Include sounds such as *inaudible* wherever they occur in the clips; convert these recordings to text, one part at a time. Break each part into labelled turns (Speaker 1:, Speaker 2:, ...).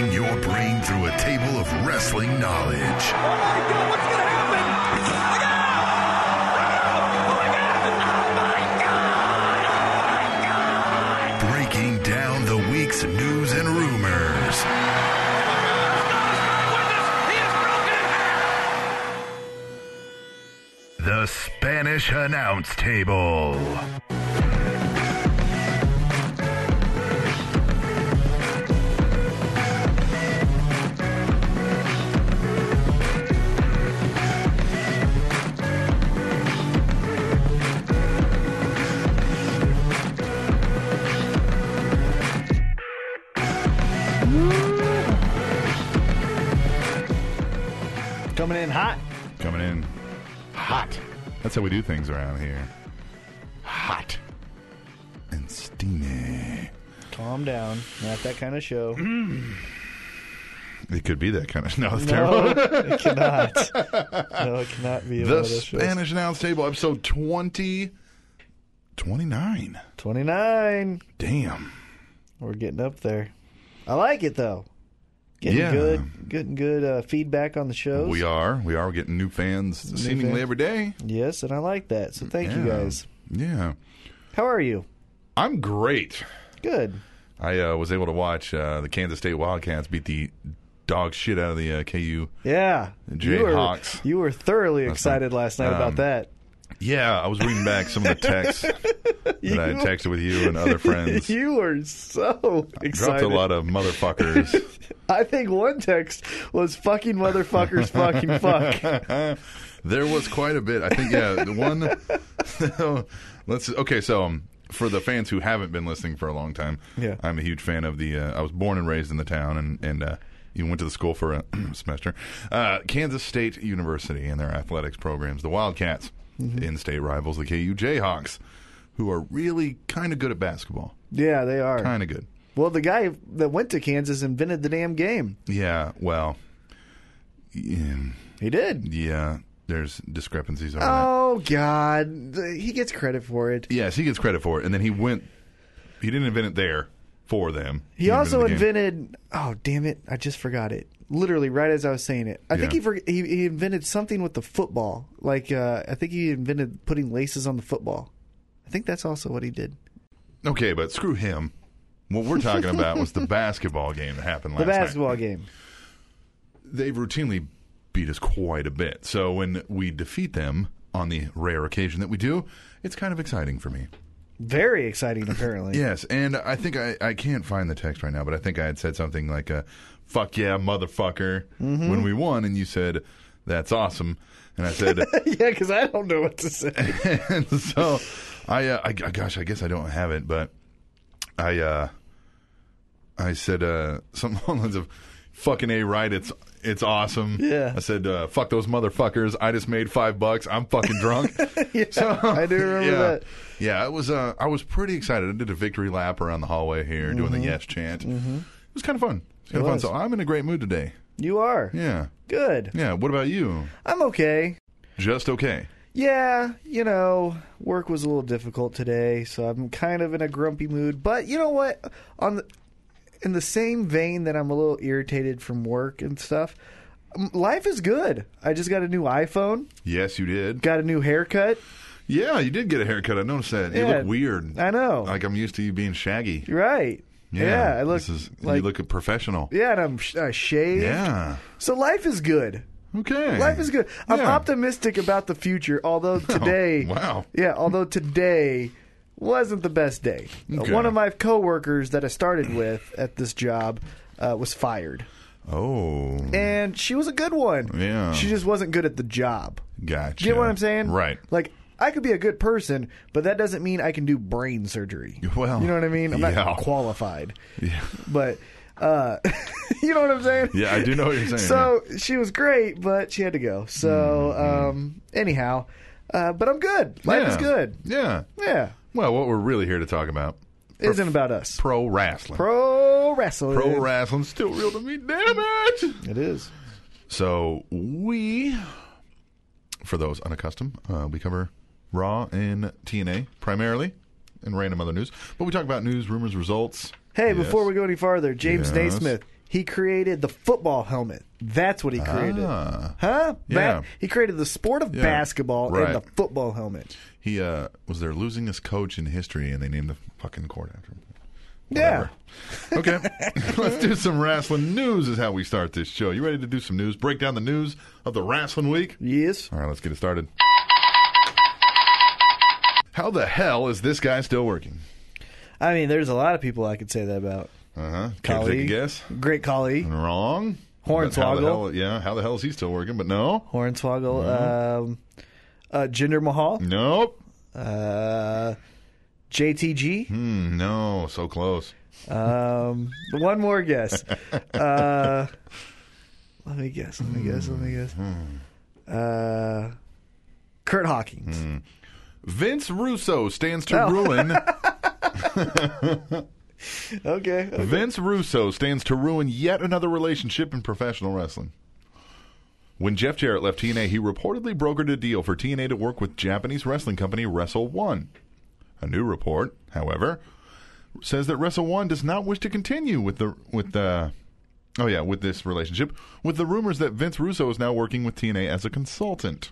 Speaker 1: brain through a table of wrestling knowledge.
Speaker 2: Oh my God, what's gonna happen? Look out! Look out!
Speaker 1: Breaking down the week's news and rumors. The Spanish Announce Table.
Speaker 3: Coming in hot.
Speaker 4: Coming in.
Speaker 3: Hot.
Speaker 4: That's how we do things around here.
Speaker 3: Hot.
Speaker 4: And steamy.
Speaker 3: Calm down. Not that kind of show.
Speaker 4: Mm-hmm. It could be that kind of. *laughs* No, it's terrible.
Speaker 3: No, it cannot. No, it cannot be
Speaker 4: The
Speaker 3: about us.
Speaker 4: Spanish Announce Table, episode 20. 29.
Speaker 3: 29.
Speaker 4: Damn.
Speaker 3: We're getting up there. I like it, though. Getting
Speaker 4: Yeah.
Speaker 3: good, getting good uh, feedback on the shows.
Speaker 4: We are. We are getting new fans seemingly
Speaker 3: fans.
Speaker 4: every day.
Speaker 3: Yes, and I like that. So thank you
Speaker 4: Yeah.
Speaker 3: guys.
Speaker 4: Yeah.
Speaker 3: How are you?
Speaker 4: I'm great.
Speaker 3: Good.
Speaker 4: I uh, was able to watch uh, the Kansas State Wildcats beat the dog shit out of the uh, KU.
Speaker 3: Yeah. You were,
Speaker 4: Jayhawks.
Speaker 3: You were thoroughly excited
Speaker 4: fun.
Speaker 3: last night about
Speaker 4: Um,
Speaker 3: that.
Speaker 4: Yeah, I was reading back some of the texts that I had texted with you and other friends.
Speaker 3: *laughs* You were so
Speaker 4: Dropped
Speaker 3: excited.
Speaker 4: a lot of motherfuckers.
Speaker 3: *laughs* I think one text was fucking motherfuckers, fucking
Speaker 4: *laughs*
Speaker 3: fuck.
Speaker 4: There was quite a bit. I think yeah, the one. *laughs* let's okay. So um, for the fans who haven't been listening for a long time,
Speaker 3: Yeah.
Speaker 4: I'm a huge fan of the. Uh, I was born and raised in the town, and and uh, you went to the school for a *clears throat* semester, uh, Kansas State University and their athletics programs, the Wildcats, in-state rivals, the KU Jayhawks, who are really kind of good at basketball,
Speaker 3: Yeah, they are.
Speaker 4: kind of good.
Speaker 3: Well, the guy that went to Kansas invented the damn game.
Speaker 4: Yeah, well, yeah,
Speaker 3: He did.
Speaker 4: yeah there's discrepancies. Over that.
Speaker 3: Oh God, he gets credit for it.
Speaker 4: Yes, he gets credit for it. And then he went. He didn't invent it there for them.
Speaker 3: He also
Speaker 4: the game.
Speaker 3: invented. Oh damn it! I just forgot it. Literally, right as I was saying it, I think
Speaker 4: Yeah.
Speaker 3: he, for, he he invented something with the football. Like uh, I think he invented putting laces on the football. I think that's also what he did.
Speaker 4: Okay, but screw him. What we're talking about was
Speaker 3: *laughs*
Speaker 4: the basketball game that happened
Speaker 3: The
Speaker 4: last
Speaker 3: basketball
Speaker 4: night.
Speaker 3: game.
Speaker 4: They've routinely beat us quite a bit. So when we defeat them on the rare occasion that we do, it's kind of exciting for me. *laughs*
Speaker 3: Very exciting, apparently.
Speaker 4: Yes, and I think I, I can't find the text right now, but I think I had said something like uh, "fuck yeah, motherfucker"
Speaker 3: Mm-hmm.
Speaker 4: when we won, and you said that's awesome, and I said
Speaker 3: *laughs* *laughs* yeah, because I don't know what to say.
Speaker 4: *laughs* and so I, uh, I, I- gosh, I guess I don't have it, but I, uh, I said uh, something *laughs* along the lines of "fucking a right." It's it's awesome.
Speaker 3: Yeah.
Speaker 4: I said uh, "fuck those motherfuckers." I just made five bucks. I'm fucking
Speaker 3: *laughs*
Speaker 4: drunk.
Speaker 3: Yeah, I do remember
Speaker 4: yeah,
Speaker 3: that.
Speaker 4: yeah. It was. Uh, I was pretty excited. I did a victory lap around the hallway here, doing the yes chant. It was kind of fun. It was kind
Speaker 3: Mm-hmm. It
Speaker 4: of fun.
Speaker 3: was.
Speaker 4: So I'm in a great mood today.
Speaker 3: You are
Speaker 4: Yeah,
Speaker 3: good.
Speaker 4: yeah. What about you?
Speaker 3: I'm okay.
Speaker 4: Just okay.
Speaker 3: Yeah, you know, work was a little difficult today, so I'm kind of in a grumpy mood. But you know what? On the, in the same vein that I'm a little irritated from work and stuff, m- life is good. I just got a new iPhone,
Speaker 4: Yes, you did.
Speaker 3: got a new haircut.
Speaker 4: Yeah, you did get a haircut. I noticed that. You
Speaker 3: Yeah.
Speaker 4: look weird.
Speaker 3: I know.
Speaker 4: Like I'm used to you being shaggy.
Speaker 3: Right? I look
Speaker 4: this is,
Speaker 3: like
Speaker 4: you look professional.
Speaker 3: yeah, and I'm sh- I shaved.
Speaker 4: Yeah.
Speaker 3: So life is good.
Speaker 4: Okay.
Speaker 3: Life is good. I'm
Speaker 4: Yeah. Oh,
Speaker 3: optimistic about the future,
Speaker 4: *laughs*
Speaker 3: although today,
Speaker 4: wow.
Speaker 3: yeah, although today wasn't the best day. Uh,
Speaker 4: Okay.
Speaker 3: One of my coworkers that I started with at this job uh, was fired,
Speaker 4: Oh,
Speaker 3: and she was a good one.
Speaker 4: Yeah.
Speaker 3: she just wasn't good at the job.
Speaker 4: gotcha.
Speaker 3: You get what I'm saying?
Speaker 4: Right.
Speaker 3: Like. I could be a good person, but that doesn't mean I can do brain surgery.
Speaker 4: Well,
Speaker 3: you know what I mean. I'm
Speaker 4: yeah.
Speaker 3: not qualified, but uh, *laughs* you know what I'm saying.
Speaker 4: Yeah, I do know what you're saying.
Speaker 3: So she was great, but she had to go. So um, anyhow, uh, but I'm good.
Speaker 4: Mm-hmm. yeah.
Speaker 3: Life is good.
Speaker 4: Yeah.
Speaker 3: Yeah,
Speaker 4: Well, what we're really here to talk about
Speaker 3: isn't about us.
Speaker 4: pro wrestling.
Speaker 3: Pro wrestling.
Speaker 4: Pro wrestling's still real to me. Damn it.
Speaker 3: It is.
Speaker 4: So we, for those unaccustomed, uh, we cover Raw and TNA primarily, and random other news. But we talk about news, rumors, results.
Speaker 3: Hey,
Speaker 4: Yes.
Speaker 3: before we go any farther, James
Speaker 4: Yes.
Speaker 3: Naismith. He created the football helmet. That's what he created.
Speaker 4: Ah.
Speaker 3: Huh?
Speaker 4: Yeah.
Speaker 3: Ba- he created the sport of
Speaker 4: Yeah.
Speaker 3: basketball
Speaker 4: Right.
Speaker 3: and the football helmet.
Speaker 4: He uh, was their losingest coach in history, and they named the fucking court after him.
Speaker 3: Yeah.
Speaker 4: Whatever.
Speaker 3: *laughs*
Speaker 4: Okay. *laughs* Let's do some wrestling news. Is how we start this show. You ready to do some news? Break down the news of the wrestling week.
Speaker 3: Yes.
Speaker 4: All right, let's get it started. How the hell is this guy still working?
Speaker 3: I mean, there's a lot of people I could say that about.
Speaker 4: Uh huh. Care to take a
Speaker 3: Khali.
Speaker 4: guess? Mm-hmm.
Speaker 3: Great Kali.
Speaker 4: Wrong. But how the
Speaker 3: Hornswoggle.
Speaker 4: hell- Yeah. How the hell is he still working? But no.
Speaker 3: Hornswoggle.
Speaker 4: Mm-hmm.
Speaker 3: Um, uh, Jinder Mahal.
Speaker 4: Nope.
Speaker 3: Uh, JTG.
Speaker 4: Hmm, no. So close.
Speaker 3: Um, one more guess. Uh, let me guess. Let me guess. Let me guess. Uh, Kurt Hawkins.
Speaker 4: Vince Russo stands to
Speaker 3: Oh. *laughs*
Speaker 4: ruin.
Speaker 3: Okay.
Speaker 4: Vince Russo stands to ruin yet another relationship in professional wrestling. When Jeff Jarrett left TNA, he reportedly brokered a deal for TNA to work with Japanese wrestling company Wrestle One. A new report, however, says that Wrestle One does not wish to continue with the with the oh yeah with this relationship. With the rumors that Vince Russo is now working with TNA as a consultant.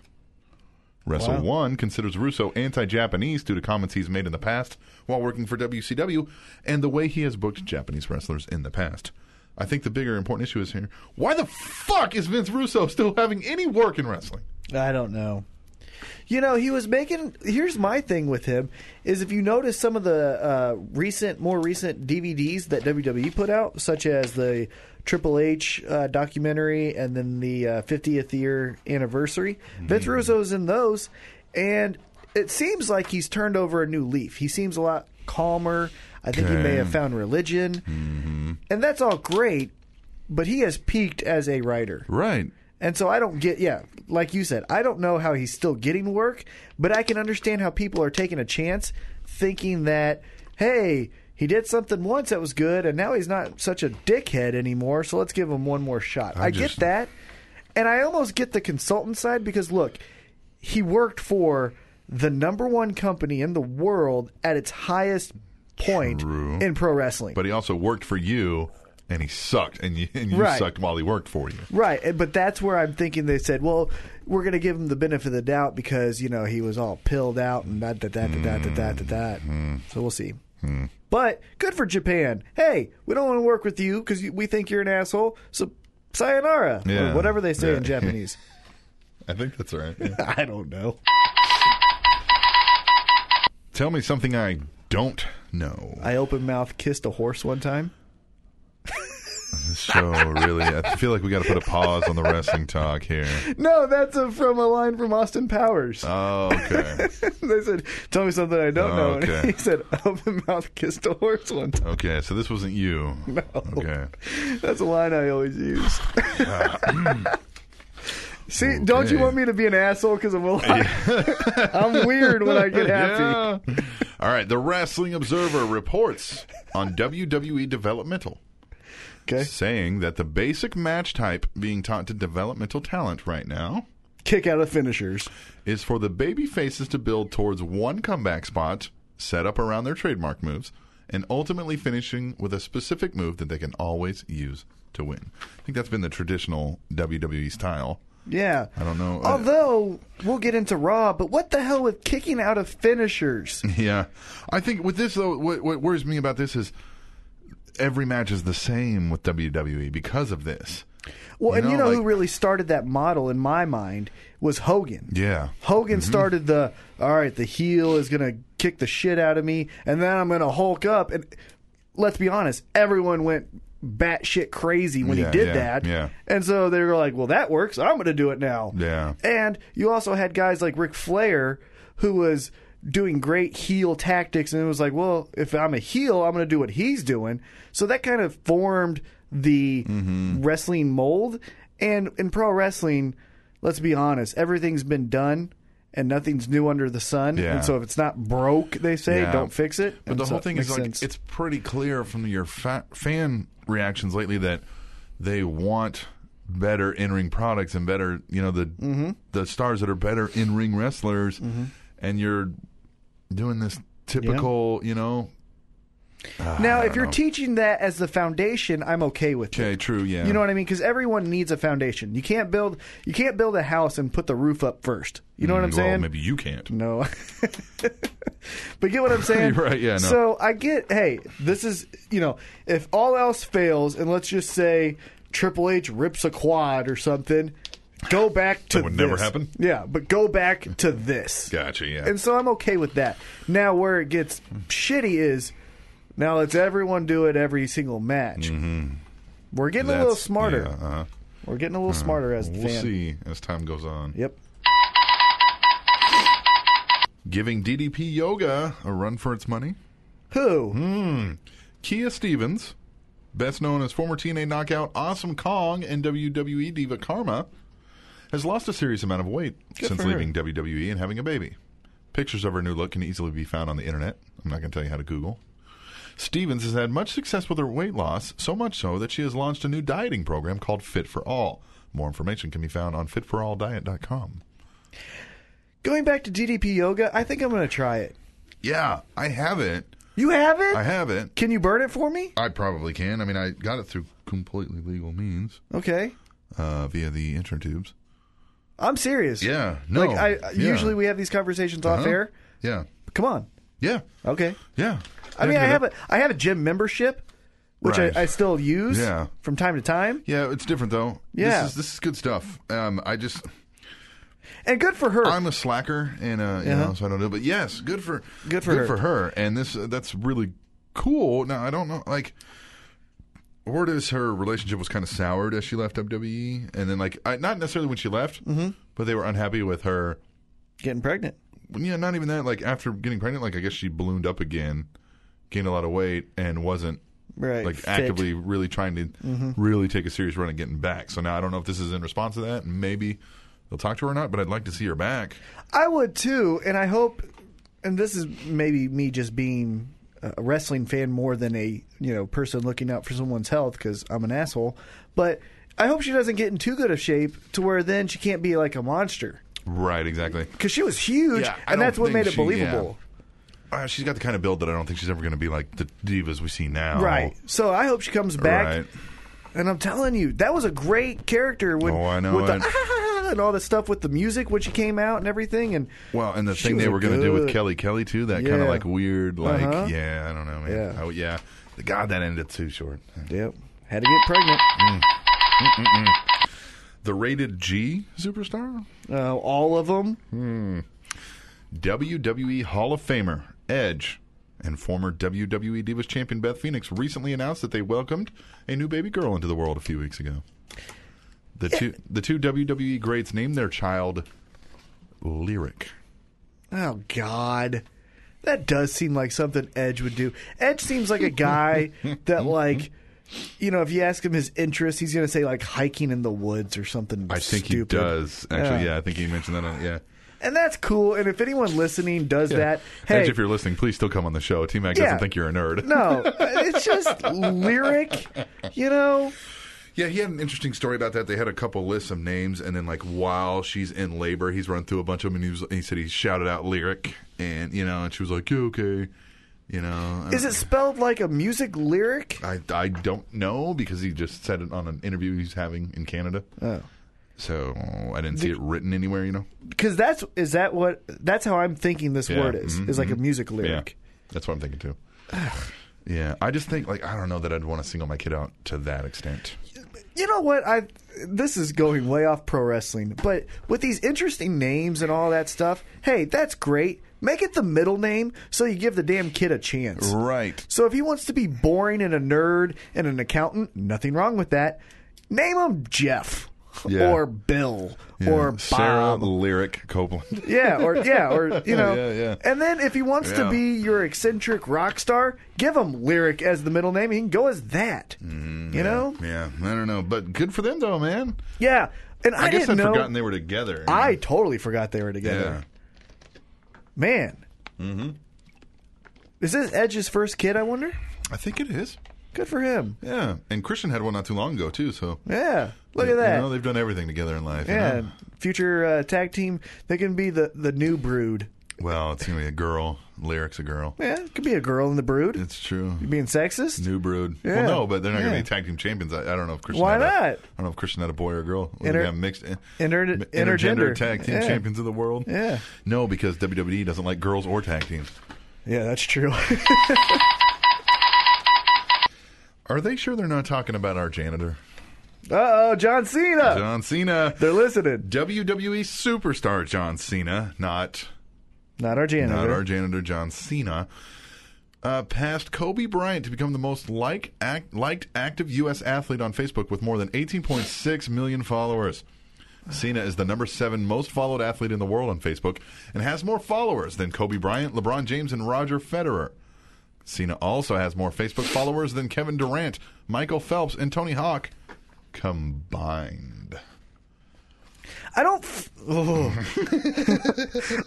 Speaker 4: Wrestle
Speaker 3: Wow.
Speaker 4: One considers Russo anti-Japanese due to comments he's made in the past while working for WCW and the way he has booked Japanese wrestlers in the past. I think the bigger important issue is here: why the fuck is Vince Russo still having any work in wrestling?
Speaker 3: I don't know. You know, he was making. Here's my thing with him is if you notice some of the uh, recent, more recent DVDs that WWE put out, such as the Triple H uh, documentary and then the uh, 50th year anniversary, Vince Russo's in those, and it seems like he's turned over a new leaf. He seems a lot calmer. I think he may
Speaker 4: Okay.
Speaker 3: have found religion, and that's all great. But he has peaked as a writer.
Speaker 4: Right.
Speaker 3: And so I don't get, yeah, like you said, I don't know how he's still getting work, but I can understand how people are taking a chance thinking that, hey, he did something once that was good, and now he's not such a dickhead anymore, so let's give him one more shot. I,
Speaker 4: just-
Speaker 3: get that. And I almost get the consultant side because, look, he worked for the number one company in the world at its highest point
Speaker 4: True.
Speaker 3: in pro wrestling.
Speaker 4: But he also worked for you, and he sucked, and you, and you
Speaker 3: Right.
Speaker 4: sucked while he worked for you.
Speaker 3: Right, and- but that's where I'm thinking they said, well, we're going to give him the benefit of the doubt because you know he was all pilled out and that that that that that that that that. So we'll see. But good for Japan. Hey, we don't want to work with you because we think you're an asshole. So sayonara,
Speaker 4: Yeah.
Speaker 3: or whatever they say
Speaker 4: Yeah.
Speaker 3: in Japanese.
Speaker 4: I think that's right.
Speaker 3: *laughs* I don't know.
Speaker 4: Tell me something I don't know.
Speaker 3: I open mouth kissed a horse one time.
Speaker 4: This show really. I feel like we got to put a pause on the wrestling talk here.
Speaker 3: No, that's a, from a line from Austin Powers. Oh,
Speaker 4: Oh, okay.
Speaker 3: *laughs* they said, "Tell me something I don't know." *laughs* And
Speaker 4: Okay.
Speaker 3: he said, "Open mouth kissed a horse one time."
Speaker 4: Okay, so this wasn't you. No.
Speaker 3: *laughs*
Speaker 4: Okay.
Speaker 3: That's a line I
Speaker 4: *laughs*
Speaker 3: always use. See, don't you
Speaker 4: Okay.
Speaker 3: want me to be an asshole because I'm a liar? *laughs* I'm weird when I *laughs* get happy.
Speaker 4: Yeah. All right. The Wrestling Observer reports on WWE developmental,
Speaker 3: Okay,
Speaker 4: saying that the basic match type being taught to developmental talent right now
Speaker 3: kick out of finishers.
Speaker 4: is for the baby faces to build towards one comeback spot set up around their trademark moves and ultimately finishing with a specific move that they can always use to win. I think that's been the traditional WWE style.
Speaker 3: Yeah,
Speaker 4: I don't know.
Speaker 3: Although we'll get into Raw, but what the hell with kicking out of finishers?
Speaker 4: Yeah, I think with this though, what, what worries me about this is every match is the same with WWE because of this.
Speaker 3: Well,
Speaker 4: You
Speaker 3: and you
Speaker 4: know,
Speaker 3: know who
Speaker 4: like-
Speaker 3: really started that model in my mind was Hogan.
Speaker 4: Yeah. Mm-hmm.
Speaker 3: Hogan started the all right, the heel is gonna kick the shit out of me, and then I'm gonna Hulk up. And let's be honest, everyone went batshit crazy when
Speaker 4: Yeah,
Speaker 3: he did
Speaker 4: yeah,
Speaker 3: that.
Speaker 4: yeah.
Speaker 3: And so they were like, Well, that works, I'm gonna do it now.
Speaker 4: Yeah.
Speaker 3: And you also had guys like Ric Flair who was doing great heel tactics and it was like, Well, if I'm a heel, I'm gonna do what he's doing. So that kind of formed the
Speaker 4: Mm-hmm.
Speaker 3: wrestling mold. And in pro wrestling, let's be honest, everything's been done and nothing's new under the sun.
Speaker 4: Yeah.
Speaker 3: And so if it's not broke, they say,
Speaker 4: Yeah.
Speaker 3: don't fix it.
Speaker 4: But
Speaker 3: And
Speaker 4: the
Speaker 3: so
Speaker 4: whole
Speaker 3: it
Speaker 4: thing is
Speaker 3: makes
Speaker 4: like
Speaker 3: sense.
Speaker 4: it's pretty clear from your fa- fan reactions lately that they want better in-ring products and better, you know, the
Speaker 3: Mm-hmm.
Speaker 4: the stars that are better in-ring wrestlers and you're doing this typical, you know,
Speaker 3: now, if you're teaching that as the foundation, I'm okay with it.
Speaker 4: Okay, true, yeah.
Speaker 3: You know what I mean? Because everyone needs a foundation. You can't build you can't build a house and put the roof up first. You know what I'm
Speaker 4: Mm, well,
Speaker 3: saying?
Speaker 4: maybe you can't.
Speaker 3: No. *laughs* but get what
Speaker 4: *laughs*
Speaker 3: I'm saying?
Speaker 4: Right, yeah, no.
Speaker 3: So I get, hey, this is, you know, if all else fails, and let's just say Triple H rips a quad or something, go back to
Speaker 4: That would never
Speaker 3: this.
Speaker 4: happen?
Speaker 3: Yeah, but go back to this.
Speaker 4: Gotcha, yeah.
Speaker 3: And so I'm okay with that. Now, where it gets shitty is now let's everyone do it every single match. We're getting a little
Speaker 4: Mm-hmm. That's-
Speaker 3: smarter.
Speaker 4: yeah, uh-huh.
Speaker 3: We're getting a little smarter as the
Speaker 4: We'll
Speaker 3: fan.
Speaker 4: see as time goes on.
Speaker 3: Yep.
Speaker 4: Giving DDP Yoga a run for its money.
Speaker 3: Who?
Speaker 4: Hmm? Kia Stevens, best known as former TNA knockout Awesome Kong and WWE diva Karma, has lost a serious amount of weight since
Speaker 3: for her.
Speaker 4: leaving WWE and having a baby. Pictures of her new look can easily be found on the internet. I'm not going to tell you how to Google. Stevens has had much success with her weight loss, so much so that she has launched a new dieting program called Fit for All. More information can be found on fitforalldiet.com.
Speaker 3: Going back to DDP yoga, I think I'm going to try it.
Speaker 4: Yeah, I have it.
Speaker 3: You have it?
Speaker 4: I have it.
Speaker 3: Can you burn it for me?
Speaker 4: I probably can. I mean, I got it through completely legal means.
Speaker 3: Okay.
Speaker 4: uh, via the intern tubes.
Speaker 3: I'm serious.
Speaker 4: Yeah, no,
Speaker 3: Like I
Speaker 4: yeah. Uh-huh.
Speaker 3: usually we have these conversations off
Speaker 4: Huh?
Speaker 3: air.
Speaker 4: Yeah,
Speaker 3: Come on.
Speaker 4: yeah,
Speaker 3: Okay.
Speaker 4: yeah.
Speaker 3: I mean, I
Speaker 4: can do
Speaker 3: have
Speaker 4: that.
Speaker 3: a I have a gym membership, which
Speaker 4: Right.
Speaker 3: I, I still use
Speaker 4: Yeah.
Speaker 3: from time to time,
Speaker 4: Yeah, it's different though.
Speaker 3: Yeah.
Speaker 4: this is, this is good stuff. Um, I just
Speaker 3: and good for her.
Speaker 4: I'm a slacker, and uh, you
Speaker 3: Uh-huh.
Speaker 4: know, so I don't do. it. But yes, good for
Speaker 3: Good for her.
Speaker 4: And this uh, that's really cool. Now I don't know, like. Word is her relationship was kind of soured as she left WWE, and then like I, not necessarily when she left,
Speaker 3: Mm-hmm.
Speaker 4: but they were unhappy with her
Speaker 3: Getting pregnant.
Speaker 4: yeah, not even that. Like after getting pregnant, like I guess she ballooned up again, gained a lot of weight, and wasn't
Speaker 3: Right,
Speaker 4: like
Speaker 3: fit. Mm-hmm.
Speaker 4: actively really trying to really take a serious run at getting back. So now I don't know if this is in response to that. and Maybe they'll talk to her or not, but I'd like to see her back.
Speaker 3: I would too, and I hope. And this is maybe me just being a wrestling fan more than a you know person looking out for someone's health because I'm an asshole. But I hope she doesn't get in too good of shape to where then she can't be like a monster
Speaker 4: Right, exactly.
Speaker 3: because she was huge,
Speaker 4: Yeah, I don't
Speaker 3: and that's what
Speaker 4: think
Speaker 3: made it
Speaker 4: she-
Speaker 3: believable.
Speaker 4: Uh, she's got the kind of build that I don't think she's ever going to be like the divas we see now.
Speaker 3: Right. So I hope she comes back.
Speaker 4: Oh. Right.
Speaker 3: And I'm telling you, that was a great character when
Speaker 4: Oh, I know
Speaker 3: with the,
Speaker 4: it.
Speaker 3: "Ah," *laughs* and all the stuff with the music when she came out and everything and
Speaker 4: Well, and the
Speaker 3: She
Speaker 4: thing
Speaker 3: was
Speaker 4: they were going to do with
Speaker 3: good.
Speaker 4: Kelly Kelly too, that kind
Speaker 3: Yeah.
Speaker 4: of like weird, like
Speaker 3: Uh-huh.
Speaker 4: yeah, I don't know, man.
Speaker 3: Yeah.
Speaker 4: Oh, yeah. God, that ended too short.
Speaker 3: Yep. Had to get pregnant.
Speaker 4: The rated G superstar,
Speaker 3: Uh, all of them.
Speaker 4: WWE E Hall of Famer Edge and former WWE Divas Champion Beth Phoenix recently announced that they welcomed a new baby girl into the world a few weeks ago. The
Speaker 3: *laughs*
Speaker 4: two the two WWE greats named their child Lyric.
Speaker 3: Oh God, that does seem like something Edge would do. Edge seems like
Speaker 4: *laughs*
Speaker 3: a guy that like. You know, if you ask him his interests, he's going to say like hiking in the woods or something.
Speaker 4: I think
Speaker 3: stupid.
Speaker 4: he does actually. Yeah. I think he mentioned that. On, yeah.
Speaker 3: and that's cool. And if anyone listening does
Speaker 4: Yeah.
Speaker 3: that, hey,
Speaker 4: Edge, if you're listening, please still come on the show. T Mac
Speaker 3: Yeah.
Speaker 4: doesn't think you're a nerd.
Speaker 3: no, it's just lyric. You know,
Speaker 4: Yeah, he had an interesting story about that. They had a couple lists of names, and then like while she's in labor, he's run through a bunch of them, and he, was, he said he shouted out lyric, and you know, and she was like, yeah, "Okay, you know."
Speaker 3: is it spelled like a music lyric?
Speaker 4: I I don't know because he just said it on an interview he's having in Canada. Oh, so I didn't see it written anywhere. You know,
Speaker 3: Because that's is that what that's how I'm thinking this
Speaker 4: Yeah. Mm-hmm.
Speaker 3: word is is like a music lyric.
Speaker 4: that's what I'm thinking too. *sighs* yeah, I just think like I don't know that I'd want to single my kid out to that extent.
Speaker 3: You know what? I this is going way off pro wrestling, but with these interesting names and all that stuff, hey, that's great. Make it the middle name so you give the damn kid a chance.
Speaker 4: Right.
Speaker 3: So if he wants to be boring and a nerd and an accountant, nothing wrong with that. Name him Jeff
Speaker 4: Yeah.
Speaker 3: or Bill
Speaker 4: Yeah.
Speaker 3: or Bob.
Speaker 4: Sarah Lyric Copeland.
Speaker 3: Yeah, or yeah,
Speaker 4: *laughs*
Speaker 3: or you know.
Speaker 4: Yeah, yeah.
Speaker 3: And then if he wants to
Speaker 4: Yeah.
Speaker 3: be your eccentric rock star, give him lyric as the middle name. He can go as that. you know.
Speaker 4: *laughs* Mm-hmm. Yeah, I don't know, but good for them though, man.
Speaker 3: Yeah, and I,
Speaker 4: I, guess
Speaker 3: didn't
Speaker 4: I'd
Speaker 3: know.
Speaker 4: forgotten they were together.
Speaker 3: I totally forgot they were
Speaker 4: yeah,
Speaker 3: together. Man. Mm-hmm. Is this Edge's first kid? I wonder.
Speaker 4: I think it is.
Speaker 3: Good for him.
Speaker 4: Yeah, and Christian had one not too long ago too. So
Speaker 3: Yeah. Look
Speaker 4: you
Speaker 3: at that.
Speaker 4: know, they've done everything together in life. you
Speaker 3: yeah.
Speaker 4: know?
Speaker 3: Future uh, tag team. They can be the the new brood.
Speaker 4: Well, it's gonna be a girl. Lyrics a girl.
Speaker 3: Yeah, it could be a girl in the brood.
Speaker 4: It's true.
Speaker 3: You being sexist?
Speaker 4: New brood.
Speaker 3: Yeah.
Speaker 4: Well, no, but they're not
Speaker 3: Yeah.
Speaker 4: gonna be tag team champions. I, I don't know if Christian.
Speaker 3: Why
Speaker 4: had a-
Speaker 3: not?
Speaker 4: I don't know if Christian had a boy or a girl. They're
Speaker 3: Inter-
Speaker 4: gonna have mixed inter-
Speaker 3: Inter- intergender.
Speaker 4: tag team
Speaker 3: Yeah.
Speaker 4: champions of the world.
Speaker 3: Yeah.
Speaker 4: No, because WWE doesn't like girls or tag teams.
Speaker 3: Yeah, that's true. *laughs*
Speaker 4: Are they sure they're not talking about our janitor,
Speaker 3: uh oh, John Cena.
Speaker 4: John Cena?
Speaker 3: They're listening.
Speaker 4: WWE superstar John Cena, not
Speaker 3: Not our janitor.
Speaker 4: not our janitor John Cena, uh, passed Kobe Bryant to become the most like act, liked active U.S. athlete on Facebook with more than 18.6 million followers. Cena is the number seven most followed athlete in the world on Facebook and has more followers than Kobe Bryant, LeBron James, and Roger Federer. Cena also has more Facebook followers than Kevin Durant, Michael Phelps, and Tony Hawk combined.
Speaker 3: I don't. F- Ugh.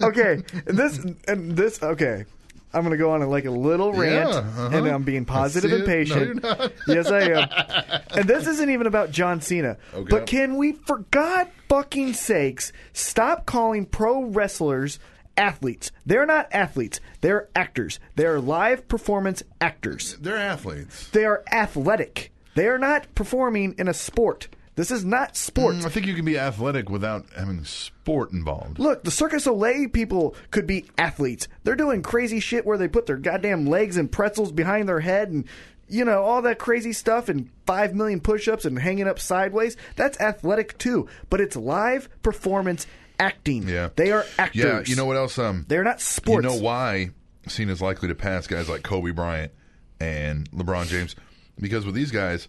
Speaker 3: *laughs* okay, and this and this. Okay, I'm gonna go on a, like a little rant,
Speaker 4: Yeah, uh-huh.
Speaker 3: and I'm being positive
Speaker 4: see
Speaker 3: and
Speaker 4: it. No,
Speaker 3: patient.
Speaker 4: you're not.
Speaker 3: *laughs* yes,
Speaker 4: *laughs*
Speaker 3: I am. And this isn't even about John Cena.
Speaker 4: Okay.
Speaker 3: But can we, for God fucking sakes, stop calling pro wrestlers? Athletes. They're not athletes. They're actors. They're live performance actors.
Speaker 4: They're athletes.
Speaker 3: They are athletic. They are not performing in a sport. This is not sports.
Speaker 4: I think you can be athletic without having sport involved.
Speaker 3: Look, the Circus Olay people could be athletes. They're doing crazy shit where they put their goddamn legs and pretzels behind their head and, you know, all that crazy stuff and 5 million push ups and hanging up sideways. That's athletic too, but it's live performance acting.
Speaker 4: Yeah.
Speaker 3: They are actors.
Speaker 4: Yeah, you know what else? Um,
Speaker 3: They're not sports.
Speaker 4: You know why Cena's likely to pass guys like Kobe Bryant and LeBron James? Because with these guys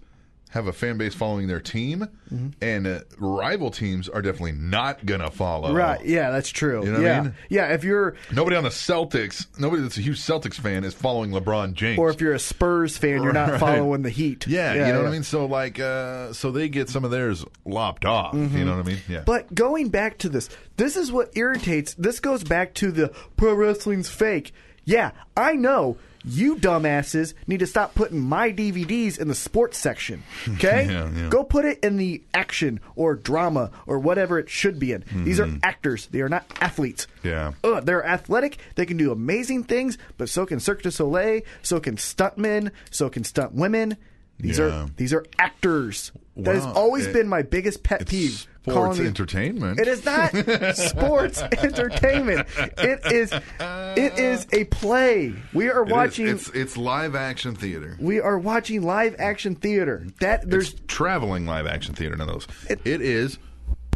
Speaker 4: have a fan base following their team,
Speaker 3: Mm-hmm.
Speaker 4: and uh, rival teams are definitely not going to follow.
Speaker 3: Right. Yeah, that's true.
Speaker 4: You know what I
Speaker 3: yeah.
Speaker 4: mean?
Speaker 3: Yeah, if you're.
Speaker 4: Nobody on the Celtics, nobody that's a huge Celtics fan is following LeBron James.
Speaker 3: Or if you're a Spurs fan, you're
Speaker 4: *laughs*
Speaker 3: not
Speaker 4: Right.
Speaker 3: following the heat.
Speaker 4: yeah, you know what I mean? So, like, uh, so they get some of theirs lopped off. You know what I mean? Yeah.
Speaker 3: Mm-hmm. But going back to this, this is what irritates. This goes back to the pro wrestling's fake. Yeah, I know you dumbasses need to stop putting my DVDs in the
Speaker 4: *laughs*
Speaker 3: sports section. Okay?
Speaker 4: Yeah, yeah.
Speaker 3: Go put it in the action or drama or whatever it should be in. These are actors, they are not athletes.
Speaker 4: Mm-hmm. Yeah.
Speaker 3: Ugh, they're athletic, they can do amazing things, but so can Cirque du Soleil, so can stuntmen, so can stunt women. These
Speaker 4: Yeah.
Speaker 3: are these are actors. that has
Speaker 4: Wow,
Speaker 3: always
Speaker 4: it-
Speaker 3: been my biggest pet peeve. calling
Speaker 4: sports
Speaker 3: the-
Speaker 4: entertainment.
Speaker 3: it is
Speaker 4: *laughs*
Speaker 3: not sports entertainment. It is it is a play. We are
Speaker 4: It is.
Speaker 3: watching
Speaker 4: It's, it's live action theater.
Speaker 3: we are watching live action theater. That there's
Speaker 4: It's traveling live action theater. None of those. it is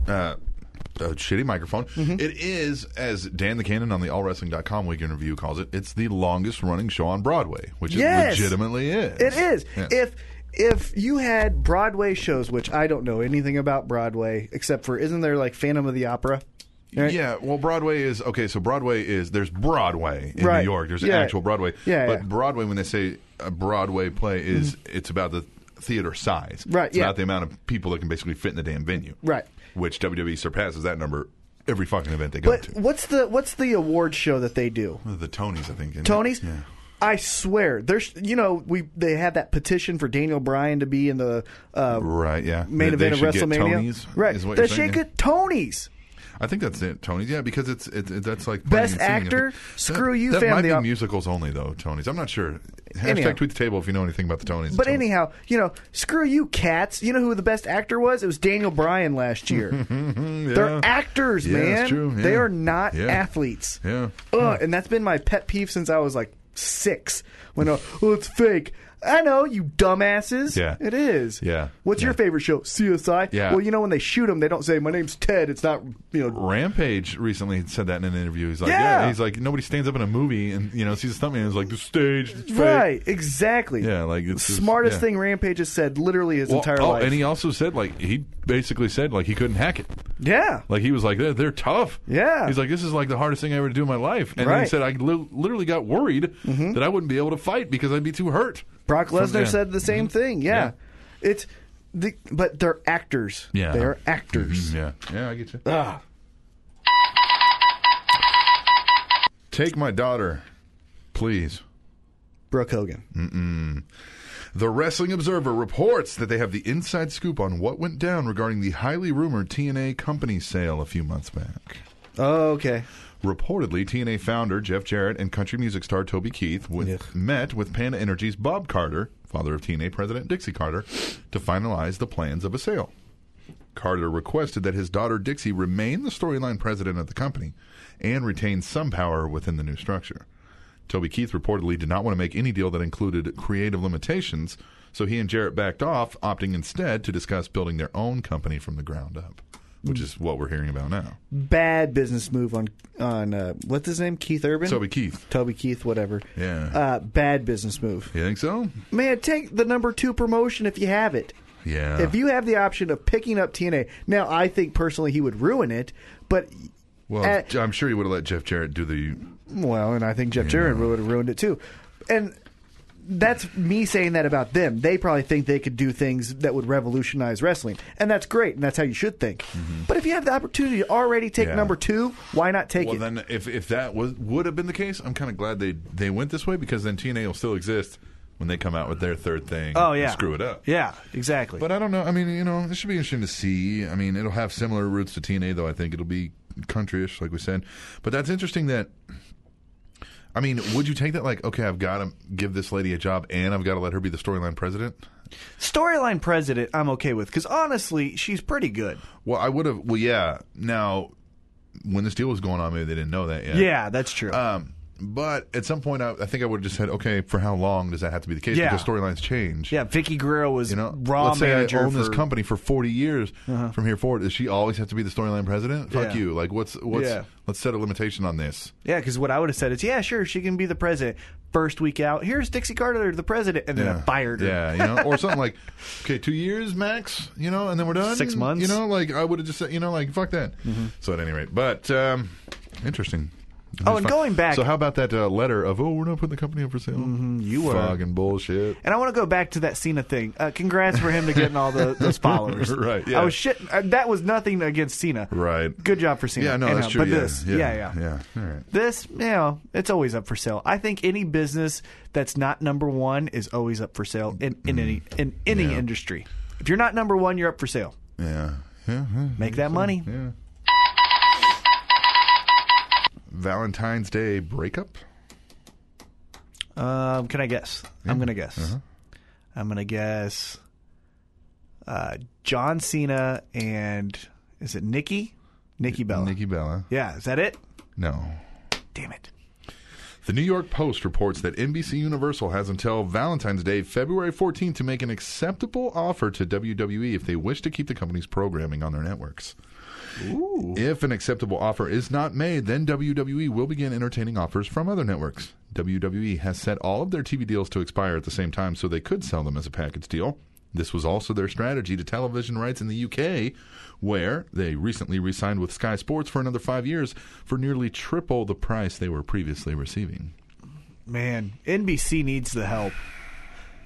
Speaker 4: uh, a shitty microphone.
Speaker 3: Mm-hmm.
Speaker 4: It is, as Dan the Cannon on the AllWrestling.com week interview calls it, it's the longest running show on Broadway, which
Speaker 3: Yes.
Speaker 4: it legitimately is.
Speaker 3: It is.
Speaker 4: Yeah.
Speaker 3: If if you had Broadway shows, which I don't know anything about Broadway except for isn't there like Phantom of the Opera? Right?
Speaker 4: Yeah, well, Broadway is okay. So Broadway is there's Broadway in
Speaker 3: Right.
Speaker 4: New York. There's
Speaker 3: Yeah.
Speaker 4: actual Broadway.
Speaker 3: Yeah,
Speaker 4: but
Speaker 3: yeah.
Speaker 4: Broadway, when they say a Broadway play, is it's about the theater size.
Speaker 3: Right,
Speaker 4: It's
Speaker 3: yeah.
Speaker 4: Not the amount of people that can basically fit in the damn venue.
Speaker 3: Right.
Speaker 4: Which WWE surpasses that number every fucking event they go
Speaker 3: But
Speaker 4: to.
Speaker 3: what's the what's the award show that they do?
Speaker 4: The Tonys, I think. isn't it?
Speaker 3: Tony's. Uh,
Speaker 4: Yeah.
Speaker 3: I swear, there's you know we they had that petition for Daniel Bryan to be in the uh,
Speaker 4: Right. Yeah.
Speaker 3: main
Speaker 4: They-
Speaker 3: event
Speaker 4: they
Speaker 3: of
Speaker 4: should get
Speaker 3: WrestleMania.
Speaker 4: Tonys,
Speaker 3: right?
Speaker 4: Is what
Speaker 3: they
Speaker 4: you're
Speaker 3: should
Speaker 4: saying?
Speaker 3: get Tonys.
Speaker 4: I think that's it. Tonys. Yeah, because it's it's it, that's like
Speaker 3: Best
Speaker 4: playing and singing.
Speaker 3: actor? Screw you,
Speaker 4: That
Speaker 3: fam,
Speaker 4: might
Speaker 3: the
Speaker 4: be
Speaker 3: op-
Speaker 4: musicals only though. Tonys. I'm not sure. Hashtag
Speaker 3: Anyhow.
Speaker 4: tweet the table if you know anything about the Tonys.
Speaker 3: But
Speaker 4: It's Tonys.
Speaker 3: anyhow, you know, screw you, cats. You know who the best actor was? It was Daniel Bryan last
Speaker 4: *laughs*
Speaker 3: year. They're actors,
Speaker 4: Yeah,
Speaker 3: man.
Speaker 4: that's true, yeah.
Speaker 3: They are not
Speaker 4: Yeah.
Speaker 3: athletes.
Speaker 4: Yeah.
Speaker 3: Ugh, and that's been my pet peeve since I was like six. When uh, oh, it's fake. I know you dumbasses.
Speaker 4: Yeah.
Speaker 3: it is.
Speaker 4: Yeah.
Speaker 3: What's your
Speaker 4: Yeah.
Speaker 3: favorite show? CSI.
Speaker 4: Yeah.
Speaker 3: Well, you know when they shoot them, they don't say my name's Ted. It's not you know.
Speaker 4: Rampage recently said that in an interview. He's like,
Speaker 3: Yeah.
Speaker 4: yeah. He's like, nobody stands up in a movie and you know sees something and is like, this staged, it's fake.
Speaker 3: Right. Exactly.
Speaker 4: Yeah, like it's just-
Speaker 3: smartest
Speaker 4: yeah.
Speaker 3: thing Rampage has said literally his
Speaker 4: Well,
Speaker 3: entire
Speaker 4: oh,
Speaker 3: life.
Speaker 4: and he also said like he basically said like he couldn't hack it.
Speaker 3: yeah.
Speaker 4: Like he was like, they're, they're tough.
Speaker 3: Yeah.
Speaker 4: He's like, this is like the hardest thing I ever do in my life. And then he
Speaker 3: Right. Mm-hmm.
Speaker 4: said, I li- literally got worried that I wouldn't be able to fight because I'd be too hurt.
Speaker 3: Brock
Speaker 4: From-
Speaker 3: Lesnar
Speaker 4: yeah. Mm-hmm.
Speaker 3: said the same thing. Yeah. It's the but they're actors.
Speaker 4: Yeah.
Speaker 3: They're actors.
Speaker 4: Mm, Yeah, yeah, I get you.
Speaker 5: Ah.
Speaker 4: Take my daughter, please.
Speaker 3: Brooke Hogan.
Speaker 4: Mm. The Wrestling Observer reports that they have the inside scoop on what went down regarding the highly rumored TNA company sale a few months back.
Speaker 5: Oh, okay.
Speaker 4: Reportedly, TNA founder Jeff Jarrett and country music star Toby Keith with,
Speaker 5: Yuck.
Speaker 4: met with Panda Energy's Bob Carter, father of TNA president Dixie Carter, to finalize the plans of a sale. Carter requested that his daughter Dixie remain the storyline president of the company and retain some power within the new structure. Toby Keith reportedly did not want to make any deal that included creative limitations, so he and Jarrett backed off, opting instead to discuss building their own company from the ground up, which is what we're hearing about now.
Speaker 5: Bad business move on on uh, what's his name? Keith Urban.
Speaker 4: Toby Keith.
Speaker 5: Toby Keith, whatever.
Speaker 4: Yeah.
Speaker 5: Uh, bad business move.
Speaker 4: You think so?
Speaker 5: Man, take the number two promotion if you have it.
Speaker 4: Yeah.
Speaker 5: If you have the option of picking up TNA, now I think personally he would ruin it, but
Speaker 4: well,
Speaker 5: uh,
Speaker 4: I'm sure you would have let Jeff Jarrett do the.
Speaker 5: well, and I think Jeff Jarrett would have ruined it too. And that's me saying that about them. They probably think they could do things that would revolutionize wrestling, and that's great, and that's how you should think. But if you have the opportunity to already take
Speaker 4: Mm-hmm. Yeah.
Speaker 5: number two, why not take
Speaker 4: Well,
Speaker 5: it?
Speaker 4: then if if that was would have been the case, I'm kind of glad they they went this way because then TNA will still exist when they come out with their third thing.
Speaker 3: Oh
Speaker 4: and
Speaker 3: yeah.
Speaker 4: screw it up.
Speaker 3: Yeah, exactly.
Speaker 4: But I don't know. I mean, you know, this should be interesting to see. I mean, it'll have similar roots to TNA, though. I think it'll be countryish, like we said. But that's interesting. That I mean, would you take that? Like, okay, I've got to give this lady a job, and I've got to let her be the storyline president.
Speaker 3: Storyline president, I'm okay with because honestly, she's pretty good.
Speaker 4: Well, I would have. Well, yeah. Now, when this deal was going on, maybe they didn't know that yet.
Speaker 3: Yeah, that's true.
Speaker 4: Um, but at some point, I, I think I would have just said, okay, for how long does that have to be the case?
Speaker 3: Yeah.
Speaker 4: Because storylines change.
Speaker 3: yeah, Vicky Guerrero was
Speaker 4: You know,
Speaker 3: raw
Speaker 4: let's say I
Speaker 3: manager
Speaker 4: own this
Speaker 3: for- Uh-huh.
Speaker 4: company for forty years. From here forward, does she always have to be the storyline president? Fuck
Speaker 3: Yeah.
Speaker 4: you! Like, what's what's?
Speaker 3: Yeah.
Speaker 4: Let's set a limitation on this.
Speaker 3: Yeah, because what I would have said is, yeah, sure, she can be the president. First week out, here's Dixie Carter, the president, and then I fired her.
Speaker 4: Yeah, you
Speaker 3: *laughs*
Speaker 4: know, or something like, okay, two years max, you know, and then we're done.
Speaker 3: Six months? Mm-hmm.
Speaker 4: you know. Like, I would have just said, you know, like, fuck that. So at any rate, but um, interesting.
Speaker 3: Oh, and
Speaker 4: Fine.
Speaker 3: going back- Mm-hmm.
Speaker 4: So how about that uh, letter of, oh, we're not putting the company up for sale?
Speaker 3: you were.
Speaker 4: fucking bullshit.
Speaker 3: And I want to go back to that Cena thing. Uh, congrats for him to getting all the,
Speaker 4: *laughs*
Speaker 3: those followers.
Speaker 4: Right, yeah.
Speaker 3: I was shit. Uh, that was nothing against Cena.
Speaker 4: Right.
Speaker 3: Good job for Cena.
Speaker 4: Yeah, no,
Speaker 3: And,
Speaker 4: that's
Speaker 3: uh,
Speaker 4: true.
Speaker 3: But
Speaker 4: yeah,
Speaker 3: this,
Speaker 4: yeah,
Speaker 3: yeah, yeah.
Speaker 4: All right.
Speaker 3: This, you know, it's always up for sale. I think any business that's not number one is always up for sale in, in any in any
Speaker 4: Mm. Yeah.
Speaker 3: industry. If you're not number one, you're up for sale.
Speaker 4: Yeah. Yeah. yeah.
Speaker 3: Make that money.
Speaker 4: Yeah. Valentine's Day breakup?
Speaker 3: Um, can I guess? I'm gonna guess.
Speaker 4: Uh-huh.
Speaker 3: I'm gonna guess. Uh, John Cena and is it Nikki? Nikki Bella.
Speaker 4: Nikki Bella.
Speaker 3: Yeah, is that it?
Speaker 4: No.
Speaker 3: Damn it.
Speaker 4: The New York Post reports that NBC Universal has until Valentine's Day, February 14th, to make an acceptable offer to WWE if they wish to keep the company's programming on their networks. If an acceptable offer is not made, then WWE will begin entertaining offers from other networks. WWE has set all of their TV deals to expire at the same time so they could sell them as a package deal. This was also their strategy to television rights in the UK, where they recently re signed with Sky Sports for another five years for nearly triple the price they were previously receiving.
Speaker 3: Man, NBC needs the help.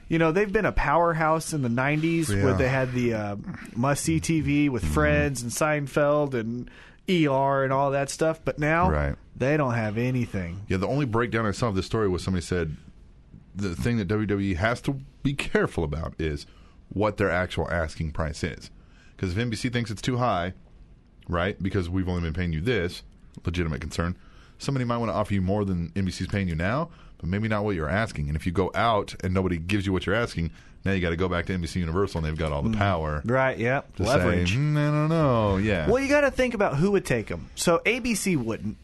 Speaker 3: You know, they've been a powerhouse in the 90s
Speaker 4: Yeah. Mm-hmm.
Speaker 3: where they had the uh, must see TV with Friends and Seinfeld and ER and all that stuff. But now
Speaker 4: Right.
Speaker 3: they don't have anything.
Speaker 4: Yeah, the only breakdown I saw of this story was somebody said the thing that WWE has to be careful about is what their actual asking price is. Because if NBC thinks it's too high, right, because we've only been paying you this, legitimate concern, somebody might want to offer you more than NBC's paying you now, but maybe not what you're asking. And if you go out and nobody gives you what you're asking, now you got to go back to NBC Universal and they've got all the power.
Speaker 3: Right, yeah.
Speaker 4: To
Speaker 3: Mm. Leverage.
Speaker 4: Say, "Mm, I don't know. Yeah.
Speaker 3: Well, you got to think about who would take them. So ABC wouldn't.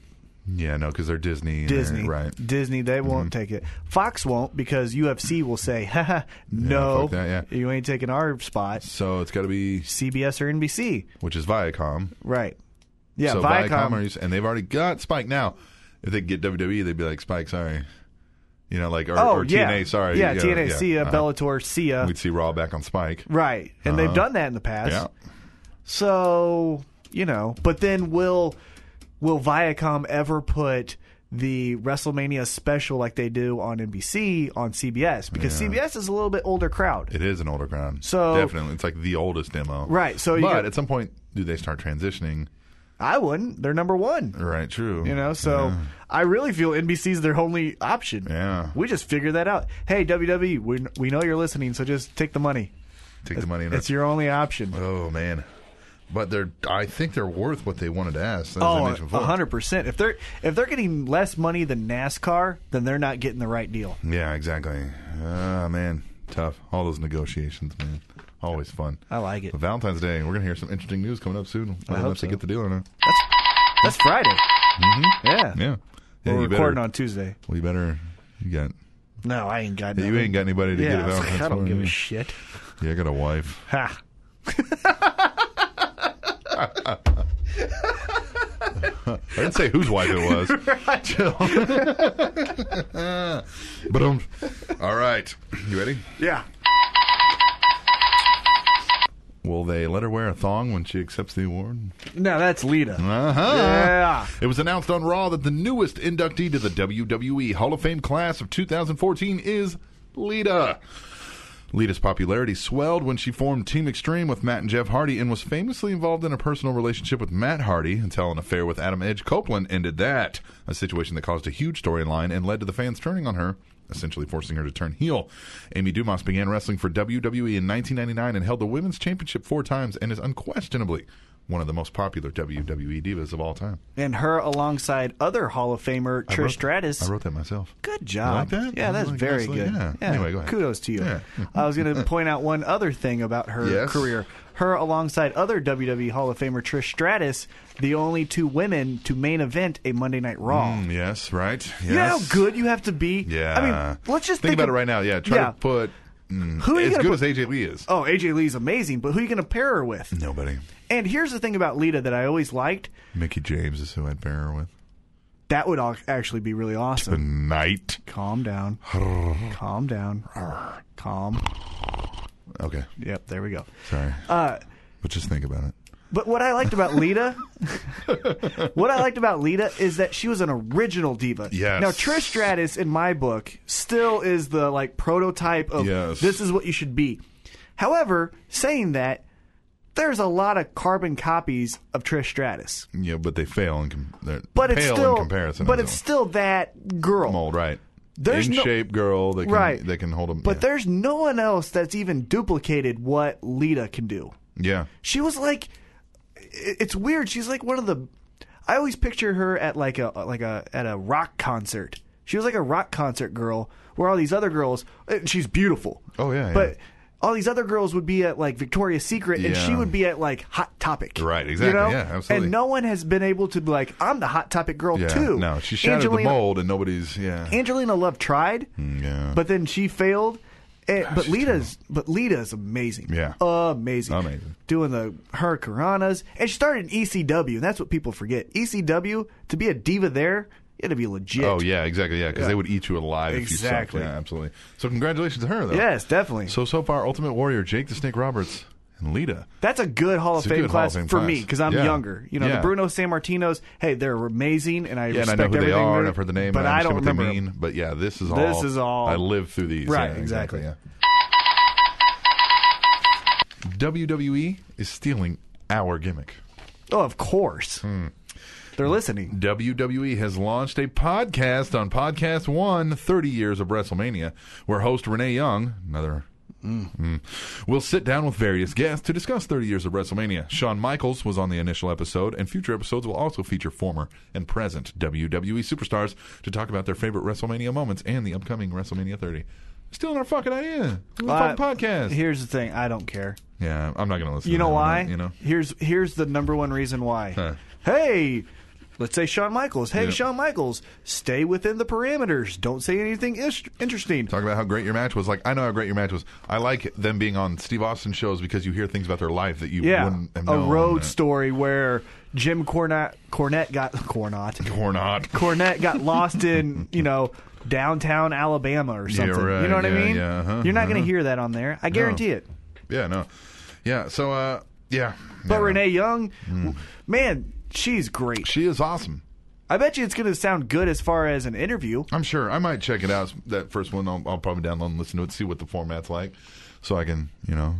Speaker 4: yeah, no, because they're Disney. and they're-
Speaker 3: Disney,
Speaker 4: right. Mm-hmm.
Speaker 3: Disney, they won't take it. Fox won't because UFC will say, *laughs* Haha, "No,
Speaker 4: fuck that, yeah.
Speaker 3: you ain't taking our spot."
Speaker 4: So it's got to be,
Speaker 3: CBS or NBC,
Speaker 4: which is Viacom.
Speaker 3: right? Yeah,
Speaker 4: so
Speaker 3: Viacom.
Speaker 4: are used- and they've already got Spike now. If they could get WWE, they'd be like Spike, sorry, you know, like or,
Speaker 3: oh
Speaker 4: or
Speaker 3: yeah,
Speaker 4: TNA, sorry,
Speaker 3: yeah,
Speaker 4: you know,
Speaker 3: TNA,
Speaker 4: yeah.
Speaker 3: see uh, ya,
Speaker 4: Uh-huh.
Speaker 3: Bellator, see ya,
Speaker 4: We'd see Raw back on Spike.
Speaker 3: right? And they've done that in the past.
Speaker 4: Uh-huh. Yeah,
Speaker 3: So you know, but then will will Viacom ever put the WrestleMania special like they do on NBC on CBS because CBS is a little bit older crowd.
Speaker 4: it is an older ground.
Speaker 3: So-
Speaker 4: definitely, it's like the oldest demo.
Speaker 3: Right, so you
Speaker 4: but
Speaker 3: got-
Speaker 4: at some point, do they start transitioning?
Speaker 3: I wouldn't. They're number one.
Speaker 4: Right. True.
Speaker 3: You know, so I really feel NBC's their only option.
Speaker 4: Yeah.
Speaker 3: We just figure that out. Hey, WWE, we, we know you're listening, so just take the money.
Speaker 4: take the money. And
Speaker 3: It's your only option.
Speaker 4: oh man, but they're I think they're worth what they wanted to ask. As I
Speaker 3: Oh,
Speaker 4: mentioned before.
Speaker 3: hundred percent. If they're if they're getting less money than NASCAR, then they're not getting the right deal.
Speaker 4: Yeah, exactly. Ah, man, tough. All those negotiations, man. Always fun.
Speaker 3: I like it.
Speaker 4: But Valentine's Day. We're gonna hear some interesting news coming up soon. I don't know
Speaker 3: hope
Speaker 4: if they
Speaker 3: so.
Speaker 4: get the deal or not.
Speaker 3: That's Friday. Mm-hmm. Yeah.
Speaker 4: Yeah. Yeah,
Speaker 3: We're
Speaker 4: you
Speaker 3: recording
Speaker 4: better,
Speaker 3: on Tuesday.
Speaker 4: Well, you better. You got.
Speaker 3: No, I ain't got.
Speaker 4: You
Speaker 3: nothing.
Speaker 4: ain't got anybody to
Speaker 3: Yeah,
Speaker 4: get
Speaker 3: I
Speaker 4: a
Speaker 3: was like,
Speaker 4: Valentine's
Speaker 3: I don't
Speaker 4: for,
Speaker 3: give
Speaker 4: yeah.
Speaker 3: a shit.
Speaker 4: Yeah, I got a wife.
Speaker 3: *laughs* Ha.
Speaker 4: I didn't say whose wife it
Speaker 3: *laughs*
Speaker 4: was. Chill. but um, all right. You ready?
Speaker 3: Yeah.
Speaker 4: Will they let her wear a thong when she accepts the award?
Speaker 3: No, that's Lita.
Speaker 4: Uh huh.
Speaker 3: Yeah.
Speaker 4: It was announced on Raw that the newest inductee to the WWE Hall of Fame class of 2014 is Lita. Lita's popularity swelled when she formed Team Extreme with Matt and Jeff Hardy and was famously involved in a personal relationship with Matt Hardy until an affair with Adam Edge Copeland ended that, a situation that caused a huge storyline and led to the fans turning on her, essentially forcing her to turn heel. Amy Dumas began wrestling for WWE in 1999 and held the Women's Championship four times and is unquestionably one of the most popular WWE divas of all time.
Speaker 3: And her alongside other Hall of Famer
Speaker 4: I
Speaker 3: Trish
Speaker 4: wrote-
Speaker 3: Stratus.
Speaker 4: I wrote that myself.
Speaker 3: Good
Speaker 4: You
Speaker 3: job.
Speaker 4: like that?
Speaker 3: Yeah, that's
Speaker 4: Like,
Speaker 3: very
Speaker 4: nicely,
Speaker 3: good.
Speaker 4: yeah. Anyway, go ahead.
Speaker 3: Kudos to you.
Speaker 4: Yeah.
Speaker 3: *laughs* I was going to point out one other thing about her
Speaker 4: Yes.
Speaker 3: career. Her, alongside other WWE Hall of Famer Trish Stratus, the only two women to main event a Monday Night Raw.
Speaker 4: Mm, yes, right. Yes.
Speaker 3: You know how good you have to be.
Speaker 4: Yeah.
Speaker 3: I mean, let's just think,
Speaker 4: about
Speaker 3: of-
Speaker 4: it right now. Yeah, try
Speaker 3: Yeah.
Speaker 4: to put mm,
Speaker 3: Who are you
Speaker 4: as
Speaker 3: gonna
Speaker 4: good
Speaker 3: put-
Speaker 4: as Mm. AJ Lee is.
Speaker 3: Oh, AJ Lee's amazing, but who are you going to pair her with?
Speaker 4: Nobody.
Speaker 3: And here's the thing about Lita that I always liked.
Speaker 4: Mickey James is who I'd pair her with.
Speaker 3: That would al- actually be really awesome.
Speaker 4: Tonight. *sighs*
Speaker 3: Calm down. Calm down. Calm.
Speaker 4: Okay,
Speaker 3: Yep, there we go.
Speaker 4: sorry. Uh, but just think about it.
Speaker 3: But what I liked about
Speaker 4: *laughs*
Speaker 3: Lita, what I liked about Lita is that she was an original diva.
Speaker 4: Yes.
Speaker 3: Now Trish Stratus, in my book, still is the like prototype of
Speaker 4: Yes.
Speaker 3: this is what you should be. However, saying that, there's a lot of carbon copies of Trish Stratus,
Speaker 4: Yeah, but they fail in, com- they're
Speaker 3: but it's
Speaker 4: pale
Speaker 3: still
Speaker 4: in comparison.
Speaker 3: but
Speaker 4: I
Speaker 3: it's
Speaker 4: don't-
Speaker 3: still that girl.
Speaker 4: mold, right?
Speaker 3: There's
Speaker 4: in
Speaker 3: no-
Speaker 4: shape girl that can,
Speaker 3: Right.
Speaker 4: that can hold them.
Speaker 3: But
Speaker 4: yeah.
Speaker 3: there's no one else that's even duplicated what Lita can do.
Speaker 4: yeah,
Speaker 3: she was like it- it's weird she's like one of the i always picture her at like a like a at a rock concert she was like a rock concert girl where all these other girls and she's beautiful
Speaker 4: Oh, yeah, yeah.
Speaker 3: but all these other girls would be at like Victoria's Secret, and she
Speaker 4: Yeah.
Speaker 3: would be at like Hot Topic,
Speaker 4: Right, exactly,
Speaker 3: You know?
Speaker 4: yeah, absolutely.
Speaker 3: And no one has been able to be like, I'm the Hot Topic girl
Speaker 4: yeah.
Speaker 3: too.
Speaker 4: No, she shattered
Speaker 3: Angelina,
Speaker 4: the mold, and nobody's. Yeah,
Speaker 3: Angelina Love tried,
Speaker 4: Mm, yeah. Ah,
Speaker 3: but then she failed. And, but Lita's but Lita's amazing.
Speaker 4: Yeah.
Speaker 3: Amazing.
Speaker 4: Amazing.
Speaker 3: Doing the her Karanas. And she started in ECW, and that's what people forget. ECW, to be a diva there, you had to be legit.
Speaker 4: Oh yeah, exactly. Yeah, because they would eat you alive
Speaker 3: Exactly.
Speaker 4: if you sucked. Yeah, absolutely. So congratulations to her though.
Speaker 3: Yes, definitely.
Speaker 4: So so far, Ultimate Warrior, Jake the Snake Roberts, and Lita.
Speaker 3: that's a good Hall of
Speaker 4: It's a
Speaker 3: Fame
Speaker 4: good Hall of
Speaker 3: class
Speaker 4: Fame
Speaker 3: for
Speaker 4: class.
Speaker 3: me, because I'm
Speaker 4: Yeah.
Speaker 3: younger. You know,
Speaker 4: Yeah.
Speaker 3: the Bruno San Martinos, hey, they're amazing and I
Speaker 4: Yeah, and I
Speaker 3: respect
Speaker 4: know who they
Speaker 3: everything
Speaker 4: are,
Speaker 3: they're-
Speaker 4: and I've heard the name,
Speaker 3: But
Speaker 4: and I,
Speaker 3: I don't
Speaker 4: understand
Speaker 3: remember
Speaker 4: what they
Speaker 3: 'em.
Speaker 4: mean. But yeah, this is all.
Speaker 3: This is all-
Speaker 4: I lived through these.
Speaker 3: Right,
Speaker 4: Yeah,
Speaker 3: exactly.
Speaker 4: yeah. WWE E is stealing our gimmick.
Speaker 3: Oh, of course.
Speaker 4: Hmm.
Speaker 3: They're listening.
Speaker 4: WWE E has launched a podcast on Podcast One, 30 Years of WrestleMania, where host Renee Young, another. Mm. We'll sit down with various guests to discuss 30 years of WrestleMania. Shawn Michaels was on the initial episode, and future episodes will also feature former and present WWE superstars to talk about their favorite WrestleMania moments and the upcoming WrestleMania 30. Stealing our fucking idea. It's a
Speaker 3: Uh,
Speaker 4: fucking podcast.
Speaker 3: Here's the thing, I don't care.
Speaker 4: yeah, I'm not going to listen
Speaker 3: You
Speaker 4: to
Speaker 3: know
Speaker 4: that one,
Speaker 3: why?
Speaker 4: You know?
Speaker 3: here's here's the number one reason why.
Speaker 4: Huh.
Speaker 3: Hey, let's say Shawn Michaels. Hey,
Speaker 4: Yeah.
Speaker 3: Shawn Michaels, stay within the parameters. Don't say anything is- interesting.
Speaker 4: Talk about how great your match was. Like I know how great your match was. I like them being on Steve Austin shows because you hear things about their life that you
Speaker 3: Yeah,
Speaker 4: wouldn't have
Speaker 3: a
Speaker 4: known.
Speaker 3: road story where Jim Cornette Cornette got *laughs* Cornette
Speaker 4: Uh, or not. *laughs*
Speaker 3: Cornette got lost in you know downtown Alabama or something.
Speaker 4: right,
Speaker 3: you know what I
Speaker 4: yeah,
Speaker 3: mean?
Speaker 4: yeah, uh-huh,
Speaker 3: You're not going
Speaker 4: uh-huh.
Speaker 3: to hear that on there. I guarantee it.
Speaker 4: Yeah, no. Yeah, so uh yeah.
Speaker 3: But
Speaker 4: Yeah. Hmm.
Speaker 3: Renee Young, w- man, she's great.
Speaker 4: she is awesome.
Speaker 3: I bet you it's going to sound good as far as an interview.
Speaker 4: I'm sure. I might check it out. That first one, I'll, I'll probably download and listen to it, see what the format's like, so I can, you know,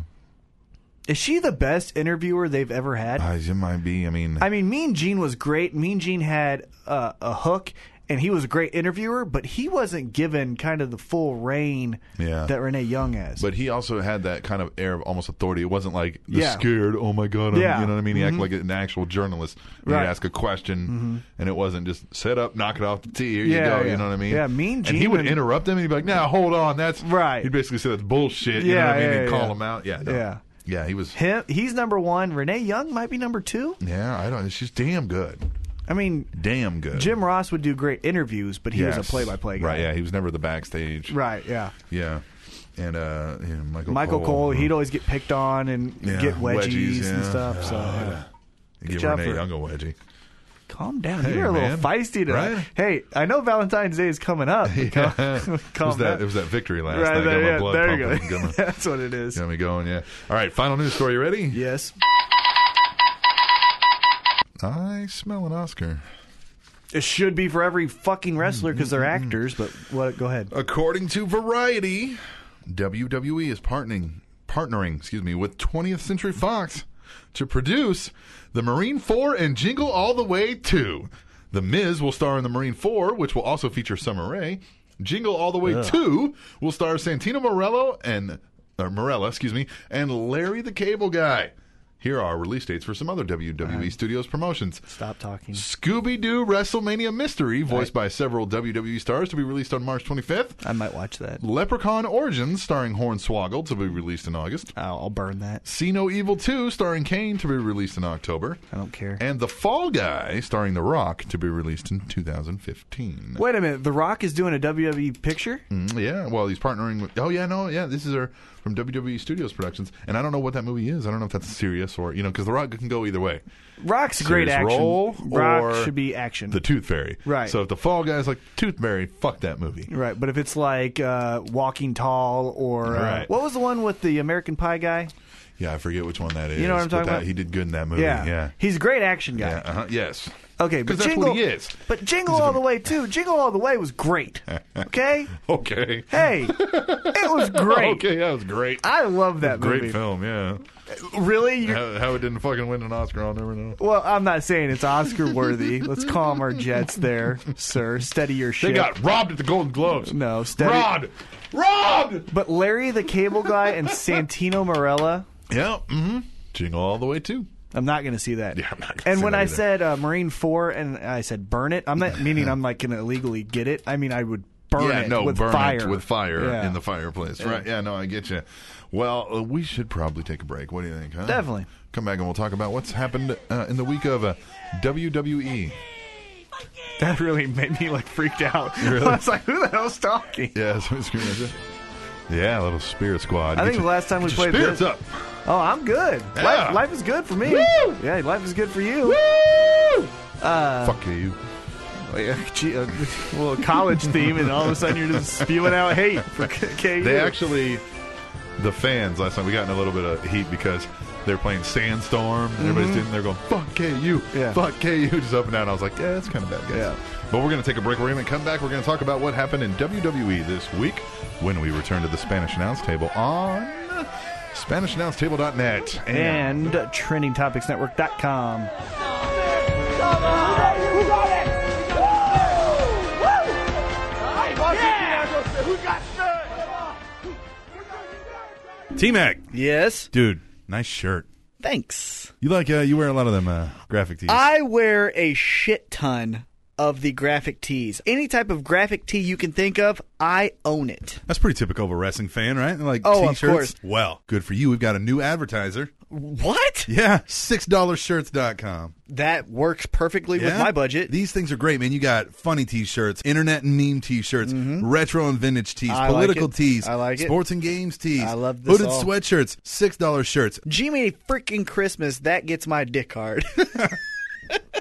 Speaker 3: Is she the best interviewer they've ever had?
Speaker 4: I, it might be. I mean,
Speaker 3: I mean, Mean Gene was great. Mean Gene had uh, a hook, and he was a great interviewer, but he wasn't given kind of the full reign
Speaker 4: Yeah.
Speaker 3: that Renee Young has.
Speaker 4: But he also had that kind of air of almost authority. It wasn't like the
Speaker 3: Yeah.
Speaker 4: scared, oh my god, I'm,
Speaker 3: Yeah. Mm-hmm.
Speaker 4: you know what I mean. He acted like an actual journalist. He'd
Speaker 3: Right. Mm-hmm.
Speaker 4: ask a question, and it wasn't just set up, knock it off the tee. Here
Speaker 3: Yeah,
Speaker 4: you go.
Speaker 3: yeah.
Speaker 4: You know what I mean?
Speaker 3: Yeah, Mean
Speaker 4: And he
Speaker 3: Gene
Speaker 4: would
Speaker 3: and-
Speaker 4: interrupt him. and He'd be like, "Now hold on, that's
Speaker 3: Right.
Speaker 4: He'd basically say that's bullshit. you know
Speaker 3: Yeah,
Speaker 4: what I mean?
Speaker 3: yeah,
Speaker 4: and
Speaker 3: yeah.
Speaker 4: call him out. Yeah, no.
Speaker 3: Yeah.
Speaker 4: yeah. He was.
Speaker 3: him, he's number one. Renee Young might be number two.
Speaker 4: Yeah, I don't. She's damn good.
Speaker 3: I mean,
Speaker 4: Damn good.
Speaker 3: Jim Ross would do great interviews, but he was
Speaker 4: Yes.
Speaker 3: a play-by-play guy.
Speaker 4: Right. Yeah. He was never the backstage.
Speaker 3: Right. Yeah.
Speaker 4: Yeah. And uh, yeah, Michael
Speaker 3: Michael
Speaker 4: Cole,
Speaker 3: Cole, he'd always get picked on and
Speaker 4: Yeah,
Speaker 3: get wedgies,
Speaker 4: wedgies,
Speaker 3: and
Speaker 4: yeah.
Speaker 3: stuff. So
Speaker 4: God.
Speaker 3: yeah.
Speaker 4: give
Speaker 3: job
Speaker 4: Renee
Speaker 3: for-
Speaker 4: Young a wedgie.
Speaker 3: calm down.
Speaker 4: Hey,
Speaker 3: You're a little
Speaker 4: man.
Speaker 3: feisty tonight.
Speaker 4: Right?
Speaker 3: Hey, I know Valentine's Day is coming up.
Speaker 4: *laughs*
Speaker 3: but Calm,
Speaker 4: it
Speaker 3: calm
Speaker 4: was that
Speaker 3: down.
Speaker 4: it was that victory last
Speaker 3: right
Speaker 4: night.
Speaker 3: there,
Speaker 4: got my
Speaker 3: yeah,
Speaker 4: blood
Speaker 3: there you
Speaker 4: pumping.
Speaker 3: go.
Speaker 4: Got my-
Speaker 3: *laughs* That's what it is.
Speaker 4: got me going. Yeah. All right. Final news story. You
Speaker 3: *laughs*
Speaker 4: ready?
Speaker 3: Yes,
Speaker 4: I smell an Oscar.
Speaker 3: it should be for every fucking wrestler because they're
Speaker 4: Mm-hmm,
Speaker 3: actors. But what? Go ahead.
Speaker 4: According to Variety, WWE is partnering partnering, excuse me, with 20th Century Fox to produce The Marine 4 and Jingle All the Way 2. The Miz will star in The Marine 4, which will also feature Summer Rae. Jingle All the Way 2 will star Santino Morello and or Morella, excuse me, and Larry the Cable Guy. Here are release dates for some other WWE Studios promotions.
Speaker 3: Stop talking.
Speaker 4: Scooby Doo WrestleMania Mystery, voiced by several WWE stars, to be released on March 25th.
Speaker 3: I might watch that.
Speaker 4: Leprechaun Origins, starring Hornswoggle, to be released in August.
Speaker 3: I'll, I'll burn that.
Speaker 4: See No Evil 2, starring Kane, to be released in October.
Speaker 3: I don't care.
Speaker 4: And The Fall Guy, starring The Rock, to be released in 2015.
Speaker 3: Wait a minute. The Rock is doing a WWE picture.
Speaker 4: Mm, Yeah, well, he's partnering with. Oh, yeah, no, yeah, this is her from WWE Studios Productions. And I don't know what that movie is. I don't know if that's serious or, you know, because The Rock can go either way.
Speaker 3: Rock's a great
Speaker 4: Serious
Speaker 3: action.
Speaker 4: role or
Speaker 3: Rock should be action.
Speaker 4: The Tooth Fairy.
Speaker 3: Right.
Speaker 4: So if The Fall Guy's like, Tooth Fairy, fuck that movie.
Speaker 3: Right, but if it's like uh, Walking Tall or uh,
Speaker 4: Right.
Speaker 3: what was the one with the American Pie guy?
Speaker 4: Yeah, I forget which one that is.
Speaker 3: You know what I'm
Speaker 4: but
Speaker 3: talking
Speaker 4: that-
Speaker 3: about?
Speaker 4: He did good in that movie. Yeah, Oh, yeah,
Speaker 3: he's a great action guy.
Speaker 4: uh-huh, yes.
Speaker 3: Okay, but
Speaker 4: 'Cause that's
Speaker 3: Jingle,
Speaker 4: what he is.
Speaker 3: But Jingle All the Way too. Jingle All the Way
Speaker 4: *laughs*
Speaker 3: was great. Okay,
Speaker 4: Okay. *laughs*
Speaker 3: hey, it was great.
Speaker 4: Okay, that was great.
Speaker 3: I love that
Speaker 4: Great
Speaker 3: movie.
Speaker 4: film, yeah.
Speaker 3: Really? You-
Speaker 4: How, how it didn't fucking win an Oscar, I'll never know.
Speaker 3: well, I'm not saying it's Oscar worthy. Let's calm our jets, there, sir. Steady your ship.
Speaker 4: They got robbed at the Golden Globes.
Speaker 3: No, steady.
Speaker 4: robbed, robbed.
Speaker 3: But Larry the Cable Guy and Santino Morella.
Speaker 4: Yeah. Mm-hmm. Jingle all the way too.
Speaker 3: I'm not going to see that.
Speaker 4: Yeah, I'm not gonna
Speaker 3: and
Speaker 4: see
Speaker 3: when
Speaker 4: that
Speaker 3: I
Speaker 4: either.
Speaker 3: said uh, Marine Four and I said burn it, I'm not meaning I'm like going to illegally get it. I mean I would burn
Speaker 4: yeah,
Speaker 3: it
Speaker 4: no,
Speaker 3: with
Speaker 4: burn
Speaker 3: fire.
Speaker 4: it with fire
Speaker 3: Yeah.
Speaker 4: in the fireplace. Right? Yeah, no, I get you. Well, uh, we should probably take a break. What do you think? Huh?
Speaker 3: Definitely.
Speaker 4: Come back and we'll talk about what's happened uh, in the week of uh, E. WWE.
Speaker 3: That really made me like
Speaker 4: *laughs*
Speaker 3: freaked out. *laughs* I was like, who the hell's talking?
Speaker 4: *laughs* Yeah, so it's good. Yeah, a little Spirit Squad. Get
Speaker 3: I think the last time
Speaker 4: get your
Speaker 3: we played
Speaker 4: Spirits
Speaker 3: this-
Speaker 4: up.
Speaker 3: Oh, I'm good.
Speaker 4: Yeah.
Speaker 3: Life, life is good for me.
Speaker 4: Woo!
Speaker 3: Yeah, life is good for you. Uh,
Speaker 4: Fuck you.
Speaker 3: *laughs* Gee, a little college theme, and all of a sudden you're just spewing out hate for KU.
Speaker 4: They actually, the fans last time we got in a little bit of heat because they're playing Sandstorm. And Everybody's sitting there going, "Fuck KU,
Speaker 3: Mm-hmm. Yeah.
Speaker 4: fuck KU," *laughs* just up and down. I was like, "Yeah, that's kind of bad, guys."
Speaker 3: Yeah.
Speaker 4: But we're gonna take a break. We're gonna come back. We're gonna talk about what happened in WWE this week when we return to the Spanish announce table on SpanishAnnounceTable.net
Speaker 3: and trendingtopicsnetwork.com.
Speaker 4: T Mac,
Speaker 6: Yes.
Speaker 4: dude, nice shirt.
Speaker 6: Thanks.
Speaker 4: You like? Uh, you wear a lot of them uh, graphic tees.
Speaker 6: I wear a shit ton of the graphic tees. Any type of graphic tee you can think of, I own it.
Speaker 4: That's pretty typical of a wrestling fan, right? Like
Speaker 6: Oh, of
Speaker 4: t-shirts.
Speaker 6: course.
Speaker 4: Well, good for you. We've got a new advertiser.
Speaker 6: What?
Speaker 4: Yeah, $6shirts.com.
Speaker 6: That works perfectly with
Speaker 7: Yeah?
Speaker 6: my budget.
Speaker 7: These things are great, man. You got funny t-shirts, internet and meme t-shirts, retro and vintage tees,
Speaker 6: Mm-hmm. I like
Speaker 7: political
Speaker 6: it.
Speaker 7: tees,
Speaker 6: I like it.
Speaker 7: sports and games tees.
Speaker 6: I love this
Speaker 7: hooded
Speaker 6: all.
Speaker 7: sweatshirts, six dollar shirts.
Speaker 6: Jimmy freaking Christmas, that gets my dick hard. *laughs*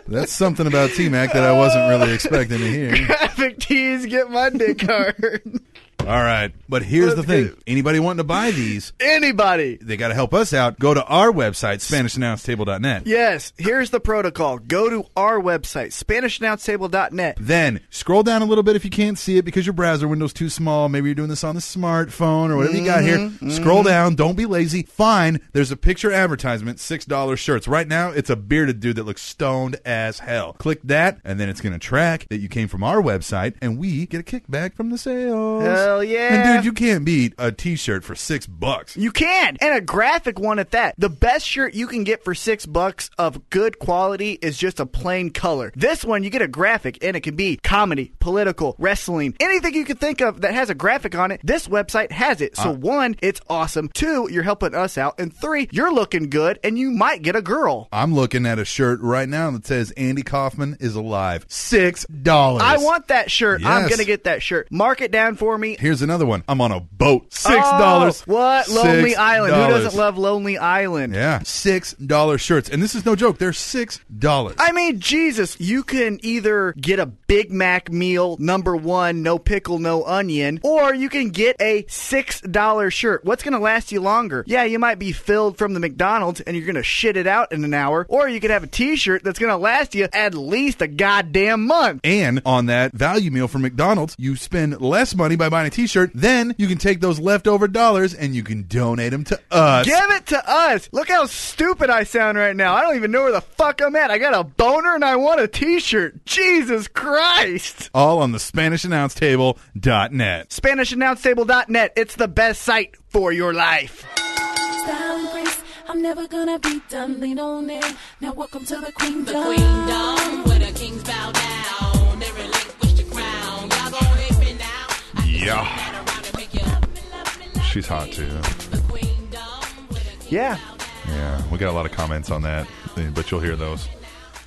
Speaker 7: That's something about T Mac that I wasn't really expecting to hear.
Speaker 3: *laughs*
Speaker 6: graphic tees get my dick hard.
Speaker 7: All right. But here's the
Speaker 3: Let's
Speaker 7: thing
Speaker 3: get-
Speaker 7: anybody wanting to buy these,
Speaker 3: Anybody.
Speaker 7: they got to help us out. Go to our website, SpanishAnnounceTable.net.
Speaker 3: Yes, here's the protocol. Go to our website, SpanishAnnounceTable.net.
Speaker 7: Then scroll down a little bit if you can't see it because your browser window's too small. Maybe you're doing this on the smartphone or whatever you got here.
Speaker 3: Mm-hmm,
Speaker 7: Scroll down. Don't be lazy. Fine. There's a picture advertisement, $6 shirts. Right now, it's a bearded dude that looks stoned as hell. Click that, and then it's going to track that you came from our website, and we get a kickback from the sales.
Speaker 3: Hell yeah.
Speaker 7: And dude, you can't beat a t shirt for six bucks.
Speaker 3: You can, and a graphic one at that. The best shirt you can get for six bucks of good quality is just a plain color. This one, you get a graphic, and it can be comedy, political, wrestling, anything you can think of that has a graphic on it. This website has it. So one, it's awesome. Two, you're helping us out, and three, you're looking good, and you might get a girl.
Speaker 7: I'm looking at a shirt right now that says Andy Kaufman is alive. Six dollars.
Speaker 3: I want that shirt. I'm
Speaker 7: Yes.
Speaker 3: gonna get that shirt. Mark it down for me.
Speaker 7: Here's another one. I'm on a boat. Six dollars.
Speaker 3: Oh, what? Lonely Island. Who doesn't love Lonely Island?
Speaker 7: Yeah, six dollar shirts, and this is no joke. They're six dollars.
Speaker 3: I mean, Jesus, you can either get a Big Mac meal, number one, no pickle, no onion, or you can get a $6 shirt. What's going to last you longer? Yeah, you might be filled from the McDonald's and you're going to shit it out in an hour, or you could have a t shirt that's going to last you at least a goddamn month.
Speaker 7: And on that value meal from McDonald's, you spend less money by buying a T-shirt. Then you can take those leftover dollars and you can donate them to us.
Speaker 3: Give it to us. Look how stupid I sound right now. I don't even know where the fuck I'm at. I got a boner and I want a t shirt. Jesus Christ.
Speaker 7: All on the SpanishAnnounceTable.net.
Speaker 3: SpanishAnnounceTable.net. It's the best site for your life.
Speaker 8: style and grace. I'm never gonna be done. Lean on it. Now welcome to the
Speaker 9: The
Speaker 8: queendom.
Speaker 9: queendom where the kings bow down. They relinquish the crown. Y'all gon' hit me now. I can turn
Speaker 4: Yeah.
Speaker 9: that around and make you love me, love me, love
Speaker 4: She's hot
Speaker 9: me.
Speaker 4: too.
Speaker 9: The queendom where the kings
Speaker 3: Yeah.
Speaker 9: bow down.
Speaker 4: Yeah, we got a lot of comments on that, but you'll hear those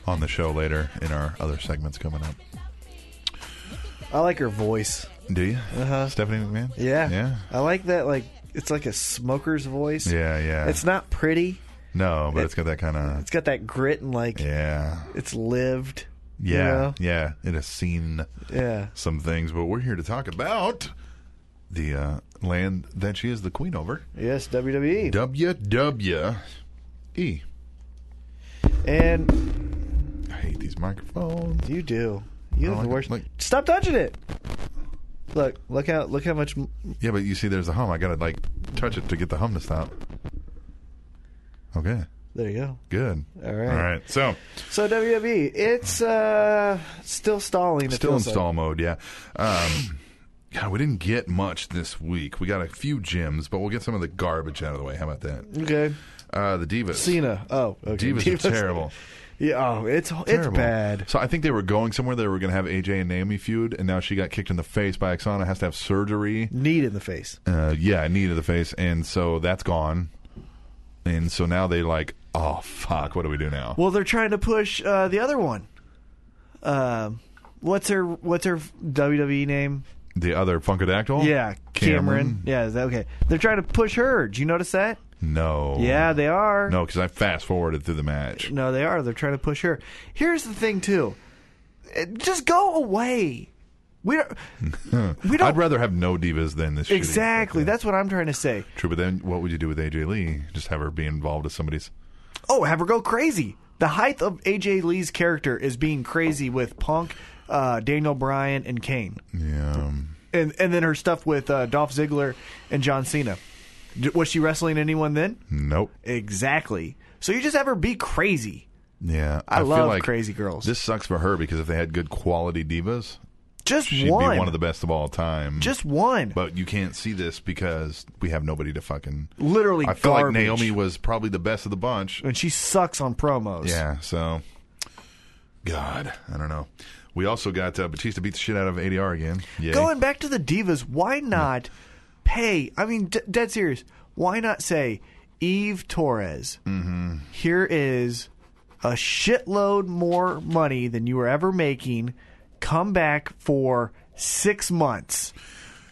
Speaker 4: on the show later in our other segments coming up.
Speaker 3: I like her voice.
Speaker 4: Do you? Uh-huh. Stephanie McMahon?
Speaker 3: Yeah.
Speaker 4: Yeah.
Speaker 3: I like that like it's like a smoker's voice.
Speaker 4: Yeah, yeah.
Speaker 3: It's not pretty.
Speaker 4: no, but it's got that kind of.
Speaker 3: It's got that grit and like
Speaker 4: Yeah.
Speaker 3: it's lived. you
Speaker 4: Yeah.
Speaker 3: know?
Speaker 4: Yeah. It has seen
Speaker 3: Yeah.
Speaker 4: some things, but we're here to talk about the uh, land that she is the queen over
Speaker 3: Yes, E. WWE.
Speaker 4: WWE.
Speaker 3: and
Speaker 4: E. I hate these microphones.
Speaker 3: you do.
Speaker 4: I
Speaker 3: You have the
Speaker 4: like it.
Speaker 3: worst.
Speaker 4: Like-
Speaker 3: Stop touching it. Look, look how look how much m-
Speaker 4: Yeah, but you see, there's a hum. I gotta like touch it to get the hum to stop. Okay,
Speaker 3: There you go.
Speaker 4: good.
Speaker 3: All right.
Speaker 4: all right. So,
Speaker 3: So WWE, it's uh still stalling. it
Speaker 4: still in
Speaker 3: feels like.
Speaker 4: stall mode. Yeah. Um, God, we didn't get much this week. We got a few gems, but we'll get some of the garbage out of the way. How about that?
Speaker 3: Okay.
Speaker 4: Uh, the divas.
Speaker 3: Cena. Oh, okay.
Speaker 4: divas, are terrible.
Speaker 3: Yeah, oh, it's it's
Speaker 4: Terrible.
Speaker 3: bad.
Speaker 4: So I think they were going somewhere. They were going to have AJ and Naomi feud, and now she got kicked in the face by Oksana. Has to have surgery.
Speaker 3: Need in the face.
Speaker 4: uh, yeah, knee to the face, and so that's gone. And so now they like, oh fuck, what do we do now?
Speaker 10: Well, they're trying to push uh, the other one. Um, what's her What's her WWE name?
Speaker 4: the other Funkadactyl,
Speaker 10: Yeah, Cameron. Yeah, is that okay? They're trying to push her. Do you notice that?
Speaker 4: No,
Speaker 10: Yeah, they are.
Speaker 4: no, because I fast forwarded through the match.
Speaker 10: No, they are. They're trying to push her. Here's the thing, too. Uh, Just go away. We don't. we don't
Speaker 4: *laughs* I'd rather have no divas than this. shitty-
Speaker 10: exactly.
Speaker 4: Okay.
Speaker 10: That's what I'm trying to say.
Speaker 4: true. But then, what would you do with AJ Lee? Just have her be involved with somebody's?
Speaker 10: Oh, have her go crazy. The height of AJ Lee's character is being crazy with Punk, uh, Daniel Bryan, and Kane,
Speaker 4: Yeah,
Speaker 10: and and then her stuff with uh, Dolph Ziggler and John Cena. D- was she wrestling anyone then?
Speaker 4: nope.
Speaker 10: Exactly. So you just have her be crazy.
Speaker 4: Yeah,
Speaker 10: I
Speaker 4: feel
Speaker 10: love
Speaker 4: like
Speaker 10: crazy girls.
Speaker 4: This sucks for her because if they had good quality divas,
Speaker 10: Just
Speaker 4: she'd
Speaker 10: one.
Speaker 4: be one of the best of all time.
Speaker 10: just one.
Speaker 4: but you can't see this because we have nobody to fucking
Speaker 10: Literally,
Speaker 4: I feel like
Speaker 10: garbage.
Speaker 4: Naomi was probably the best of the bunch.
Speaker 10: and she sucks on promos.
Speaker 4: Yeah, so God, I don't know. We also got uh, Batista beat the shit out of ADR again. Yeah,
Speaker 10: Going back to the divas, why not pay? I mean, d- dead serious. Why not say Eve Torres?
Speaker 4: Mm-hmm.
Speaker 10: here is a shitload more money than you were ever making. Come back for six months,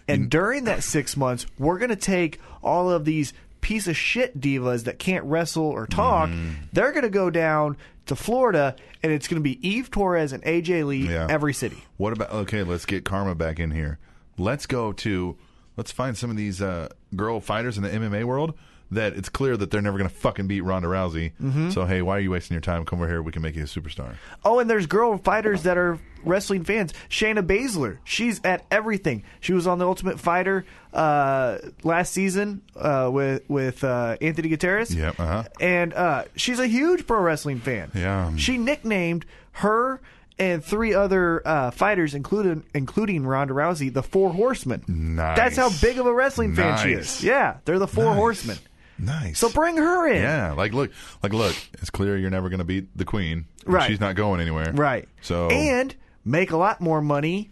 Speaker 10: and during that six months, we're gonna take all of these piece of shit divas that can't wrestle or talk.
Speaker 4: Mm-hmm.
Speaker 10: They're gonna go down to Florida, and it's gonna be Eve Torres and AJ Lee
Speaker 4: Yeah.
Speaker 10: every city.
Speaker 4: What about okay? Let's get Karma back in here. Let's go to let's find some of these uh, girl fighters in the MMA world that it's clear that they're never going to fucking beat Ronda Rousey.
Speaker 10: Mm-hmm.
Speaker 4: So hey, why are you wasting your time? Come over here. We can make you a superstar.
Speaker 3: Oh, and there's girl fighters that are wrestling fans. Shayna Baszler, she's at everything. She was on the Ultimate Fighter uh, last season uh, with with uh, Anthony Gutierrez.
Speaker 4: Yep, uh-huh.
Speaker 3: And uh, she's a huge pro wrestling fan.
Speaker 4: Yeah.
Speaker 3: She nicknamed her and three other uh, fighters, including including Ronda Rousey, the Four Horsemen.
Speaker 4: Nice.
Speaker 3: That's how big of a wrestling fan she
Speaker 4: Nice.
Speaker 3: is. Yeah, they're the Four
Speaker 4: Nice.
Speaker 3: Horsemen.
Speaker 4: Nice.
Speaker 3: So bring her in.
Speaker 4: Yeah, like look, like look. It's clear you're never going to beat the queen. and
Speaker 3: Right.
Speaker 4: She's not going anywhere.
Speaker 3: Right.
Speaker 4: So
Speaker 3: and make a lot more money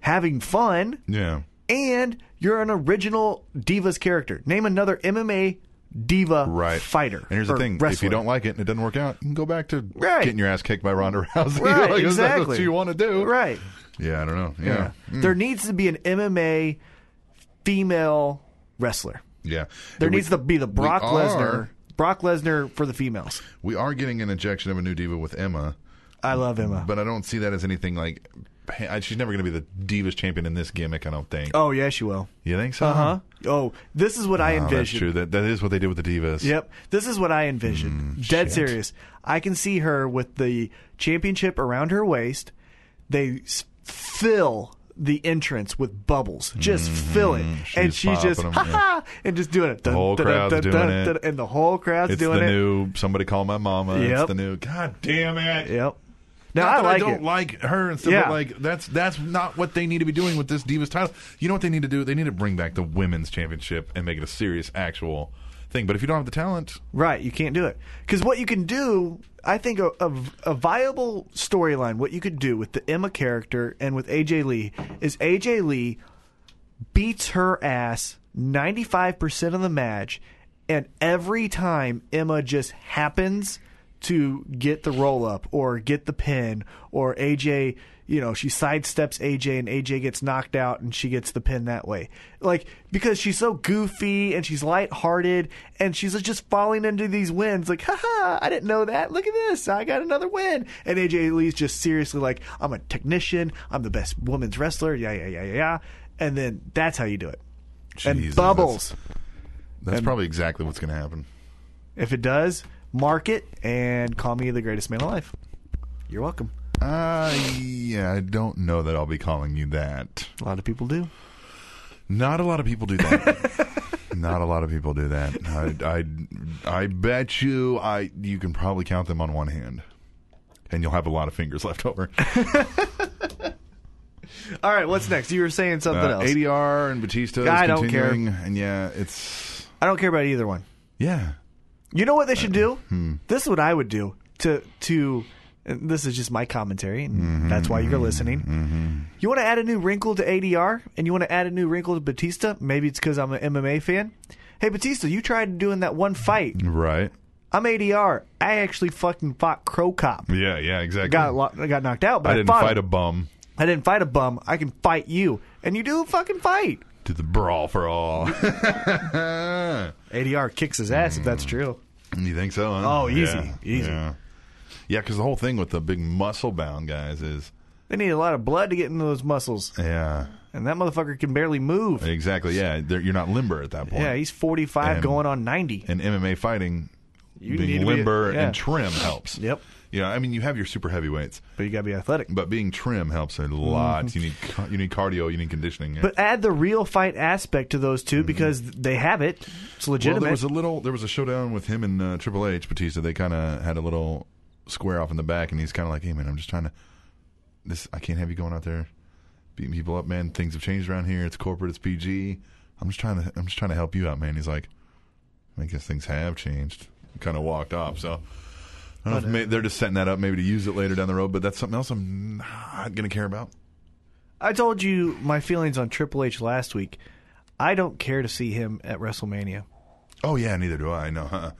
Speaker 3: having fun
Speaker 4: yeah,
Speaker 3: and you're an original divas character. Name another MMA diva
Speaker 4: right.
Speaker 3: fighter.
Speaker 4: And here's the
Speaker 3: or
Speaker 4: thing: if you
Speaker 3: wrestler.
Speaker 4: don't like it and it doesn't work out, you can go back to
Speaker 3: Right.
Speaker 4: getting your ass kicked by Ronda Rousey. *laughs*
Speaker 3: right,
Speaker 4: Like, if
Speaker 3: exactly.
Speaker 4: That's what you want to do.
Speaker 3: right?
Speaker 4: Yeah, I don't know. Yeah. Mm.
Speaker 3: There needs to be an MMA female wrestler.
Speaker 4: Yeah.
Speaker 3: There
Speaker 4: And we-
Speaker 3: needs to be the
Speaker 4: we
Speaker 3: Brock Lesnar.
Speaker 4: are-
Speaker 3: Brock Lesnar for the females.
Speaker 4: We are getting an injection of a new diva with Emma,
Speaker 3: I love Emma.
Speaker 4: but I don't see that as anything like. I- She's never going to be the divas champion in this gimmick. I don't think.
Speaker 3: oh yeah, she will.
Speaker 4: You think so?
Speaker 3: Uh huh. Oh, this is what I
Speaker 4: Oh, that's
Speaker 3: envision.
Speaker 4: true. That that is what they did with the divas.
Speaker 3: Yep. This is what I envision.
Speaker 4: Mm,
Speaker 3: Dead serious. I can see her with the championship around her waist. They s- fill the entrance with bubbles. Just fill it. and
Speaker 4: Mm, She's
Speaker 3: she's just,
Speaker 4: popping 'em,
Speaker 3: ha
Speaker 4: yeah.
Speaker 3: ha, and just doing it. The
Speaker 4: whole crowd's doing it.
Speaker 3: And the whole crowd's
Speaker 4: It's
Speaker 3: doing
Speaker 4: the
Speaker 3: it.
Speaker 4: new somebody call my mama. It's
Speaker 3: Yep.
Speaker 4: the new God damn it.
Speaker 3: Yep.
Speaker 4: Not
Speaker 3: Now I
Speaker 4: that
Speaker 3: like
Speaker 4: I don't
Speaker 3: it.
Speaker 4: like her and stuff,
Speaker 3: Yeah.
Speaker 4: but like that's that's not what they need to be doing with this Divas title. You know what they need to do? They need to bring back the women's championship and make it a serious actual thing. But if you don't have the talent,
Speaker 3: Right, you can't do it. Because what you can do, I think a, a, a viable storyline, what you could do with the Emma character and with AJ Lee is AJ Lee beats her ass 95% of the match, and every time Emma just happens to get the roll up or get the pin, or AJ, you know, she sidesteps AJ and AJ gets knocked out and she gets the pin that way. Like, because she's so goofy and she's lighthearted and she's just falling into these wins, like, haha, I didn't know that. Look at this. I got another win. And AJ Lee's just seriously like, I'm a technician. I'm the best women's wrestler. Yeah, yeah, yeah, yeah, yeah. And then that's how you do it.
Speaker 4: Jesus,
Speaker 3: and bubbles.
Speaker 4: that's probably exactly what's going to happen.
Speaker 3: If it does, mark it and call me the greatest man alive. You're welcome.
Speaker 4: Uh, yeah, I don't know that I'll be calling you that.
Speaker 3: A lot of people do.
Speaker 4: Not a lot of people do that. *laughs* Not a lot of people do that. I, I, I bet you I you can probably count them on one hand, and you'll have a lot of fingers *laughs* left over.
Speaker 3: All right, what's next? You were saying something
Speaker 4: Uh,
Speaker 3: else.
Speaker 4: ADR and Batista.
Speaker 3: I
Speaker 4: is
Speaker 3: don't care.
Speaker 4: continuing, And yeah, it's
Speaker 3: I don't care about either one.
Speaker 4: yeah.
Speaker 3: You know what they should
Speaker 4: Uh,
Speaker 3: do?
Speaker 4: hmm.
Speaker 3: This is what I would do to to. And this is just my commentary, and
Speaker 4: Mm-hmm,
Speaker 3: that's why you're listening. You want to add a new wrinkle to ADR, and you want to add a new wrinkle to Batista. Maybe it's because I'm an MMA fan. Hey, Batista, you tried doing that one fight.
Speaker 4: Right.
Speaker 3: I'm ADR. I actually fucking fought Crow Cop.
Speaker 4: Yeah. Yeah. Exactly.
Speaker 3: Got lo- I got knocked out, but
Speaker 4: I
Speaker 3: I,
Speaker 4: didn't
Speaker 3: fought
Speaker 4: fight a
Speaker 3: him.
Speaker 4: bum.
Speaker 3: I didn't fight a bum. I can fight you, and you do fucking fight.
Speaker 4: To the brawl for
Speaker 3: *laughs*
Speaker 4: all.
Speaker 3: ADR kicks his ass if
Speaker 4: Mm.
Speaker 3: that's true.
Speaker 4: you think so? Huh?
Speaker 3: Oh, easy,
Speaker 4: Yeah.
Speaker 3: easy.
Speaker 4: Yeah. Because the whole thing with the big muscle bound guys is
Speaker 3: They need a lot of blood to get into those muscles,
Speaker 4: yeah.
Speaker 3: and that motherfucker can barely move.
Speaker 4: Exactly. Yeah. They're, you're not limber at that point.
Speaker 3: Yeah, he's 45
Speaker 4: And-
Speaker 3: going on 90.
Speaker 4: and MMA fighting,
Speaker 3: You need
Speaker 4: being
Speaker 3: to be-
Speaker 4: limber
Speaker 3: yeah.
Speaker 4: and trim helps.
Speaker 3: Yep.
Speaker 4: Yeah, I mean you have your super heavyweights,
Speaker 3: But you got to be athletic.
Speaker 4: but being trim helps a lot. You need ca- you need cardio, you need conditioning.
Speaker 3: Mm-hmm. But add the real fight aspect to those two because they have it. It's
Speaker 4: Mm-hmm. well,
Speaker 3: legitimate.
Speaker 4: there was a little there was a showdown with him and uh, Triple H, Batista. They kind of had a little square off in the back, and he's kind of like, "Hey man, I'm just trying to this. I can't have you going out there beating people up, man. Things have changed around here. It's corporate. It's PG. I'm just trying to I'm just trying to help you
Speaker 7: Oh,
Speaker 4: out, man." He's like, "I guess things have changed." Kind of walked off, so. I don't know if may, they're just setting that up maybe to use it later down the road, but that's something else I'm not going to care about.
Speaker 3: I told you my feelings on Triple H last week. I don't care to see him at WrestleMania.
Speaker 4: Oh, yeah, neither do I. No, huh?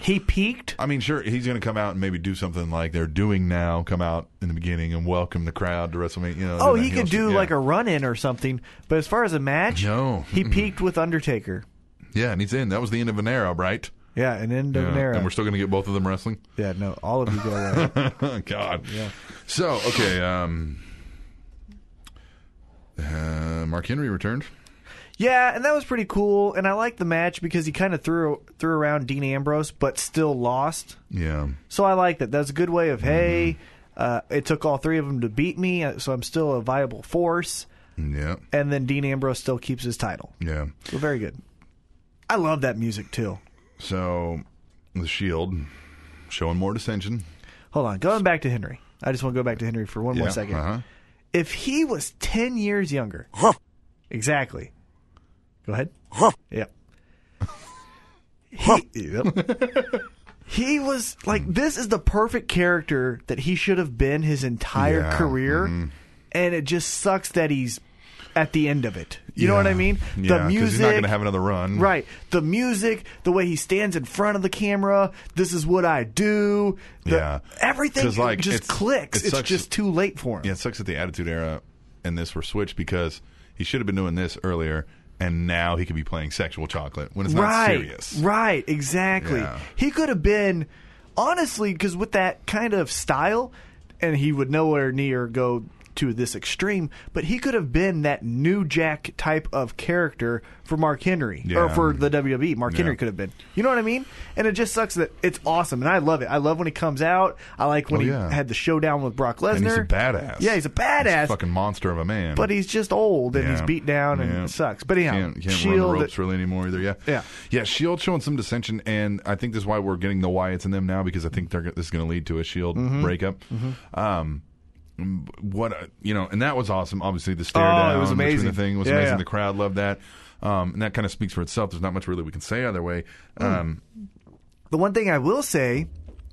Speaker 3: He peaked.
Speaker 4: I mean, sure, he's going to come out and maybe do something like they're doing now. Come out in the beginning and welcome the crowd to WrestleMania. You know,
Speaker 3: Oh,
Speaker 4: that
Speaker 3: he
Speaker 4: heel
Speaker 3: could do
Speaker 4: shit. Yeah.
Speaker 3: like a run in or something. But as far as a match,
Speaker 4: No.
Speaker 3: he peaked with Undertaker.
Speaker 4: yeah, and he's in. That was the end of an era, right?
Speaker 3: Yeah, an end of an
Speaker 4: Yeah.
Speaker 3: era.
Speaker 4: And we're still going to get both of them wrestling.
Speaker 3: yeah, no, all of you go away.
Speaker 4: God. So okay, um, uh, Mark Henry returned.
Speaker 3: *laughs* Yeah, and that was pretty cool. And I liked the match because he kind of threw threw around Dean Ambrose, but still lost.
Speaker 4: Yeah.
Speaker 3: So I like that. That's a good way of hey,
Speaker 4: Mm-hmm.
Speaker 3: uh, it took all three of them to beat me, uh, so I'm still a viable force.
Speaker 4: Yeah.
Speaker 3: And then Dean Ambrose still keeps his title.
Speaker 4: Yeah.
Speaker 3: So very good. I love that music too.
Speaker 4: So the Shield showing more dissension.
Speaker 3: Hold on, going back to Henry. I just want to go back to Henry for one more
Speaker 4: Yeah,
Speaker 3: second.
Speaker 4: uh-huh.
Speaker 3: If he was ten years younger, exactly. Go ahead. Yep. He, yep. *laughs* He was like this is the perfect character that he should have been his entire
Speaker 4: Yeah, Mm-hmm.
Speaker 3: career, and it just sucks that he's at the end of it. You know what I
Speaker 4: Yeah.
Speaker 3: mean?
Speaker 4: Yeah,
Speaker 3: the
Speaker 4: 'cause
Speaker 3: music.
Speaker 4: he's not going to have another run.
Speaker 3: Right. The music, the way he stands in front of the camera, this is what I do. The,
Speaker 4: Yeah.
Speaker 3: Everything
Speaker 4: 'Cause, like,
Speaker 3: just
Speaker 4: it's-
Speaker 3: clicks.
Speaker 4: it
Speaker 3: it's
Speaker 4: sucks-
Speaker 3: just too late for him.
Speaker 4: Yeah, it sucks that the Attitude Era and this were switched because he should have been doing this earlier, and now he could be playing sexual chocolate when it's not
Speaker 3: right.
Speaker 4: serious.
Speaker 3: Right. Exactly.
Speaker 4: Yeah.
Speaker 3: He could have been, honestly, because with that kind of style, and he would nowhere near go to this extreme, but he could have been that new Jack type of character for Mark Henry or
Speaker 4: Yeah.
Speaker 3: for the WWE. Mark Henry
Speaker 4: Yeah.
Speaker 3: could have been. You know what I mean? And it just sucks that it's awesome, and I love it. I love when he comes out. I like when
Speaker 4: Oh,
Speaker 3: he
Speaker 4: yeah.
Speaker 3: had the showdown with Brock Lesnar.
Speaker 4: And he's a badass.
Speaker 3: Yeah, he's a
Speaker 4: He's a
Speaker 3: badass.
Speaker 4: fucking monster of a man.
Speaker 3: but he's just old and he's
Speaker 4: Yeah.
Speaker 3: beat down and
Speaker 4: Yeah.
Speaker 3: it sucks. But anyhow,
Speaker 4: can't, can't
Speaker 3: Shield.
Speaker 4: run the ropes really anymore either. Yeah,
Speaker 3: Yeah.
Speaker 4: yeah. Shield showing some dissension, and I think this is why we're getting the Wyatts in them now because I think they're go- this is going to lead to a Shield
Speaker 3: Mm-hmm.
Speaker 4: breakup. Um, what a, you know, and that was awesome. Obviously, the stare
Speaker 3: Oh, it
Speaker 4: down
Speaker 3: was
Speaker 4: between
Speaker 3: amazing.
Speaker 4: The thing was
Speaker 3: Yeah,
Speaker 4: amazing.
Speaker 3: yeah.
Speaker 4: The crowd loved that, um, and that kind of speaks for itself. There's not much really we can say either way. Um,
Speaker 3: The one thing I will say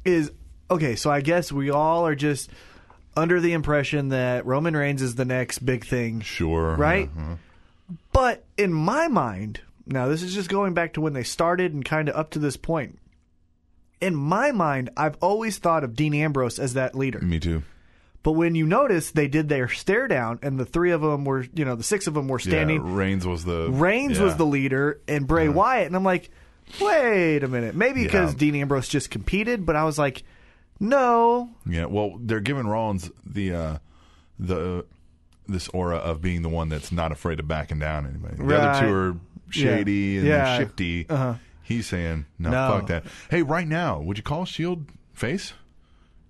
Speaker 3: is okay, so I guess we all are just under the impression that Roman Reigns is the next big thing.
Speaker 4: Sure,
Speaker 3: Right?
Speaker 4: Uh-huh.
Speaker 3: But in my mind, now this is just going back to when they started and kind of up to this point. In my mind, I've always thought of Dean Ambrose as that leader.
Speaker 4: Me too.
Speaker 3: But when you notice they did their stare down and the three of them were, you know, the six of them were standing
Speaker 4: Yeah, Reigns was the
Speaker 3: Reigns
Speaker 4: yeah.
Speaker 3: was the leader and Bray Wyatt. And I'm like, wait a minute. Maybe
Speaker 4: Yeah.
Speaker 3: because Dean Ambrose just competed, but I was like, no.
Speaker 4: Yeah, well, they're giving Rollins the uh, the this aura of being the one that's not afraid of backing down anybody. The
Speaker 3: Right.
Speaker 4: other two are shady
Speaker 3: Yeah.
Speaker 4: and
Speaker 3: Yeah. Uh-huh.
Speaker 4: shifty. He's saying, no,
Speaker 3: No.
Speaker 4: fuck that. Hey, right now, would you call Shield E face?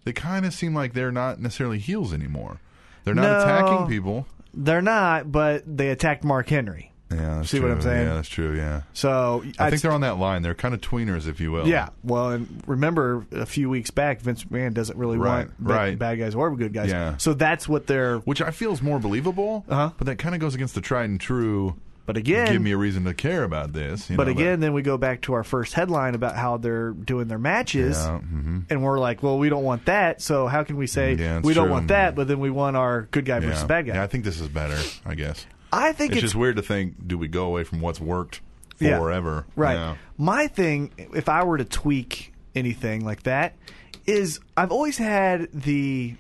Speaker 4: They kind of seem like they're not necessarily heels anymore. They're not
Speaker 3: No.
Speaker 4: attacking people.
Speaker 3: They're not, but they attacked Mark Henry.
Speaker 4: Yeah, that's
Speaker 3: See what
Speaker 4: true.
Speaker 3: I'm saying?
Speaker 4: Yeah, that's true. Yeah,
Speaker 3: So
Speaker 4: I think they're on that line. They're kind of tweeners, if you will.
Speaker 3: Yeah. Well, and remember a few weeks back, Vince McMahon doesn't really
Speaker 4: Right,
Speaker 3: want ba-
Speaker 4: right.
Speaker 3: bad guys or good guys.
Speaker 4: Yeah.
Speaker 3: So that's what they're.
Speaker 4: which I feel is more believable.
Speaker 3: Uh-huh.
Speaker 4: But that kind of goes against the tried and true.
Speaker 3: But again,
Speaker 4: give me a reason to care about this. you
Speaker 3: But
Speaker 4: know,
Speaker 3: again, then we go back to our first headline about how they're doing their matches,
Speaker 4: Yeah, mm-hmm.
Speaker 3: and we're like, "Well, we don't want that." So how can we say
Speaker 4: Yeah, that's
Speaker 3: we don't
Speaker 4: true.
Speaker 3: want that? But then we want our good guy
Speaker 4: yeah.
Speaker 3: versus bad guy.
Speaker 4: Yeah, I think this is better. I guess
Speaker 3: I think
Speaker 4: it's,
Speaker 3: it's,
Speaker 4: just weird to think: do we go away from what's worked
Speaker 3: Yeah.
Speaker 4: forever?
Speaker 3: right.
Speaker 4: You know?
Speaker 3: My thing, if I were to tweak anything like that, is I've always had the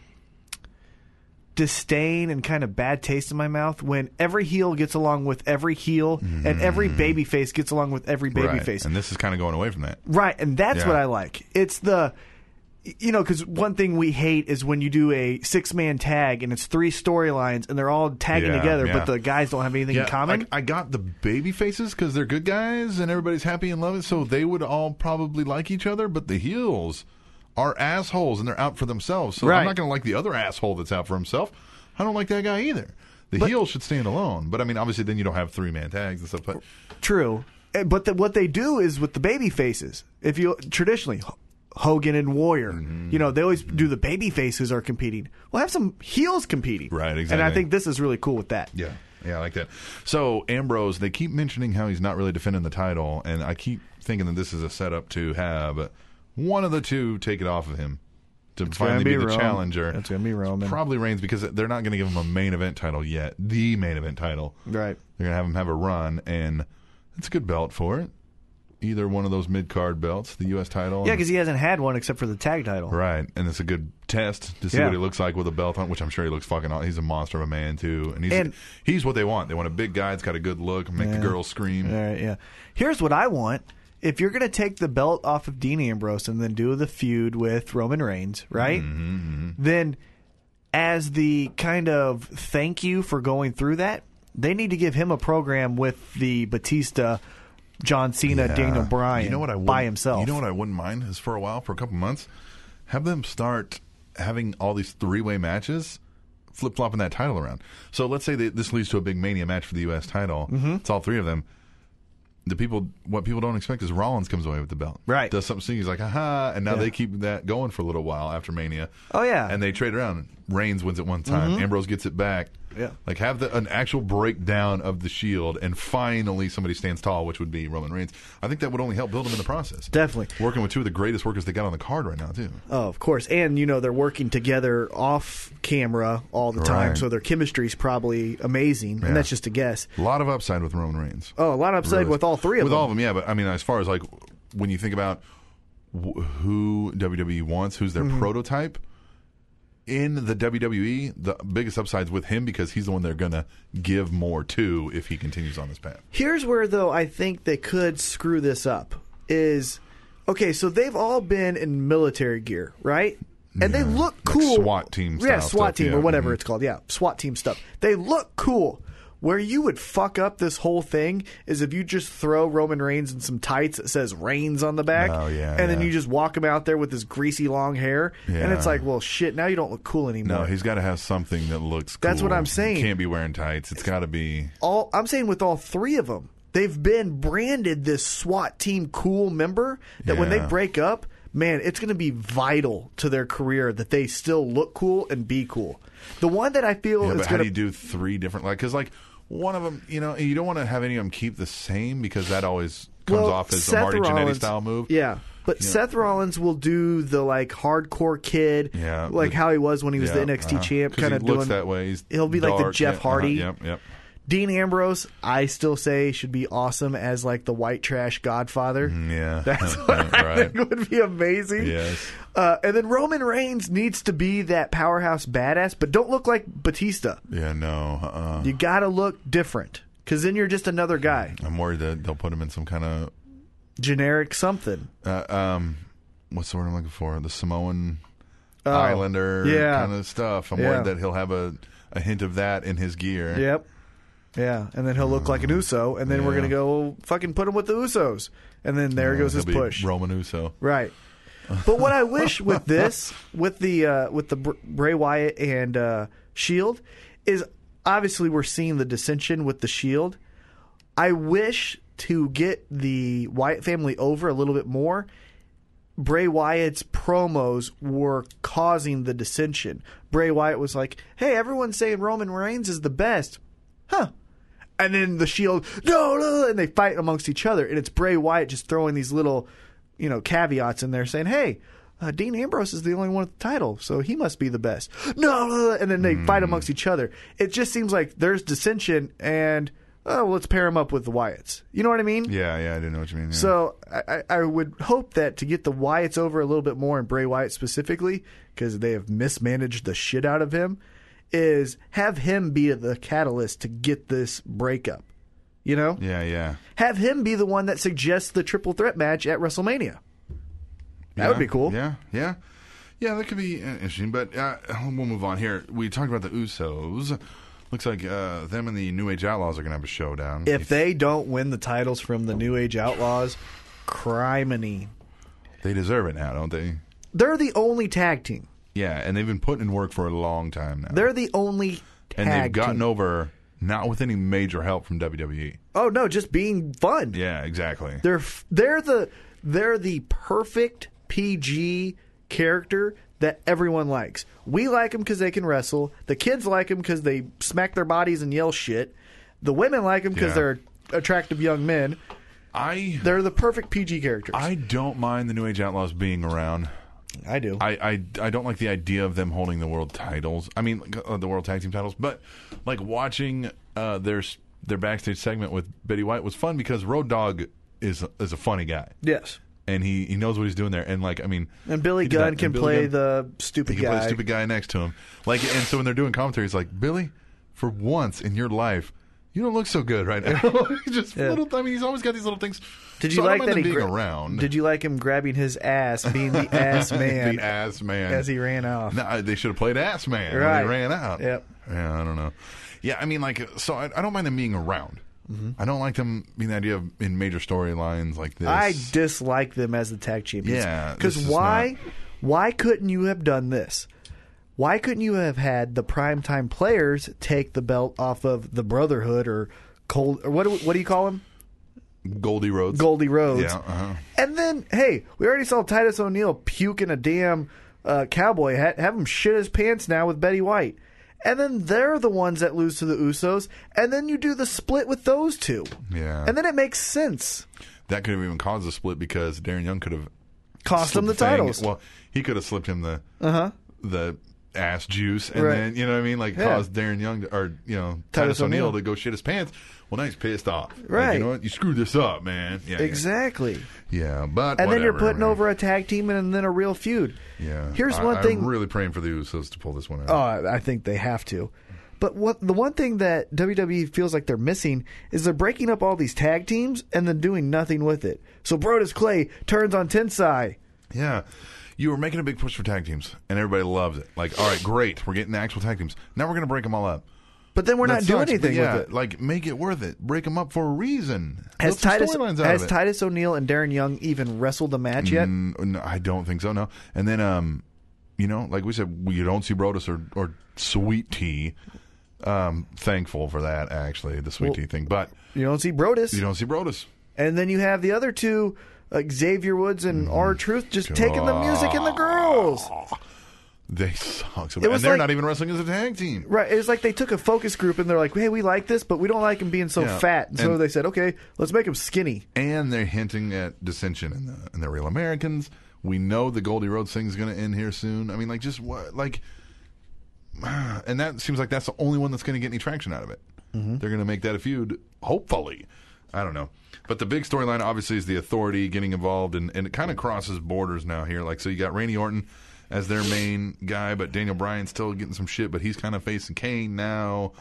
Speaker 3: disdain and kind of bad taste in my mouth when every heel gets along with every heel and every baby face gets along with every baby
Speaker 4: Mm. Right.
Speaker 3: face.
Speaker 4: and this is kind of going away from that.
Speaker 3: Right, and that's
Speaker 4: Yeah.
Speaker 3: what I like. It's the you know because one thing we hate is when you do a six man tag and it's three storylines and they're all tagging
Speaker 4: Yeah,
Speaker 3: together,
Speaker 4: yeah.
Speaker 3: but the guys don't have anything in common.
Speaker 4: I, I got the baby faces because they're good guys and everybody's happy and loving, so they would all probably like each other. But the heels are assholes and they're out for themselves. So
Speaker 3: Right.
Speaker 4: I'm not going to like the other asshole that's out for himself. I don't like that guy either. The heels should stand alone. But I mean, obviously, then you don't have three man tags and stuff. But
Speaker 3: True, Eh, but the, what they do is with the baby faces. If you traditionally H- Hogan and Warrior,
Speaker 4: Mm-hmm.
Speaker 3: you know they always do the baby faces are competing. Well, have some heels competing,
Speaker 4: Right,
Speaker 3: And I
Speaker 4: exactly.
Speaker 3: think this is really cool with that.
Speaker 4: Yeah, yeah, I like that. So Ambrose, they keep mentioning how he's not really defending the title, and I keep thinking that this is a setup to have one of the two take it off of him to finally
Speaker 3: be
Speaker 4: be, the
Speaker 3: Roman.
Speaker 4: challenger.
Speaker 3: It's gonna be Roman.
Speaker 4: Probably Reigns because they're not going to give him a main event title yet. The main event title.
Speaker 3: Right.
Speaker 4: They're going to have him have a run, and it's a good belt for it. Either one of those mid card belts, the U.S. title.
Speaker 3: Yeah,
Speaker 4: and-
Speaker 3: because he hasn't had one except for the tag title.
Speaker 4: Right, and it's a good test to see
Speaker 3: Yeah.
Speaker 4: what he looks like with a belt on, which I'm sure he looks fucking. aw- He's a monster of a man too, and he's
Speaker 3: And-
Speaker 4: he's what they want. They want a big guy that's got a good look, make the girls scream.
Speaker 3: All right, yeah. Here's what I want. If you're going to take the belt off of Dean Ambrose and then do the feud with Roman Reigns, right?
Speaker 4: Mm-hmm,
Speaker 3: Then, as the kind of thank you for going through that, They need to give him a program with the Batista, John Cena, Daniel Bryan
Speaker 4: You know what I
Speaker 3: by
Speaker 4: wouldn't-
Speaker 3: himself.
Speaker 4: You know what I wouldn't mind is for a while, for a couple months, have them start having all these three way matches, flip flopping that title around. So let's say that this leads to a big Mania match for the U.S. title.
Speaker 3: Mm-hmm.
Speaker 4: It's all three of them. The people, what people don't expect is Rollins comes away with the belt,
Speaker 3: Right.
Speaker 4: Does something, he's like, aha, and now they keep that going for a little while after Mania.
Speaker 3: Oh, yeah. Mm-hmm.
Speaker 4: and they trade around. Reigns wins it one time. Ambrose gets it back.
Speaker 3: Yeah.
Speaker 4: Like have the, an actual breakdown of the shield, and finally somebody stands tall, which would be Roman Reigns. I think that would only help build him in the process.
Speaker 3: Definitely.
Speaker 4: working with two of the greatest workers they got on the card right now, too.
Speaker 3: Oh, of course. And you know they're working together off camera all the time,
Speaker 4: Right.
Speaker 3: so their chemistry's probably amazing.
Speaker 4: Yeah.
Speaker 3: And that's just a guess.
Speaker 4: A lot of upside with Roman Reigns.
Speaker 3: Oh, a lot of upside
Speaker 4: Really.
Speaker 3: with all three of
Speaker 4: with
Speaker 3: them.
Speaker 4: all of them, yeah. But I mean, as far as like when you think about wh- who WWE wants, who's their
Speaker 3: Mm-hmm.
Speaker 4: prototype in the WWE, the biggest upside's with him because he's the one they're gonna give more to if he continues on this path.
Speaker 3: Here's where though I think they could screw this up is okay, so they've all been in military gear, right? And they look cool.
Speaker 4: SWAT team
Speaker 3: Yeah,
Speaker 4: style
Speaker 3: SWAT
Speaker 4: stuff,
Speaker 3: team
Speaker 4: yeah.
Speaker 3: or whatever
Speaker 4: Mhm.
Speaker 3: it's called. Yeah, SWAT team stuff. They look cool. Where you would fuck up this whole thing is if you just throw Roman Reigns in some tights that says Reigns on the back.
Speaker 4: Oh, yeah,
Speaker 3: and then
Speaker 4: yeah.
Speaker 3: you just walk him out there with his greasy long hair. And it's
Speaker 4: Yeah.
Speaker 3: like, well, shit, now you don't look cool anymore.
Speaker 4: No, he's got to have something that looks. Cool.
Speaker 3: That's what I'm saying.
Speaker 4: Can't be wearing tights. It's got to be.
Speaker 3: all I'm saying with all three of them, they've been branded this SWAT team cool member that when they
Speaker 4: Yeah.
Speaker 3: break up, man, it's going to be vital to their career that they still look cool and be cool. The one that I feel
Speaker 4: Yeah,
Speaker 3: is
Speaker 4: but how
Speaker 3: going
Speaker 4: do
Speaker 3: to
Speaker 4: you do three different? Like, because like one of them, you know, you don't want to have any of them keep the same because that always comes off as a Marty Jannetty style move.
Speaker 3: Yeah. But Seth Rollins will do the like hardcore kid,
Speaker 4: Yeah,
Speaker 3: like
Speaker 4: the-
Speaker 3: how he was when he was the
Speaker 4: Yeah,
Speaker 3: NXT
Speaker 4: uh-huh.
Speaker 3: champ,
Speaker 4: 'Cause
Speaker 3: kind of
Speaker 4: he looks
Speaker 3: doing
Speaker 4: that way. He's
Speaker 3: he'll be like the
Speaker 4: dark,
Speaker 3: Jeff
Speaker 4: yeah,
Speaker 3: Hardy.
Speaker 4: uh-huh, yep, yep.
Speaker 3: Dean Ambrose, I still say should be awesome as like the white trash
Speaker 4: Mm-hmm.
Speaker 3: Godfather.
Speaker 4: Yeah.
Speaker 3: *laughs*
Speaker 4: *laughs*
Speaker 3: That's what I
Speaker 4: Right.
Speaker 3: think would be amazing.
Speaker 4: Yes.
Speaker 3: Uh, and then Roman Reigns needs to be that powerhouse badass, but don't look like Batista.
Speaker 4: Yeah. No. Uh,
Speaker 3: You got to look different because then you're just another guy,
Speaker 4: I'm worried that they'll put him in some kind of
Speaker 3: generic something.
Speaker 4: uh, um, what's the word I'm looking for? The Samoan Islander
Speaker 3: Oh, yeah.
Speaker 4: kind of stuff. I'm
Speaker 3: Yeah.
Speaker 4: worried that he'll have a, a hint of that in his gear.
Speaker 3: Yep. Yeah, and then he'll look like an Uso, and then we're
Speaker 4: Yeah.
Speaker 3: gonna go fucking put him with the Usos, and then there goes
Speaker 4: He'll
Speaker 3: his
Speaker 4: be
Speaker 3: push.
Speaker 4: Roman Uso.
Speaker 3: Right. But what I wish with this, with the uh, with the Br- Bray Wyatt and uh, Shield, is obviously we're seeing the dissension with the Shield. I wish to get the Wyatt family over a little bit more. Bray Wyatt's promos were causing the dissension. Bray Wyatt was like, "Hey, everyone's saying Roman Reigns is the best, huh?" And then the Shield, no, no, no," and they fight amongst each other, and it's Bray Wyatt just throwing these little, you know, caveats in there, saying, "Hey, uh, Dean Ambrose is the only one with the title, so he must be the best." No, no, no," and then they fight amongst each other. It just seems like there's dissension, and oh, let's pair him up with the Wyatts. You know what I mean?
Speaker 4: Yeah. Yeah. I didn't know what you mean. yeah.
Speaker 3: So I, I I would hope that to get the Wyatts over a little bit more and Bray Wyatt specifically, because they have mismanaged the shit out of him, is have him be the catalyst to get this breakup. You know,
Speaker 4: Yeah. Yeah.
Speaker 3: have him be the one that suggests the triple threat match at WrestleMania. That would
Speaker 4: Yeah,
Speaker 3: be cool.
Speaker 4: Yeah, yeah. Yeah, that could be uh, interesting. But uh, we'll move on here. We talked about the Usos. Looks like uh, them and the New Age Outlaws are going to have a showdown.
Speaker 3: If they don't win the titles from the New Age Outlaws, criminy.
Speaker 4: they deserve it now, don't they?
Speaker 3: They're the only tag team.
Speaker 4: Yeah, and they've been putting in work for a long time now.
Speaker 3: They're the only tag
Speaker 4: and they've gotten
Speaker 3: team.
Speaker 4: over not with any major help from WWE.
Speaker 3: oh no, just being fun.
Speaker 4: Yeah, exactly.
Speaker 3: They're f- they're the they're the perfect PG character that everyone likes. We like them because they can wrestle. The kids like them because they smack their bodies and yell shit. The women like them because
Speaker 4: Yeah.
Speaker 3: they're attractive young men.
Speaker 4: I
Speaker 3: They're the perfect PG characters.
Speaker 4: I don't mind the New Age Outlaws being around.
Speaker 3: I do.
Speaker 4: I, I, I don't like the idea of them holding the world titles. I mean, uh, the world tag team titles, but like watching uh, their s- their backstage segment with Betty White was fun because Road Dog is is a funny guy
Speaker 3: yes.
Speaker 4: and he, he knows what he's doing there. And like, I mean,
Speaker 3: And Billy
Speaker 4: he did
Speaker 3: Gunn
Speaker 4: that- and
Speaker 3: can
Speaker 4: Billy
Speaker 3: play
Speaker 4: Gunn-
Speaker 3: the
Speaker 4: he
Speaker 3: stupid
Speaker 4: can
Speaker 3: guy.
Speaker 4: play the stupid guy next to him. Like, and so when they're doing commentary, he's like, Billy, for once in your life. You don't look so good right now. *laughs* He just little. I mean, he's always got these little things.
Speaker 3: Did you
Speaker 4: So I
Speaker 3: like
Speaker 4: don't mind
Speaker 3: that he
Speaker 4: them being
Speaker 3: gra-
Speaker 4: around?
Speaker 3: Did you like him grabbing his ass,
Speaker 4: *laughs*
Speaker 3: being the ass man
Speaker 4: the ass man
Speaker 3: as he ran off?
Speaker 4: No, they should have played ass man. when
Speaker 3: Right.
Speaker 4: they ran out.
Speaker 3: Yep.
Speaker 4: Yeah, I don't know. Yeah, I mean, like, so I, I don't mind them being around.
Speaker 3: Mm-hmm.
Speaker 4: I don't like them being the idea of in major storylines like this.
Speaker 3: I dislike them as the tag champions.
Speaker 4: Yeah,
Speaker 3: because
Speaker 4: this is
Speaker 3: why? Why couldn't you have done this? Why couldn't you have had the primetime players take the belt off of the Brotherhood or Cold or what? do- What do you call them?
Speaker 4: Goldie Rhodes.
Speaker 3: Goldie Rhodes.
Speaker 4: Yeah, uh-huh.
Speaker 3: And then, hey, we already saw Titus O'Neil puke in a damn uh, cowboy hat. Have him shit his pants now with Betty White. And then they're the ones that lose to the Usos. And then you do the split with those two.
Speaker 4: Yeah.
Speaker 3: And then it makes sense.
Speaker 4: that could have even caused a split because Darren Young could have
Speaker 3: Cost them the
Speaker 4: slipped Fang-
Speaker 3: titles. Uh-huh.
Speaker 4: Well, he could have slipped him the the ass juice, and
Speaker 3: Right.
Speaker 4: then you know what I mean, like
Speaker 3: Yeah.
Speaker 4: caused Darren Young to, or you know
Speaker 3: Titus
Speaker 4: Titus O'Neil
Speaker 3: O'Neil.
Speaker 4: to go shit his pants. Well, now he's pissed off. Like,
Speaker 3: Right.
Speaker 4: you know what? You screwed this up, man. Yeah, yeah.
Speaker 3: exactly.
Speaker 4: Yeah, but
Speaker 3: And then you're
Speaker 4: whatever,
Speaker 3: putting
Speaker 4: man.
Speaker 3: over a tag team and then a real feud.
Speaker 4: Yeah.
Speaker 3: Here's
Speaker 4: I-
Speaker 3: one thing.
Speaker 4: I'm really praying for the Usos to pull this one out.
Speaker 3: Oh, I I think they have to. But what the one thing that WWE feels like they're missing is they're breaking up all these tag teams and then doing nothing with it. So Brodus Clay turns on Tensai.
Speaker 4: Yeah. You were making a big push for tag teams, and everybody loves it. Like, all right, great. We're getting the actual tag teams. Now we're going to break them all up.
Speaker 3: But then we're
Speaker 4: That
Speaker 3: not doing
Speaker 4: sucks, but
Speaker 3: anything
Speaker 4: yeah,
Speaker 3: with it.
Speaker 4: Like, make it worth it. Break them up for a reason.
Speaker 3: Has
Speaker 4: Build some
Speaker 3: Titus
Speaker 4: storylines out
Speaker 3: has
Speaker 4: of it.
Speaker 3: Titus O'Neil and Darren Young even wrestled a match yet?
Speaker 4: Mm, no, I don't think so. No. And then, um, you know, like we said, we- you don't see Brodus or, or Sweet Tea. Um, thankful for that actually, the Sweet
Speaker 3: Well-
Speaker 4: Tea thing. But
Speaker 3: You don't see Brodus,
Speaker 4: you don't see Brodus.
Speaker 3: and then you have the other two, like Xavier Woods
Speaker 4: Mm.
Speaker 3: and R Truth, just taking the music and the girls.
Speaker 4: They *laughs* suck. So
Speaker 3: It
Speaker 4: bad.
Speaker 3: was
Speaker 4: And they're
Speaker 3: like-
Speaker 4: not even wrestling as a tag team.
Speaker 3: Right, it's like they took a focus group and they're like, "Hey, we like this, but we don't like him being so
Speaker 4: Yeah.
Speaker 3: fat." And so
Speaker 4: And-
Speaker 3: they said, "Okay, let's make him skinny."
Speaker 4: and they're hinting at dissension in the in the real Americans. We know the Goldie Rhodes thing's going to end here soon. I mean, like just what like, *sighs* and that seems like that's the only one that's going to get any traction out of it.
Speaker 3: Mm-hmm.
Speaker 4: They're going to make that a feud, hopefully. I don't know, but the big storyline obviously is the Authority getting involved, and, and it kind of crosses borders now here. Like, so you got Randy Orton as their main guy, but Daniel Bryan's still getting some shit, but he's kind of facing Kane now.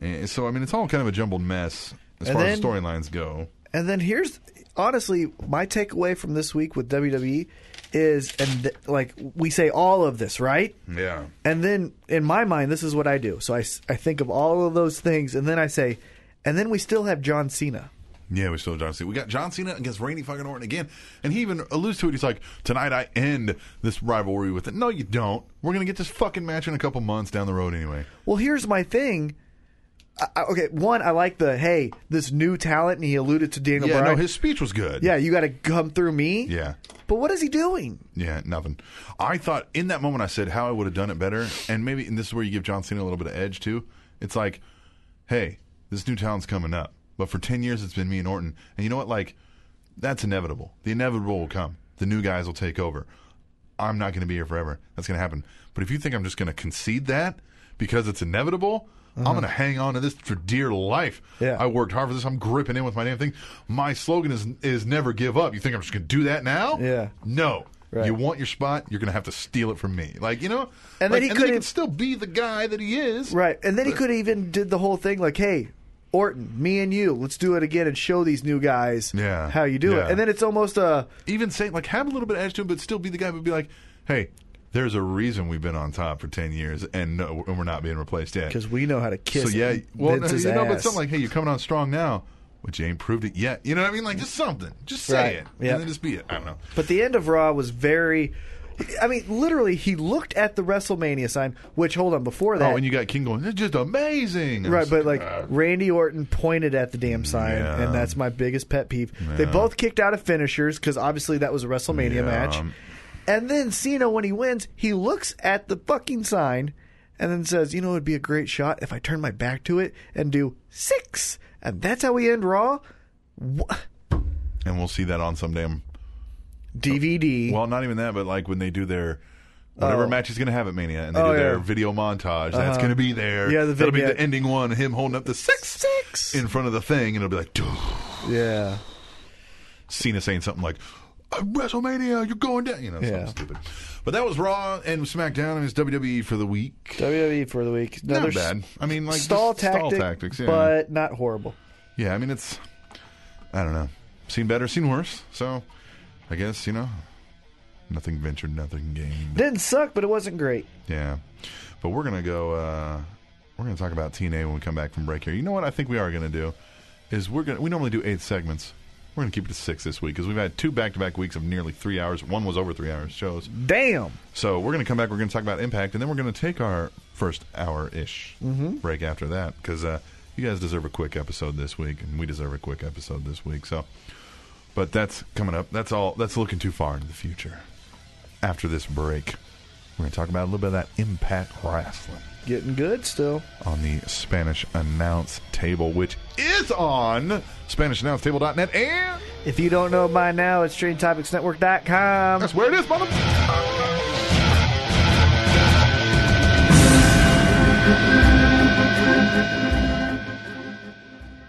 Speaker 4: And so I mean, it's all kind of a jumbled mess as
Speaker 3: And
Speaker 4: far as
Speaker 3: then-
Speaker 4: storylines go.
Speaker 3: And then here's honestly my takeaway from this week with WWE is and th- like we say all of this, right?
Speaker 4: Yeah.
Speaker 3: And then in my mind this is what I do. So I s- I think of all of those things and then I say and then we still have John Cena.
Speaker 4: Yeah, we still have John Cena. We got John Cena against Randy fucking Orton again. And he even alludes to it. He's like, tonight I end this rivalry with it. No, you don't. We're going to get this fucking match in a couple months down the road anyway.
Speaker 3: Well, here's my thing. I, I- okay, one I like the hey, this new talent and he alluded to Daniel
Speaker 4: Yeah,
Speaker 3: Bryan.
Speaker 4: no, his speech was good.
Speaker 3: yeah, you got to come through me.
Speaker 4: Yeah.
Speaker 3: But what is he doing?
Speaker 4: Yeah, nothing. I thought in that moment I said how I would have done it better. And maybe, and this is where you give John Cena a little bit of edge too. It's like, hey, this new talent's coming up. But for 10 years, it's been me and Orton. And you know what? Like, that's inevitable. The inevitable will come. The new guys will take over. I'm not going to be here forever. That's going to happen. But if you think I'm just going to concede that because it's inevitable, I'm going to hang on to this for dear life.
Speaker 3: Yeah.
Speaker 4: I worked hard for this. I'm gripping in with my damn thing. My slogan is is never give up. You think I'm just going to do that now?
Speaker 3: Yeah.
Speaker 4: No.
Speaker 3: Right.
Speaker 4: You want your spot, you're going to have to steal it from me. Like, you know?
Speaker 3: And then
Speaker 4: Like,
Speaker 3: he
Speaker 4: and then
Speaker 3: could've-
Speaker 4: he can still be the guy that he is.
Speaker 3: Right. And then he could even did the whole thing like, hey, Orton, me and you, let's do it again and show these new guys
Speaker 4: Yeah.
Speaker 3: how you do
Speaker 4: Yeah.
Speaker 3: it. And then it's almost a
Speaker 4: even saying like have a little bit of edge to him, but still be the guy who'd be like, "Hey, there's a reason we've been on top for ten years, and no, and we're not being replaced yet."
Speaker 3: because we know how to
Speaker 4: so
Speaker 3: kiss.
Speaker 4: yeah, well, no,
Speaker 3: Vince's
Speaker 4: you know, but
Speaker 3: ass.
Speaker 4: something like, "Hey, you're coming on strong now," but you ain't proved it yet. You know what I mean? Like just something, just say
Speaker 3: Right.
Speaker 4: it,
Speaker 3: Yep.
Speaker 4: and then just be it. I don't know.
Speaker 3: But the end of Raw was very. I mean, literally, he looked at the WrestleMania sign. Which hold on, before that,
Speaker 4: Oh, and you got King going. It's just amazing, And
Speaker 3: right?
Speaker 4: it's
Speaker 3: But like
Speaker 4: "Ah."
Speaker 3: Randy Orton pointed at the damn sign,
Speaker 4: Yeah.
Speaker 3: and that's my biggest pet peeve. They
Speaker 4: Yeah.
Speaker 3: both kicked out of finishers because obviously that was a WrestleMania
Speaker 4: Yeah.
Speaker 3: match. And then Cena, when he wins, he looks at the fucking sign and then says, "You know, it'd be a great shot if I turn my back to it and do six, and that's how we end Raw." Wha-
Speaker 4: and we'll see that on some damn.
Speaker 3: DVD.
Speaker 4: Well, not even that, but like when they do their. Whatever match he's going to have at Mania, and they
Speaker 3: Oh,
Speaker 4: do their
Speaker 3: yeah. Uh-huh.
Speaker 4: video montage. That's going to be there.
Speaker 3: Yeah, the
Speaker 4: that'll be
Speaker 3: vignette.
Speaker 4: the ending one. Him holding up the six
Speaker 3: six.
Speaker 4: in front of the thing, and it'll be like, "Dude,
Speaker 3: yeah.
Speaker 4: Cena saying something like, "Uh, WrestleMania, you're going down. You know, something
Speaker 3: Yeah.
Speaker 4: stupid. But that was Raw and SmackDown, and it's WWE for the week.
Speaker 3: WWE E for the week. Another
Speaker 4: Not bad. I mean, like,
Speaker 3: s- stall,
Speaker 4: just stall
Speaker 3: tactic,
Speaker 4: tactics, yeah.
Speaker 3: but not horrible.
Speaker 4: Yeah, I mean, it's, I don't know. Seen better, seen worse. So, I guess, you know, nothing ventured, nothing gained.
Speaker 3: Didn't suck, but it wasn't great.
Speaker 4: Yeah. But we're going to go uh, We're going to talk about TNA when we come back from break here. You know what I think we are going to do is we're going to, we normally do eight segments. We're going to keep it to six this week because we've had two back to back weeks of nearly three hours. One was over three hours shows.
Speaker 11: Damn.
Speaker 4: So we're going to come back. We're going to talk about Impact, and then we're going to take our first hour ish break after that because uh, you guys deserve a quick episode this week, and we deserve a quick episode this week. So, but that's coming up. That's all. That's looking too far into the future. After this break, we're going to talk about a little bit of that Impact wrestling
Speaker 11: Getting good still.
Speaker 4: on the Spanish announce table, which is on SpanishAnnounceTable.net, and
Speaker 11: If you don't know by now, it's StreamTopicsNetwork.com.
Speaker 4: that's where it is, mother.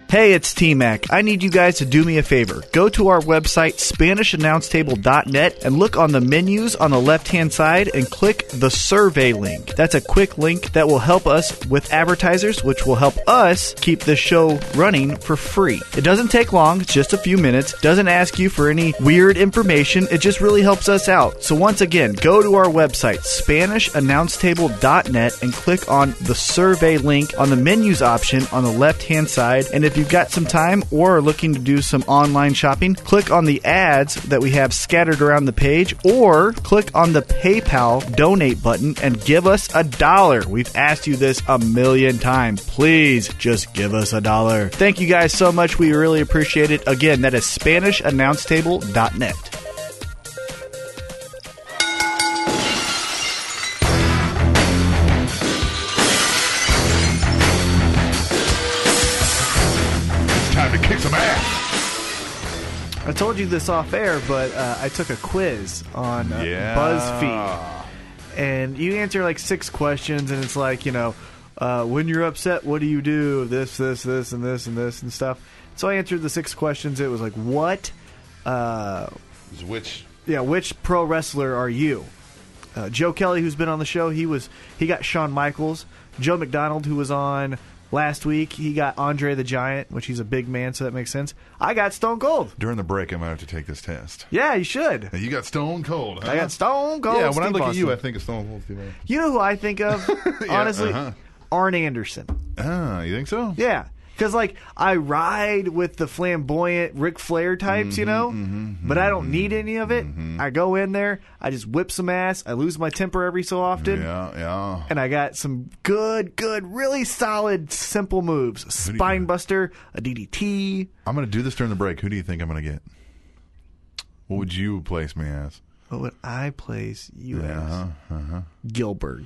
Speaker 3: Hey, it's T Mac. I need you guys to do me a favor. Go to our website, SpanishAnnounceTable.net, and look on the menus on the left hand side and click the survey link. That's a quick link that will help us with advertisers, which will help us keep the show running for free. It doesn't take long, it's just a few minutes, doesn't ask you for any weird information, it just really helps us out. So, once again, go to our website, SpanishAnnounceTable.net, and click on the survey link on the menus option on the left hand side. And if you've got some time or are looking to do some online shopping, click on the ads that we have scattered around the page or click on the PayPal donate button and give us a dollar. We've asked you this a million times. Please just give us a dollar. Thank you guys so much. We really appreciate it. Again, that is SpanishAnnounceTable.net.
Speaker 4: It's time to kick some ass.
Speaker 3: I told you this off air, but uh, I took a quiz on uh,
Speaker 4: Yeah.
Speaker 3: BuzzFeed, and you answer like six questions, and it's like you know, uh, when you're upset, what do you do? This, this, this, and this, and this, and stuff. So I answered the six questions. It was like, what? Uh,
Speaker 4: Which
Speaker 3: yeah, which pro wrestler are you? Uh, Joe Kelly, who's been on the show, he was he got Shawn Michaels. Joe McDonald, who was on last week, he got Andre the Giant, which he's a big man, so that makes sense. I got Stone Cold.
Speaker 4: during the break, I might have to take this test.
Speaker 3: Yeah, you should.
Speaker 4: Now, you got Stone Cold. Huh?
Speaker 3: I got Stone Cold.
Speaker 4: Yeah, when I
Speaker 3: Steve
Speaker 4: look at you, I
Speaker 3: Austin.
Speaker 4: think of Stone Cold Steve Austin.
Speaker 3: you know who I
Speaker 4: *laughs*
Speaker 3: think of, honestly,
Speaker 4: uh-huh.
Speaker 3: Arn Anderson.
Speaker 4: Ah, you think so?
Speaker 3: Yeah, because like I ride with the flamboyant Ric Flair types,
Speaker 4: Mm-hmm,
Speaker 3: you know, but I don't need any of it. I go in there, I just whip some ass. I lose my temper every so often,
Speaker 4: Yeah, yeah.
Speaker 3: and I got some good, good, really solid, simple moves:
Speaker 4: do you
Speaker 3: spine
Speaker 4: got?
Speaker 3: buster, a DDT.
Speaker 4: I'm going to do this during the break. Who do you think I'm going to get? What would you place me as?
Speaker 3: What would I place you as?
Speaker 4: Yeah, uh-huh.
Speaker 3: Gilbert.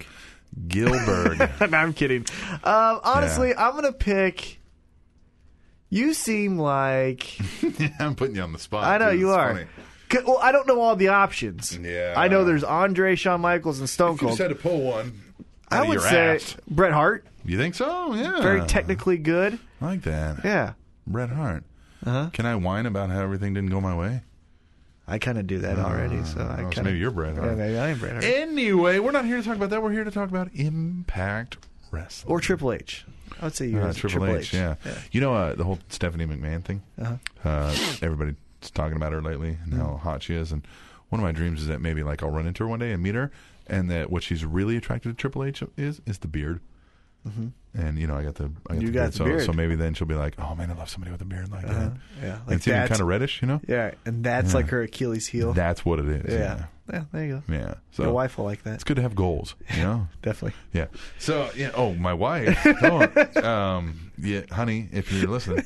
Speaker 3: *laughs*
Speaker 4: Gilbert. *laughs*
Speaker 3: no, I'm kidding. Um, honestly, I'm gonna pick. You seem like
Speaker 4: I'm putting you on the spot.
Speaker 3: I know
Speaker 4: dude.
Speaker 3: you
Speaker 4: It's
Speaker 3: are.
Speaker 4: funny.
Speaker 3: 'Cause- Well, I don't know all the options.
Speaker 4: Yeah.
Speaker 3: I know there's Andre, Shawn Michaels, and Stone
Speaker 4: If you
Speaker 3: Cold.
Speaker 4: just had to pull one. out
Speaker 3: I
Speaker 4: of
Speaker 3: would
Speaker 4: your
Speaker 3: say
Speaker 4: ass. Uh.
Speaker 3: Bret Hart,
Speaker 4: You think so? Yeah.
Speaker 3: very technically good.
Speaker 4: I like that.
Speaker 3: Yeah,
Speaker 4: Bret Hart. Uh-huh. Can I whine about how everything didn't go my way?
Speaker 3: I kind of do that already, so I
Speaker 4: Oh,
Speaker 3: kind
Speaker 4: so
Speaker 3: of
Speaker 4: maybe you're Bret Hart. Eh.
Speaker 3: Yeah, maybe I am Bret Hart
Speaker 4: Anyway, we're not here to talk about that. We're here to talk about Impact Wrestling.
Speaker 3: or Triple H. I would say you're
Speaker 4: Uh, Triple, H, yeah. You know uh, the whole Stephanie McMahon thing.
Speaker 3: Uh-huh.
Speaker 4: uh everybody's talking about her lately and
Speaker 3: Mm.
Speaker 4: how hot she is. And one of my dreams is that maybe like I'll run into her one day and meet her, and that what she's really attracted to Triple H is is the beard. And you know, I got the I got
Speaker 3: Mm-hmm. You
Speaker 4: the,
Speaker 3: got
Speaker 4: beard,
Speaker 3: the
Speaker 4: so,
Speaker 3: beard. Uh-huh.
Speaker 4: so maybe then she'll be like, "Oh man, I love somebody with a beard like that."
Speaker 3: yeah.
Speaker 4: Uh-huh. And
Speaker 3: Like
Speaker 4: it's even
Speaker 3: that's-
Speaker 4: kind of reddish, you know.
Speaker 3: yeah, and that's like her Achilles heel.
Speaker 4: That's what it is.
Speaker 3: yeah.
Speaker 4: Yeah,
Speaker 3: yeah, There you go.
Speaker 4: yeah. So
Speaker 3: Your wife will like that.
Speaker 4: It's good to have goals. You
Speaker 3: *laughs*
Speaker 4: know.
Speaker 3: Definitely.
Speaker 4: Yeah. So yeah. Oh, my wife.
Speaker 3: *laughs*
Speaker 4: Don't. um. Yeah, honey, if you're listening.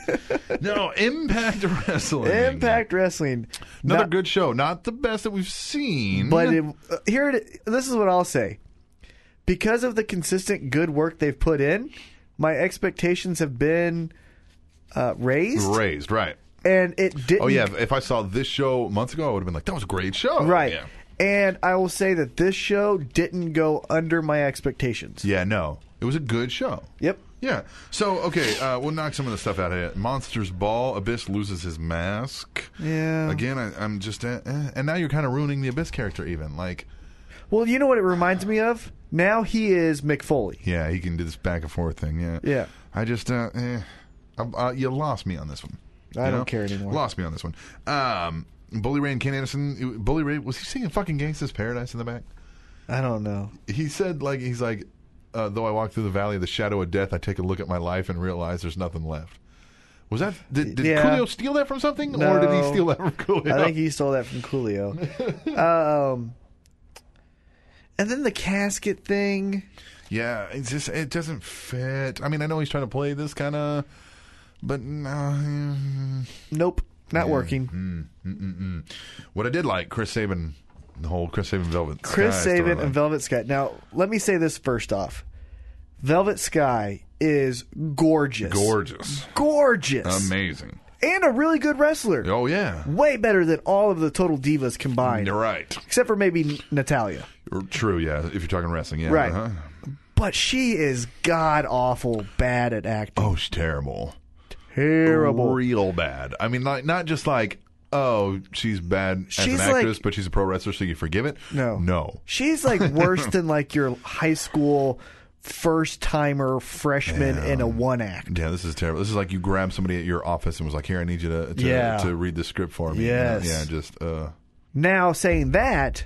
Speaker 4: No, Impact Wrestling.
Speaker 11: Impact Wrestling.
Speaker 4: Another
Speaker 11: Not-
Speaker 4: good Mm-hmm. show. Not the best that we've seen.
Speaker 11: But it, uh, here, it, this is what I'll say. Because of the consistent good work they've put in, my expectations have been uh, raised,
Speaker 4: raised right.
Speaker 11: and it didn't.
Speaker 4: Oh yeah. If, if I saw this show months ago, I would have been like, "That was a great show."
Speaker 11: right.
Speaker 4: Yeah.
Speaker 11: And I will say that this show didn't go under my expectations.
Speaker 4: Yeah. No, it was a good show.
Speaker 11: Yep.
Speaker 4: Yeah. So okay, uh, we'll knock some of the stuff out of it. Monsters Ball. Abyss loses his mask.
Speaker 11: Yeah.
Speaker 4: Again, I, I'm just, uh, eh. and now you're kind of ruining the Abyss character. Even like,
Speaker 11: Well, you know what it reminds me of? Now he is McFoley.
Speaker 4: Yeah, he can do this back and forth thing. Yeah.
Speaker 11: Yeah.
Speaker 4: I just, uh, eh, I, uh, you lost me on this one.
Speaker 11: I
Speaker 4: You
Speaker 11: don't care anymore.
Speaker 4: Lost me on this one. Um, Bully Ray and Ken Anderson. Bully Ray was he singing fucking Gangsta's Paradise in the back?
Speaker 11: I don't know.
Speaker 4: He said like he's like, uh, though I walk through the valley of the shadow of death, I take a look at my life and realize there's nothing left. Was that did, did
Speaker 3: Yeah.
Speaker 4: Coolio steal that from something, or did he
Speaker 3: No.
Speaker 4: steal that from Coolio?
Speaker 3: I think he stole that
Speaker 4: *laughs*
Speaker 3: from Coolio. um, and then the casket thing.
Speaker 4: yeah, it's just it doesn't fit. I mean, I know he's trying to play this kind of, but no. mm,
Speaker 3: Nope, not working.
Speaker 4: What I did like, Chris Saban, the whole Chris Saban Velvet.
Speaker 3: Chris
Speaker 4: Sky
Speaker 3: Sabin
Speaker 4: storyline.
Speaker 3: and Velvet Sky. Now, let me say this first off. Velvet Sky is gorgeous.
Speaker 4: gorgeous,
Speaker 3: Gorgeous.
Speaker 4: amazing.
Speaker 3: and a really good wrestler.
Speaker 4: Oh yeah,
Speaker 3: Way better than all of the Total Divas combined.
Speaker 4: you're right.
Speaker 3: Except for maybe Natalia.
Speaker 4: True, yeah. If you're talking wrestling, yeah,
Speaker 3: Right.
Speaker 4: uh-huh.
Speaker 3: But she is god awful bad at acting.
Speaker 4: Oh, she's terrible.
Speaker 3: Terrible.
Speaker 4: real bad. I mean, like not just like oh she's bad as an
Speaker 3: She's like-
Speaker 4: actress, but she's a pro wrestler, so you forgive it.
Speaker 3: No.
Speaker 4: no, *laughs*
Speaker 3: She's like worse than like your high school first timer freshman in a one act.
Speaker 4: yeah, this is terrible. This is like you grab somebody at your office and was like, "Here, I need you to to,
Speaker 3: Yeah.
Speaker 4: to read the script for me."
Speaker 3: Yes.
Speaker 4: yeah, just uh,
Speaker 3: Now saying that,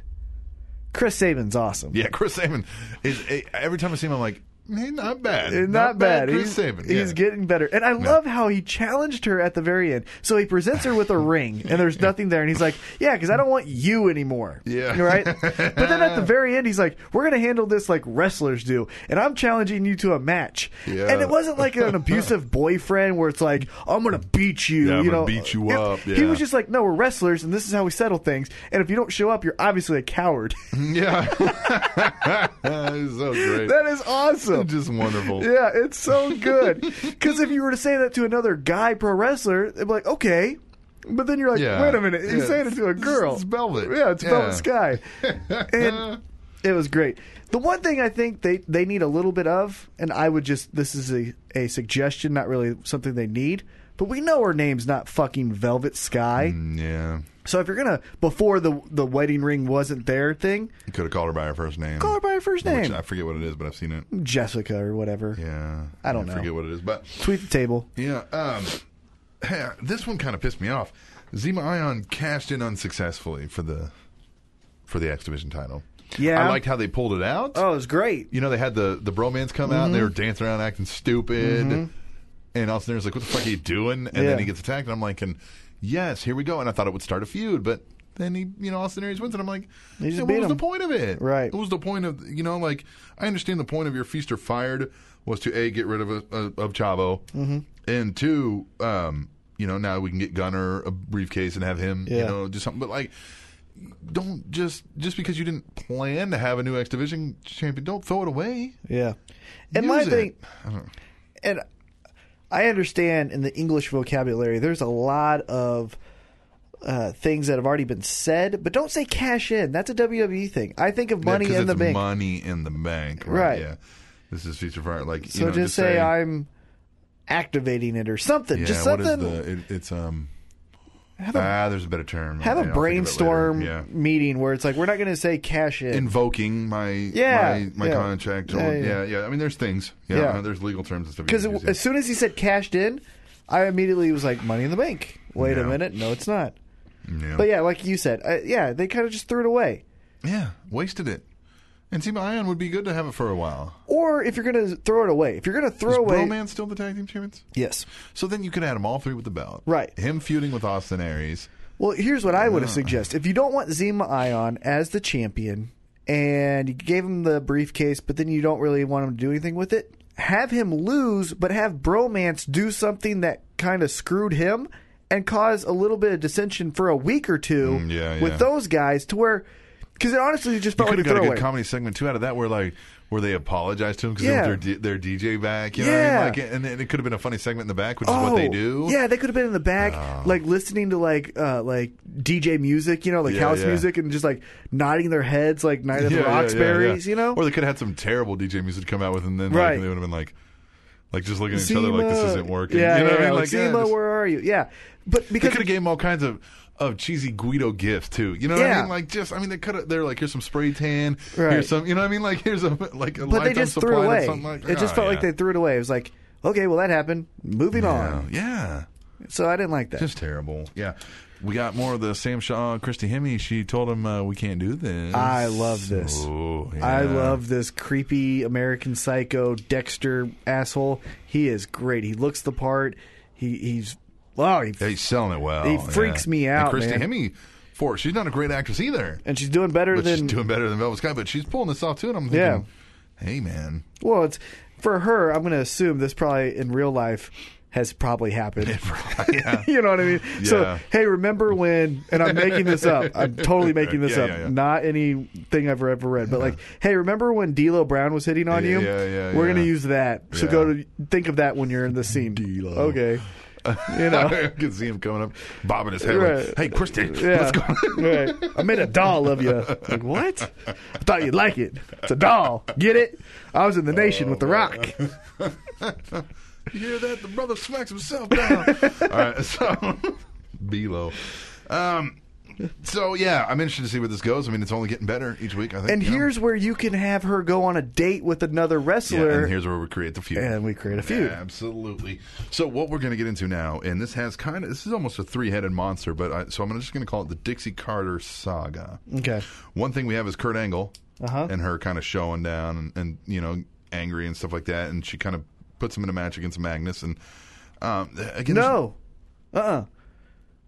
Speaker 3: Chris Sabin's awesome.
Speaker 4: yeah. Chris Saban is eh, every time I see him, I'm like, hey, not bad,
Speaker 3: Eh, Not, bad.
Speaker 4: Chris
Speaker 3: he's,
Speaker 4: Saban,
Speaker 3: he's
Speaker 4: yeah.
Speaker 3: getting better. And I love how he challenged her at the very end. So he presents her
Speaker 4: *laughs*
Speaker 3: with a ring, and there's nothing there. And he's like, Yeah, because I don't want you anymore.
Speaker 4: Yeah.
Speaker 3: *laughs* Right? but
Speaker 4: *laughs*
Speaker 3: then at the very end, he's like, We're going to handle this like wrestlers do. And I'm challenging you to a match.
Speaker 4: Yeah.
Speaker 3: And it wasn't like
Speaker 4: *laughs*
Speaker 3: an abusive boyfriend where it's like, I'm going to beat you.
Speaker 4: Yeah, I'm
Speaker 3: you
Speaker 4: gonna
Speaker 3: know?
Speaker 4: beat you
Speaker 3: It-
Speaker 4: up,
Speaker 3: He
Speaker 4: yeah.
Speaker 3: was just like, No, we're wrestlers, and this is how we settle things. And if you don't show up, you're obviously a coward. *laughs*
Speaker 4: yeah. He's so great.
Speaker 3: that is awesome.
Speaker 4: just wonderful.
Speaker 3: Yeah, it's so
Speaker 4: *laughs*
Speaker 3: good. Because if you were to say that to another guy pro wrestler, they'd be like, okay. But then you're like,
Speaker 4: Yeah.
Speaker 3: wait a minute, he's
Speaker 4: Yeah.
Speaker 3: saying it to a
Speaker 4: It's-
Speaker 3: girl.
Speaker 4: it's Velvet.
Speaker 3: Yeah, it's
Speaker 4: Yeah. *laughs*
Speaker 3: Velvet Sky. and it was great. The one thing I think they, they need a little bit of, and I would just, this is a, a suggestion, not really something they need, but we know her name's not fucking Velvet Sky.
Speaker 4: Mm. Yeah,
Speaker 3: So if you're going to, before the, the wedding ring wasn't there thing,
Speaker 4: could have called her by her first name.
Speaker 3: call her by her first
Speaker 4: Which
Speaker 3: name.
Speaker 4: I forget what it is, but I've seen it.
Speaker 3: Jessica or whatever.
Speaker 4: Yeah,
Speaker 3: I don't know.
Speaker 4: Forget what it is, but
Speaker 3: Tweet the table.
Speaker 4: Yeah. Um, this one kind of pissed me off. Zima Ion cashed in unsuccessfully for the for the X Division title.
Speaker 3: Yeah.
Speaker 4: I liked how they pulled it out.
Speaker 3: Oh, it was great.
Speaker 4: You know, they had the the bromance come out. and
Speaker 3: Mm-hmm.
Speaker 4: They were dancing around, acting stupid. And Austin Theory's like, "What the fuck are you doing?" And
Speaker 3: Yeah.
Speaker 4: then he gets attacked. And I'm like, "And yes, here we go." And I thought it would start a feud, but then he, you know, Austin Aries wins, and I'm like,
Speaker 3: just
Speaker 4: "Then
Speaker 3: beat
Speaker 4: "What was
Speaker 3: him."
Speaker 4: the point of it?
Speaker 3: Right.
Speaker 4: What was the point of you know? Like, I understand the point of your feast or fired was to a get rid of a, of Chavo,
Speaker 3: Mm-hmm.
Speaker 4: and two, um, you know, now we can get Gunner a briefcase and have him, you
Speaker 3: Yeah.
Speaker 4: know, do something. But like, don't just just because you didn't plan to have a new X Division champion, don't throw it away.
Speaker 3: Yeah. And
Speaker 4: Use
Speaker 3: my
Speaker 4: it.
Speaker 3: thing, and I understand in the English vocabulary, there's a lot of uh, things that have already been said, but don't say cash in. That's a WWE thing. I think of
Speaker 4: Yeah,
Speaker 3: money
Speaker 4: 'cause
Speaker 3: in the
Speaker 4: it's
Speaker 3: bank.
Speaker 4: Money in the bank, right?
Speaker 3: Right.
Speaker 4: Yeah. This is feature fire. Like, you
Speaker 3: so
Speaker 4: know,
Speaker 3: just, say, I'm activating it or something.
Speaker 4: Yeah,
Speaker 3: just
Speaker 4: what is
Speaker 3: something.
Speaker 4: the? It, it's um.
Speaker 3: have a,
Speaker 4: Ah, there's a better term.
Speaker 3: have
Speaker 4: I'll think of
Speaker 3: a
Speaker 4: it later.
Speaker 3: brainstorm
Speaker 4: Yeah.
Speaker 3: meeting where it's like, we're not going to say cash in.
Speaker 4: Invoking my
Speaker 3: Yeah,
Speaker 4: my, my
Speaker 3: yeah.
Speaker 4: contract. Or,
Speaker 3: Yeah,
Speaker 4: yeah,
Speaker 3: yeah.
Speaker 4: yeah, I mean, there's things. Yeah,
Speaker 3: Yeah.
Speaker 4: uh, there's legal terms and stuff. you
Speaker 3: Because
Speaker 4: can use, yeah.
Speaker 3: as soon as he said cashed in, I immediately was like, money in the bank. Wait a
Speaker 4: Yeah.
Speaker 3: minute. No, it's not.
Speaker 4: yeah.
Speaker 3: But yeah, like you said, uh, yeah, they kind of just threw it away.
Speaker 4: Yeah, wasted it. And Team Ion would be good to have it for a while.
Speaker 3: Or if you're going to throw it away, if you're going to throw
Speaker 4: Is
Speaker 3: away,
Speaker 4: Broman still the tag team champions?
Speaker 3: yes.
Speaker 4: So then you could add them all three with the belt.
Speaker 3: Right.
Speaker 4: Him feuding with Austin Aries.
Speaker 3: Well, here's what I
Speaker 4: Ah.
Speaker 3: would have suggested: if you don't want Zima Ion as the champion, and you gave him the briefcase, but then you don't really want him to do anything with it, have him lose, but have Bromance do something that kind of screwed him and cause a little bit of dissension for a week or two
Speaker 4: Mm, yeah,
Speaker 3: with
Speaker 4: yeah.
Speaker 3: those guys to where. Because it honestly just
Speaker 4: You
Speaker 3: felt
Speaker 4: could
Speaker 3: like a
Speaker 4: have got a
Speaker 3: throwaway.
Speaker 4: good comedy segment too out of that, where like where they apologized to him because
Speaker 3: Yeah.
Speaker 4: they want their, D- their DJ back. You know what I mean?
Speaker 3: Yeah. Oh,
Speaker 4: Like, and, and it could have been a funny segment in the back, which is what they do.
Speaker 3: Yeah, they could have been in the back, like listening to like uh, like DJ music, you know, like
Speaker 4: Yeah,
Speaker 3: house
Speaker 4: yeah.
Speaker 3: music, and just like nodding their heads like Night of
Speaker 4: Yeah,
Speaker 3: the
Speaker 4: yeah, yeah,
Speaker 3: Roxberries,
Speaker 4: yeah.
Speaker 3: you know.
Speaker 4: Or they could have had some terrible DJ music come out with, and then
Speaker 3: Right.
Speaker 4: like, they would have been like, like just looking at each other like this isn't working.
Speaker 3: Yeah,
Speaker 4: you know
Speaker 3: yeah,
Speaker 4: what I mean?
Speaker 3: like,
Speaker 4: yeah,
Speaker 3: Zima,
Speaker 4: just-
Speaker 3: where are you? Yeah, but
Speaker 4: They
Speaker 3: because
Speaker 4: could have gave him all kinds of, of cheesy Guido gifts too. You know what I
Speaker 3: Yeah.
Speaker 4: mean? Like just, I mean, they could have. They're like, here's some spray tan.
Speaker 3: Right.
Speaker 4: Here's some. You know what I mean? Like here's a like a
Speaker 3: but they
Speaker 4: lifetime
Speaker 3: just
Speaker 4: supply
Speaker 3: threw
Speaker 4: of
Speaker 3: away.
Speaker 4: something like-
Speaker 3: it just
Speaker 4: Oh,
Speaker 3: felt like
Speaker 4: yeah.
Speaker 3: they threw it away. It was like, okay, well that happened. Moving
Speaker 4: Yeah.
Speaker 3: on.
Speaker 4: yeah.
Speaker 3: So I didn't like that.
Speaker 4: Just terrible. Yeah. We got more of the Sam Shaw, Christy Hemme. She told him uh, we can't do this.
Speaker 3: I love this.
Speaker 4: Oh, yeah.
Speaker 3: I love this creepy American psycho Dexter asshole. He is great. He looks the part. He he's wow. He,
Speaker 4: Yeah, He's selling it well.
Speaker 3: He freaks me
Speaker 4: And
Speaker 3: out,
Speaker 4: Christy
Speaker 3: man.
Speaker 4: Hemme, for she's not a great actress either,
Speaker 3: and she's doing better
Speaker 4: but
Speaker 3: than
Speaker 4: she's doing better than Velvet Sky. But she's pulling this off too, and I'm thinking,
Speaker 3: Yeah.
Speaker 4: hey
Speaker 3: *laughs*
Speaker 4: man,
Speaker 3: well. It's for her. I'm going to assume this probably in real life has probably happened.
Speaker 4: *laughs*
Speaker 3: *laughs*
Speaker 4: yeah.
Speaker 3: you know what I mean?
Speaker 4: Yeah.
Speaker 3: So, hey, remember when, and I'm making this up.
Speaker 4: *laughs*
Speaker 3: I'm totally making this
Speaker 4: Yeah,
Speaker 3: up.
Speaker 4: yeah, yeah.
Speaker 3: Not anything I've ever read, but like, hey, remember when D'Lo Brown was hitting on
Speaker 4: Yeah,
Speaker 3: you?
Speaker 4: yeah, yeah,
Speaker 3: We're
Speaker 4: yeah.
Speaker 3: going to use that. So
Speaker 4: Yeah.
Speaker 3: go to, think of that when you're in the scene.
Speaker 4: D'Lo.
Speaker 3: Okay. You know.
Speaker 4: I *laughs* can see him coming up, bobbing his head. like,
Speaker 3: Right.
Speaker 4: hey, Christy, let's
Speaker 3: Yeah.
Speaker 4: go.
Speaker 3: right. I made a doll of you. Like, what? I thought you'd like it. It's a doll. Get it? I was in the nation with The Rock.
Speaker 4: *laughs* You hear that? The brother smacks himself down.
Speaker 3: *laughs*
Speaker 4: All right, so *laughs* Belo. Um, so yeah, I'm interested to see where this goes. I mean, it's only getting better each week. I think.
Speaker 3: And
Speaker 4: you know?
Speaker 3: here's where you can have her go on a date with another
Speaker 4: Yeah,
Speaker 3: wrestler.
Speaker 4: and here's where we create the feud.
Speaker 3: And we create a feud.
Speaker 4: absolutely. So what we're going to get into now, and this has kind of this is almost a three headed monster, but I, so I'm gonna- just going to call it the Dixie Carter saga.
Speaker 3: Okay.
Speaker 4: One thing we have is Kurt Angle and her kind of showing down and, and you know angry and stuff like that, and she kind of puts him in a match against Magnus. And um, again,
Speaker 3: No. Uh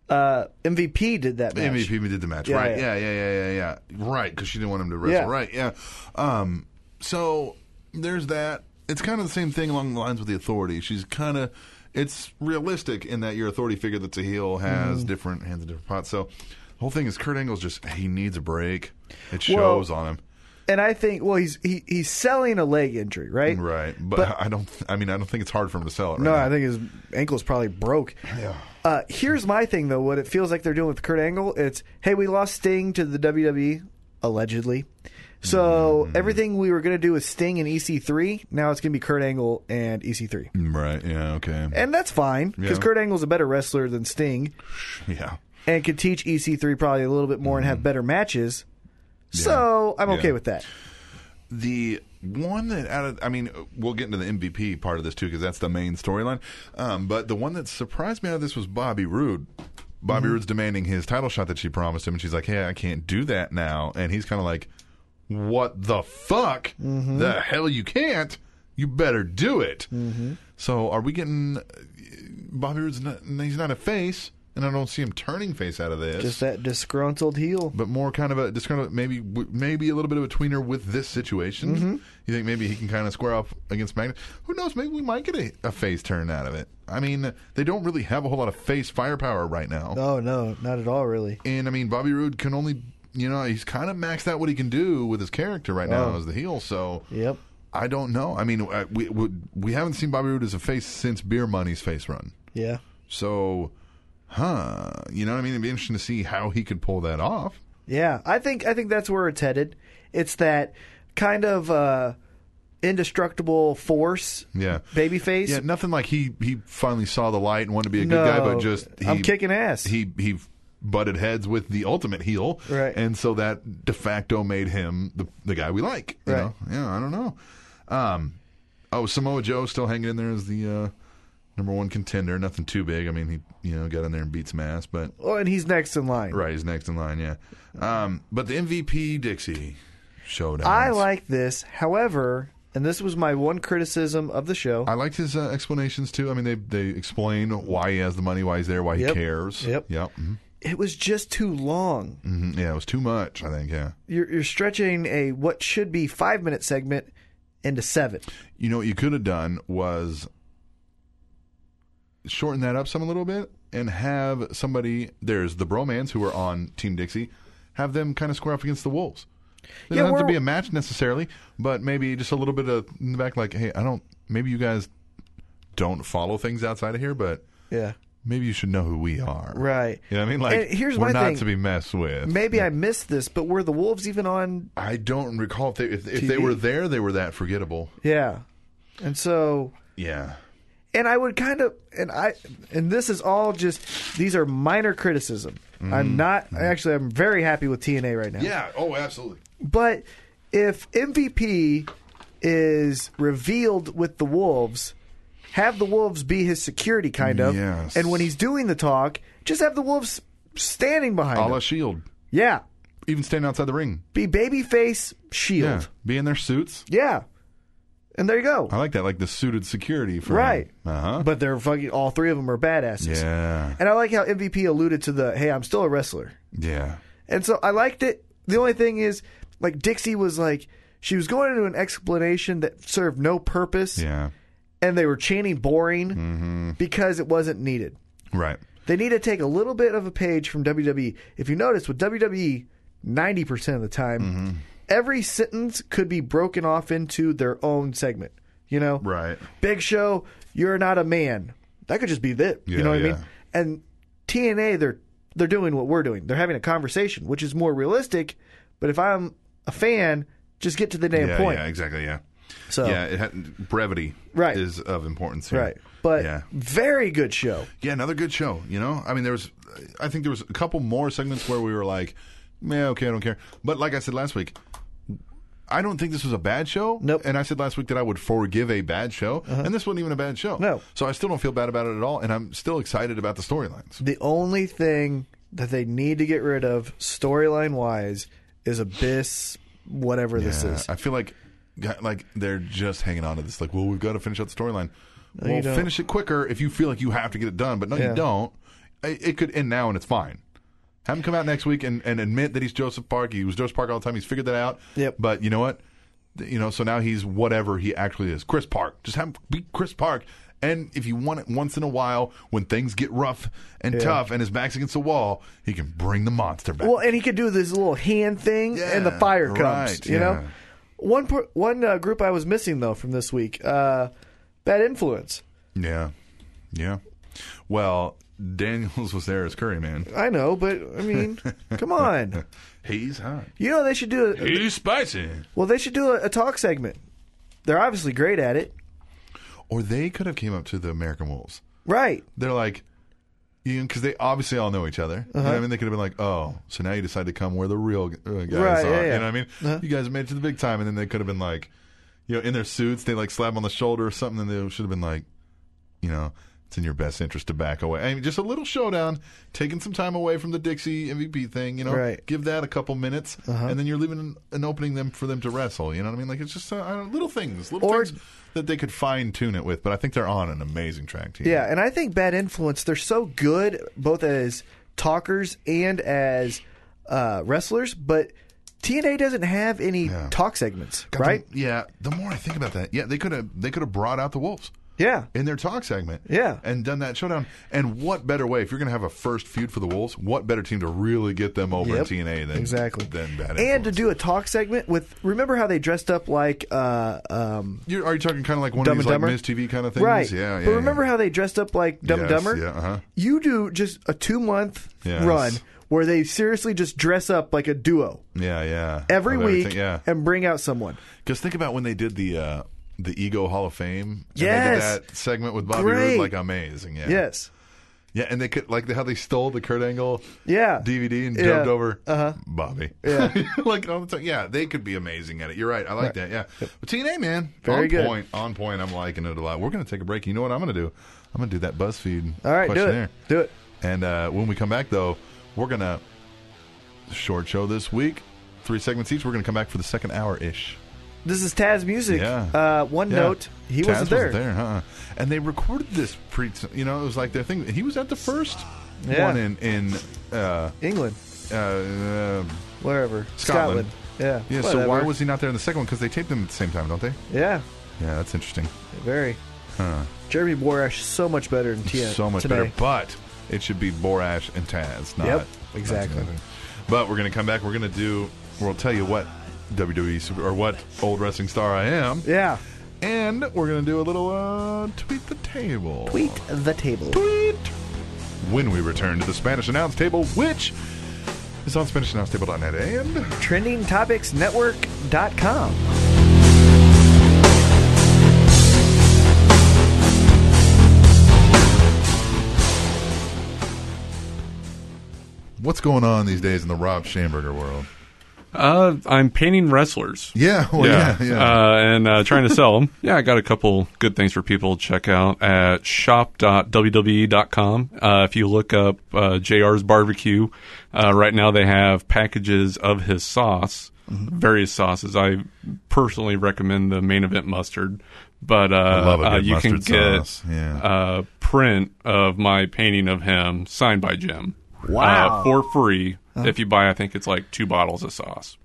Speaker 3: uh MVP did that match.
Speaker 4: MVP did the match,
Speaker 3: Yeah,
Speaker 4: right? Yeah,
Speaker 3: yeah.
Speaker 4: yeah, yeah, yeah, yeah. Right, because she didn't want him to wrestle.
Speaker 3: Yeah.
Speaker 4: Right, yeah. Um, so there's that. It's kind of the same thing along the lines with the authority. She's kind of it's realistic in that your authority figure that's a heel
Speaker 3: Mm-hmm.
Speaker 4: has different hands in different pots. So the whole thing is Kurt Angle's just he needs a break. It shows on him.
Speaker 3: And I think well he's he, he's selling a leg injury, right?
Speaker 4: Right, but, I don't. I mean, I don't think it's hard for him to sell it. Right
Speaker 3: No,
Speaker 4: now.
Speaker 3: I think his ankle's probably broke. Yeah. Uh, here's my thing though, what it feels like they're doing with Kurt Angle, it's hey, we lost Sting to the WWE, allegedly. So
Speaker 4: Mm-hmm.
Speaker 3: everything we were gonna do with Sting and EC3, now it's gonna be Kurt Angle and E EC3.
Speaker 4: Right. Yeah. Okay.
Speaker 3: And that's fine, because
Speaker 4: Yeah.
Speaker 3: Kurt Angle's a better wrestler than Sting.
Speaker 4: yeah.
Speaker 3: and could teach EC3 probably a little bit more and have better matches. So I'm okay
Speaker 4: Mm-hmm. Yeah.
Speaker 3: with that.
Speaker 4: The one that out of I mean, we'll get into the MVP part of this too because that's the main storyline. Um, but the one that surprised me out of this was Bobby Roode. Bobby Roode's demanding his title shot that she promised him, and she's like, "Hey, I can't do that now." And he's kind of like, "What the fuck? The hell you can't? You better do it." So are we getting Bobby Roode's? Not, he's not a face, and I don't see him turning face out of this
Speaker 3: Just that disgruntled heel.
Speaker 4: but more kind of a just kind of maybe maybe a little bit of a tweener with this situation.
Speaker 3: Mm-hmm.
Speaker 4: You think maybe he can kind of square off against Magnus? Who knows? Maybe we might get a, a face turn out of it. I mean, they don't really have a whole lot of face firepower right now,
Speaker 3: Oh no, not at all, really.
Speaker 4: and I mean Bobby Roode can only you know he's kind of maxed out what he can do with his character right now
Speaker 3: Oh.
Speaker 4: as the heel. So
Speaker 3: Yep.
Speaker 4: I don't know. I mean, uh, we, we we haven't seen Bobby Roode as a face since Beer Money's face run.
Speaker 3: Yeah.
Speaker 4: So, huh? You know what I mean? It'd be interesting to see how he could pull that off.
Speaker 3: Yeah. I think I think that's where it's headed. It's that kind of uh indestructible force
Speaker 4: Yeah.
Speaker 3: babyface.
Speaker 4: Yeah, nothing like he he finally saw the light and wanted to be a good guy, but
Speaker 3: No,
Speaker 4: just he,
Speaker 3: I'm kicking ass.
Speaker 4: He he butted heads with the ultimate heel,
Speaker 3: Right.
Speaker 4: And so that de facto made him the the guy we like. You
Speaker 3: Right.
Speaker 4: know? Yeah, I don't know. Um, oh, Samoa Joe still hanging in there as the uh, number one contender. Nothing too big. I mean, he you know got in there and beat some ass, but
Speaker 3: Oh, and he's next in line.
Speaker 4: right, he's next in line. Yeah. Um, but the MVP Dixie showdown.
Speaker 3: I like this. However, and this was my one criticism of the show.
Speaker 4: I liked his uh, explanations too. I mean, they they explain why he has the money, why he's there, why
Speaker 3: Yep.
Speaker 4: he cares.
Speaker 3: Yep.
Speaker 4: Yep. Mhm.
Speaker 3: it was just too long.
Speaker 4: Mhm. Yeah, it was too much. I think. Yeah.
Speaker 3: You're, you're stretching a what should be five minute segment into seven.
Speaker 4: You know what you could have done was shorten that up some a little bit and have somebody. There's the bromans who are on Team Dixie. Have them kind of square off against the wolves. They
Speaker 3: Yeah,
Speaker 4: don't have to
Speaker 3: we're-
Speaker 4: be a match necessarily, but maybe just a little bit of in the back. Like, hey, I don't. Maybe you guys don't follow things outside of here, but
Speaker 3: Yeah.
Speaker 4: maybe you should know who we are.
Speaker 3: Right.
Speaker 4: You know what I mean? Like,
Speaker 3: And here's
Speaker 4: we're
Speaker 3: my
Speaker 4: not
Speaker 3: thing.
Speaker 4: to be messed with.
Speaker 3: Maybe I missed this, but were the Wolves even on?
Speaker 4: I don't recall if they if, if they
Speaker 3: TV.
Speaker 4: were there, they were that forgettable.
Speaker 3: Yeah. And so,
Speaker 4: Yeah.
Speaker 3: and I would kind of, and I, and this is all just, these are minor criticism.
Speaker 4: Mm-hmm.
Speaker 3: I'm not, actually, I'm very happy with TNA right now.
Speaker 4: Yeah. Oh, absolutely.
Speaker 3: But if MVP is revealed with the Wolves, have the Wolves be his security, kind of.
Speaker 4: Yes.
Speaker 3: And when he's doing the talk, just have the Wolves standing behind
Speaker 4: a
Speaker 3: him.
Speaker 4: la Shield.
Speaker 3: yeah,
Speaker 4: E Even standing outside the ring.
Speaker 3: be babyface
Speaker 4: Yeah.
Speaker 3: Shield.
Speaker 4: Be in their suits.
Speaker 3: Yeah. and there you go.
Speaker 4: I like that. Like the suited security for
Speaker 3: Right.
Speaker 4: Uh huh.
Speaker 3: But they're fucking all three of them are badasses.
Speaker 4: Yeah.
Speaker 3: And I like how MVP alluded to the hey, I'm still a wrestler.
Speaker 4: Yeah.
Speaker 3: And so I liked it. The only thing is, like, Dixie was like, she was going into an explanation that served no purpose,
Speaker 4: Yeah.
Speaker 3: and they were chanting boring
Speaker 4: Mm-hmm.
Speaker 3: because it wasn't needed.
Speaker 4: Right.
Speaker 3: They need to take a little bit of a page from WWE. If you notice, with WWE, 90% of the time,
Speaker 4: Mm-hmm.
Speaker 3: every sentence could be broken off into their own segment. You know?
Speaker 4: Right.
Speaker 3: Big Show, you're not a man. That could just be that.
Speaker 4: Yeah,
Speaker 3: you know what
Speaker 4: yeah.
Speaker 3: I mean? And TNA, they're they're doing what we're doing. They're having a conversation, which is more realistic. But if I'm a fan, just get to the damn
Speaker 4: Yeah.
Speaker 3: point.
Speaker 4: Yeah. Exactly. Yeah.
Speaker 3: So
Speaker 4: yeah. It had, brevity.
Speaker 3: Right.
Speaker 4: Is of importance. Here.
Speaker 3: right, but
Speaker 4: yeah.
Speaker 3: very good show.
Speaker 4: Yeah, another good show. You know, I mean, there was, I think there was a couple more segments where we were like, "Yeah, okay, I don't care." But like I said last week, I don't think this was a bad show.
Speaker 3: Nope. Uh-huh.
Speaker 4: And I said last week that I would forgive a bad show, and this wasn't even a bad show.
Speaker 3: No.
Speaker 4: So I still don't feel bad about it at all, and I'm still excited about the storylines.
Speaker 3: The only thing that they need to get rid of storyline wise is Abyss, whatever this
Speaker 4: Yeah,
Speaker 3: is.
Speaker 4: I feel like, like they're just hanging on to this. Like, well, we've got to finish out the storyline.
Speaker 3: you
Speaker 4: well,
Speaker 3: don't.
Speaker 4: finish it quicker if you feel like you have to get it done, but no,
Speaker 3: Yeah.
Speaker 4: you don't. It, it could end now, and it's fine. Have him come out next week and, and admit that he's Joseph Park. He was Joseph Park all the time. He's figured that out.
Speaker 3: Yep.
Speaker 4: But you know what? Th- You know, so now he's whatever he actually is. Chris Park. Just have him be Chris Park. And if you want it once in a while, when things get rough and tough and his back's against the wall, he can bring the monster back.
Speaker 3: Well, and he could do this little hand thing, and the
Speaker 4: Yeah,
Speaker 3: fire comes.
Speaker 4: right,
Speaker 3: you know,
Speaker 4: yeah.
Speaker 3: one per, one uh, group I was missing though from this week, uh, bad influence.
Speaker 4: Yeah. Yeah. Well, Daniels was there as Curry, man.
Speaker 3: I know, but
Speaker 4: *laughs*
Speaker 3: I mean, come on.
Speaker 4: He's hot.
Speaker 3: You know they should do. A,
Speaker 4: He's spicy.
Speaker 3: well, they should do a, a talk segment. They're obviously great at it,
Speaker 4: Or they could have came up to the American Wolves.
Speaker 3: right?
Speaker 4: They're like, you because they obviously all know each other. You know what I mean, they could have been like, "Oh, so now you decide to come where the real uh, guys
Speaker 3: Uh-huh. Right,
Speaker 4: are." You
Speaker 3: yeah, yeah. Uh-huh.
Speaker 4: know what I mean? You guys made it to the big time, and then they could have been like, you know, in their suits, they like slap 'em on the shoulder or something, and they should have been like, you know, it's in your best interest to back away. I mean, just a little showdown, taking some time away from the Dixie MVP thing. You know,
Speaker 3: Right. Uh-huh.
Speaker 4: give that a couple minutes, and then you're leaving an, an opening them for them to wrestle. You know what I mean? Like it's just uh, I don't- little things, little
Speaker 3: Or-
Speaker 4: things that they could fine tune it with. But I think they're on an amazing track team.
Speaker 3: Yeah, and I think bad influence. They're so good both as talkers and as uh, wrestlers, but TNA doesn't have any
Speaker 4: Yeah.
Speaker 3: talk segments,
Speaker 4: God,
Speaker 3: right?
Speaker 4: the- yeah. The more I think about that, yeah, they could have they could have brought out the wolves
Speaker 3: yeah,
Speaker 4: in their talk segment,
Speaker 3: Yeah.
Speaker 4: and done that showdown. And what better way if you're going to have a first feud for the wolves? What better team to really get them over
Speaker 3: Yep.
Speaker 4: in TNA than
Speaker 3: exactly.
Speaker 4: than Bad
Speaker 3: and to
Speaker 4: Influence?
Speaker 3: do a talk segment with. Remember how they dressed up like. Uh, um,
Speaker 4: You're, are you talking kind of like one
Speaker 3: Dumb
Speaker 4: of
Speaker 3: and
Speaker 4: these like
Speaker 3: Dumber?
Speaker 4: Miz TV kind of things?
Speaker 3: Right.
Speaker 4: Yeah. yeah
Speaker 3: but remember how they dressed up like Dumb
Speaker 4: Yes,
Speaker 3: Dumber?
Speaker 4: yeah, uh-huh.
Speaker 3: You do just a two month
Speaker 4: Yes.
Speaker 3: run where they seriously just dress up like a duo
Speaker 4: Yeah. Yeah.
Speaker 3: every
Speaker 4: Of everything,
Speaker 3: week
Speaker 4: Yeah.
Speaker 3: and bring out someone.
Speaker 4: Because think about when they did the uh, the Ego Hall of Fame. and
Speaker 3: Yes.
Speaker 4: They did that segment with Bobby
Speaker 3: Great.
Speaker 4: Roode, like amazing. Yeah.
Speaker 3: Yes.
Speaker 4: Yeah, and they could like how they stole the Kurt Angle
Speaker 3: Yeah.
Speaker 4: DVD and
Speaker 3: Yeah.
Speaker 4: dubbed over
Speaker 3: Uh-huh.
Speaker 4: Bobby. Yeah, *laughs* like all the time. Yeah, they could be amazing at it. You're right. I like that. Yeah, but TNA man,
Speaker 3: Very
Speaker 4: on
Speaker 3: good.
Speaker 4: point. On point. I'm liking it a lot. We're gonna take a break. You know what I'm gonna do? I'm gonna do that BuzzFeed
Speaker 3: All right, do
Speaker 4: questionnaire.
Speaker 3: it. Do it.
Speaker 4: And uh, when we come back though, we're gonna short show this week. Three segments each. We're gonna come back for the second hour ish.
Speaker 3: This is Taz Music.
Speaker 4: Yeah.
Speaker 3: Uh, one
Speaker 4: Yeah.
Speaker 3: note, he
Speaker 4: Taz
Speaker 3: wasn't there.
Speaker 4: huh? And they recorded this pre. You know, it was like their thing. He was at the first
Speaker 3: Yeah.
Speaker 4: one in in uh,
Speaker 3: England,
Speaker 4: uh, uh,
Speaker 3: wherever.
Speaker 4: Scotland.
Speaker 3: Yeah.
Speaker 4: yeah. So
Speaker 3: whatever.
Speaker 4: why was he not there in the second one? Because they taped them at the same time, don't they?
Speaker 3: Yeah.
Speaker 4: Yeah, that's interesting.
Speaker 3: Very. Jeremy Borash is so much better in TNA.
Speaker 4: so much
Speaker 3: today.
Speaker 4: better. But it should be Borash and Taz, not
Speaker 3: Yep,
Speaker 4: not
Speaker 3: exactly.
Speaker 4: the other. But we're gonna come back. We're gonna do. We'll tell you what WWE super, or what old wrestling star I am,
Speaker 3: Yeah.
Speaker 4: and we're gonna do a little uh, tweet the table.
Speaker 3: Tweet the table.
Speaker 4: Tweet. When we return to the Spanish announce table, which is on SpanishAnnounceTable.net and.
Speaker 3: TrendingTopicsNetwork.com.
Speaker 4: What's going on these days in the Rob Schamberger world?
Speaker 12: Uh, I'm painting wrestlers.
Speaker 7: Yeah, well, yeah,
Speaker 4: *laughs*
Speaker 7: yeah.
Speaker 12: Uh, and uh, trying to sell them. *laughs* Yeah, I got a couple good things for people to check out at shop.wwe.com. Uh, if you look up uh, JR's Barbecue, uh, right now they have packages of his sauce,
Speaker 4: Mm-hmm.
Speaker 12: various sauces. I personally recommend the main event mustard, but uh,
Speaker 4: love a
Speaker 12: uh,
Speaker 4: good
Speaker 12: you can
Speaker 4: mustard
Speaker 12: get
Speaker 4: sauce, yeah.
Speaker 12: a print of my painting of him signed by Jim.
Speaker 10: Wow.
Speaker 12: Uh, for free if you buy, I think it's like two bottles of sauce.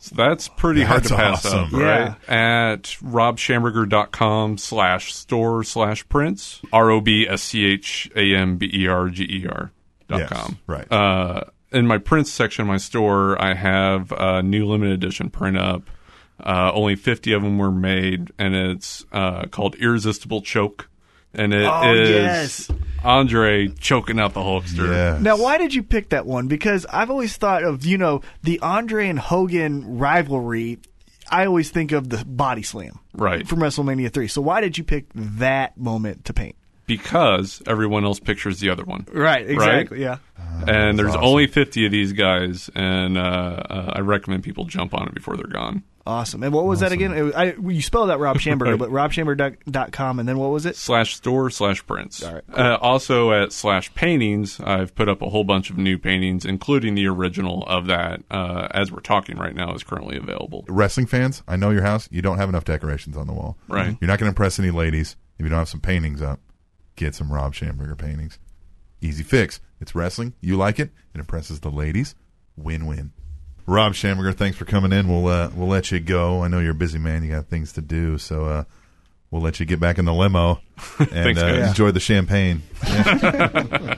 Speaker 12: So that's pretty hard to
Speaker 4: That's
Speaker 12: pass up,
Speaker 4: awesome.
Speaker 12: right? At robshamberger.com slash store slash prints, E R-O-B-S-C-H-A-M-B-E-R-G-E-R dot
Speaker 4: Yes,
Speaker 12: com.
Speaker 4: right.
Speaker 12: Uh, in my prints section of my store, I have a new limited edition print up. Uh, only 50 of them were made, and it's uh, called Irresistible Choke. And it is
Speaker 10: Oh, yes.
Speaker 12: Andre choking out the Hulkster.
Speaker 4: Yes.
Speaker 10: Now, why did you pick that one? Because I've always thought of, you know, the Andre and Hogan rivalry. I always think of the body slam
Speaker 12: Right.
Speaker 10: from WrestleMania 3. So, why did you pick that moment to paint?
Speaker 12: because everyone else pictures the other one.
Speaker 10: Right,
Speaker 12: exactly,
Speaker 10: Yeah.
Speaker 12: and there's only 50 of these guys, and uh, uh, I recommend people jump on it before they're gone.
Speaker 10: Awesome. And what was that again? It was, I, you spelled out Rob Schamberger, but robschamberger.com, and then what was it?
Speaker 12: Slash store, slash prints. uh, also at slash paintings, I've put up a whole bunch of new paintings, including the original of that, uh, as we're talking right now, is currently available.
Speaker 4: wrestling fans, I know your house. You don't have enough decorations on the wall.
Speaker 12: Right.
Speaker 4: You're not going to impress any ladies if you don't have some paintings up. Get some Rob Schamberger paintings. Easy fix. It's wrestling. You like it. It impresses the ladies. Win win. Rob Schamberger, thanks for coming in. We'll uh, we'll let you go. I know you're a busy man. You got things to do, so uh, we'll let you get back in the *laughs* limo and
Speaker 12: Thanks,
Speaker 4: uh,
Speaker 12: guys.
Speaker 4: enjoy the champagne.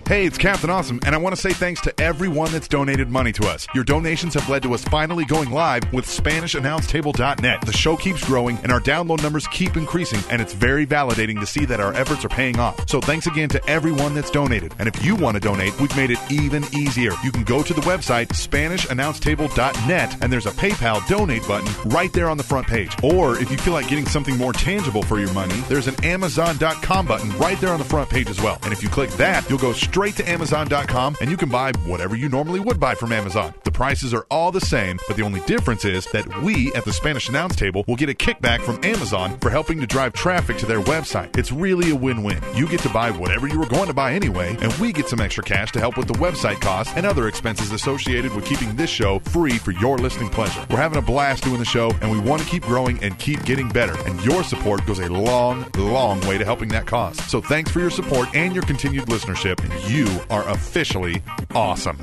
Speaker 4: Hey, it's Captain Awesome, and I want to say thanks to everyone that's donated money to us. Your donations have led to us finally going live with SpanishAnnounceTable.net. The show keeps growing, and our download numbers keep increasing, and it's very validating to see that our efforts are paying off. So thanks again to everyone that's donated. And if you want to donate, we've made it even easier. You can go to the website, SpanishAnnounceTable.net, and there's a PayPal donate button right there on the front page. Or if you feel like getting something more tangible for your money, there's an Amazon.com button right there on the front page as well. And if you click that, you'll go straight to Amazon.com and you can buy whatever you normally would buy from Amazon. The prices are all the same, but the only difference is that we at the Spanish Announce Table will get a kickback from Amazon for helping to drive traffic to their website. It's really a win win. You get to buy whatever you were going to buy anyway, and we get some extra cash to help with the website costs and other expenses associated with keeping this show free for your listening pleasure. We're having a blast doing the show, and we want to keep growing and keep getting better. And your support goes a long, long way to helping that cause. So thanks for your support and your continued listenership. You are officially awesome.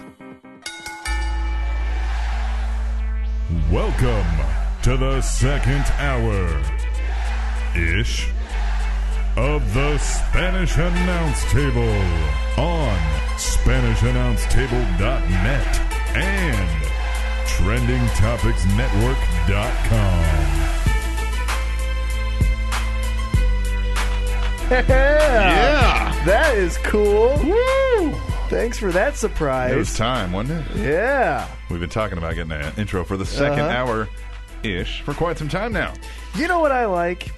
Speaker 13: Welcome to the second hour ish of the Spanish Announce Table on SpanishAnnounceTable.net and TrendingTopicsNetwork.com.
Speaker 4: Yeah!
Speaker 3: That is cool. Woo! Thanks for that
Speaker 4: It
Speaker 3: surprise.
Speaker 4: was time, wasn't it?
Speaker 3: yeah.
Speaker 4: We've been talking about getting an intro for the 2nd
Speaker 3: Uh-huh.
Speaker 4: hour ish for quite some time now.
Speaker 3: You know what I like?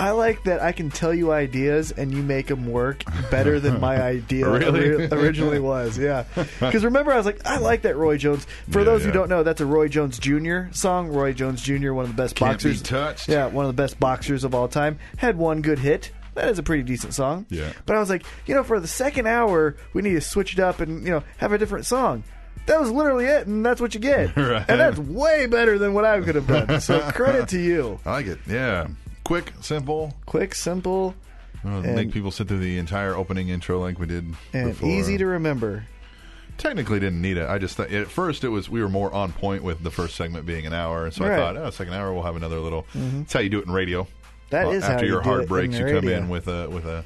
Speaker 3: I like that I can tell you ideas and you make them work better
Speaker 4: *laughs*
Speaker 3: than my idea
Speaker 4: Really?
Speaker 3: ori- originally was.
Speaker 4: *laughs*
Speaker 3: Yeah. Because remember, I was like, I like that Roy Jones. For
Speaker 4: Yeah,
Speaker 3: those who
Speaker 4: yeah.
Speaker 3: don't know, that's a Roy Jones Jr. song. Roy Jones Jr., one of the best
Speaker 4: Can't be
Speaker 3: boxers.
Speaker 4: touched.
Speaker 3: Yeah, one of the best boxers of all time. Had one good hit. That is a pretty decent song.
Speaker 4: Yeah.
Speaker 3: But I was like, you know, for the second hour, we need to switch it up and, you know, have a different song. That was literally it, and that's what you
Speaker 4: *laughs*
Speaker 3: get.
Speaker 4: Right.
Speaker 3: And that's way better than what I could have done. So credit to you.
Speaker 4: I like it. Yeah. Quick, simple.
Speaker 3: Quick, simple,
Speaker 4: Uh,
Speaker 3: And-
Speaker 4: make people sit through the entire opening intro like we did
Speaker 3: and
Speaker 4: before.
Speaker 3: easy to remember.
Speaker 4: technically didn't need it. I just thought at first it was we were more on point with the first segment being an hour, so
Speaker 3: Right. Mm-hmm.
Speaker 4: I thought, oh, second hour we'll have another little. That's how you do it in radio.
Speaker 3: That
Speaker 4: Well,
Speaker 3: is
Speaker 4: after
Speaker 3: how
Speaker 4: your
Speaker 3: you do
Speaker 4: hard
Speaker 3: it
Speaker 4: breaks,
Speaker 3: in
Speaker 4: you come
Speaker 3: radio.
Speaker 4: in with a with a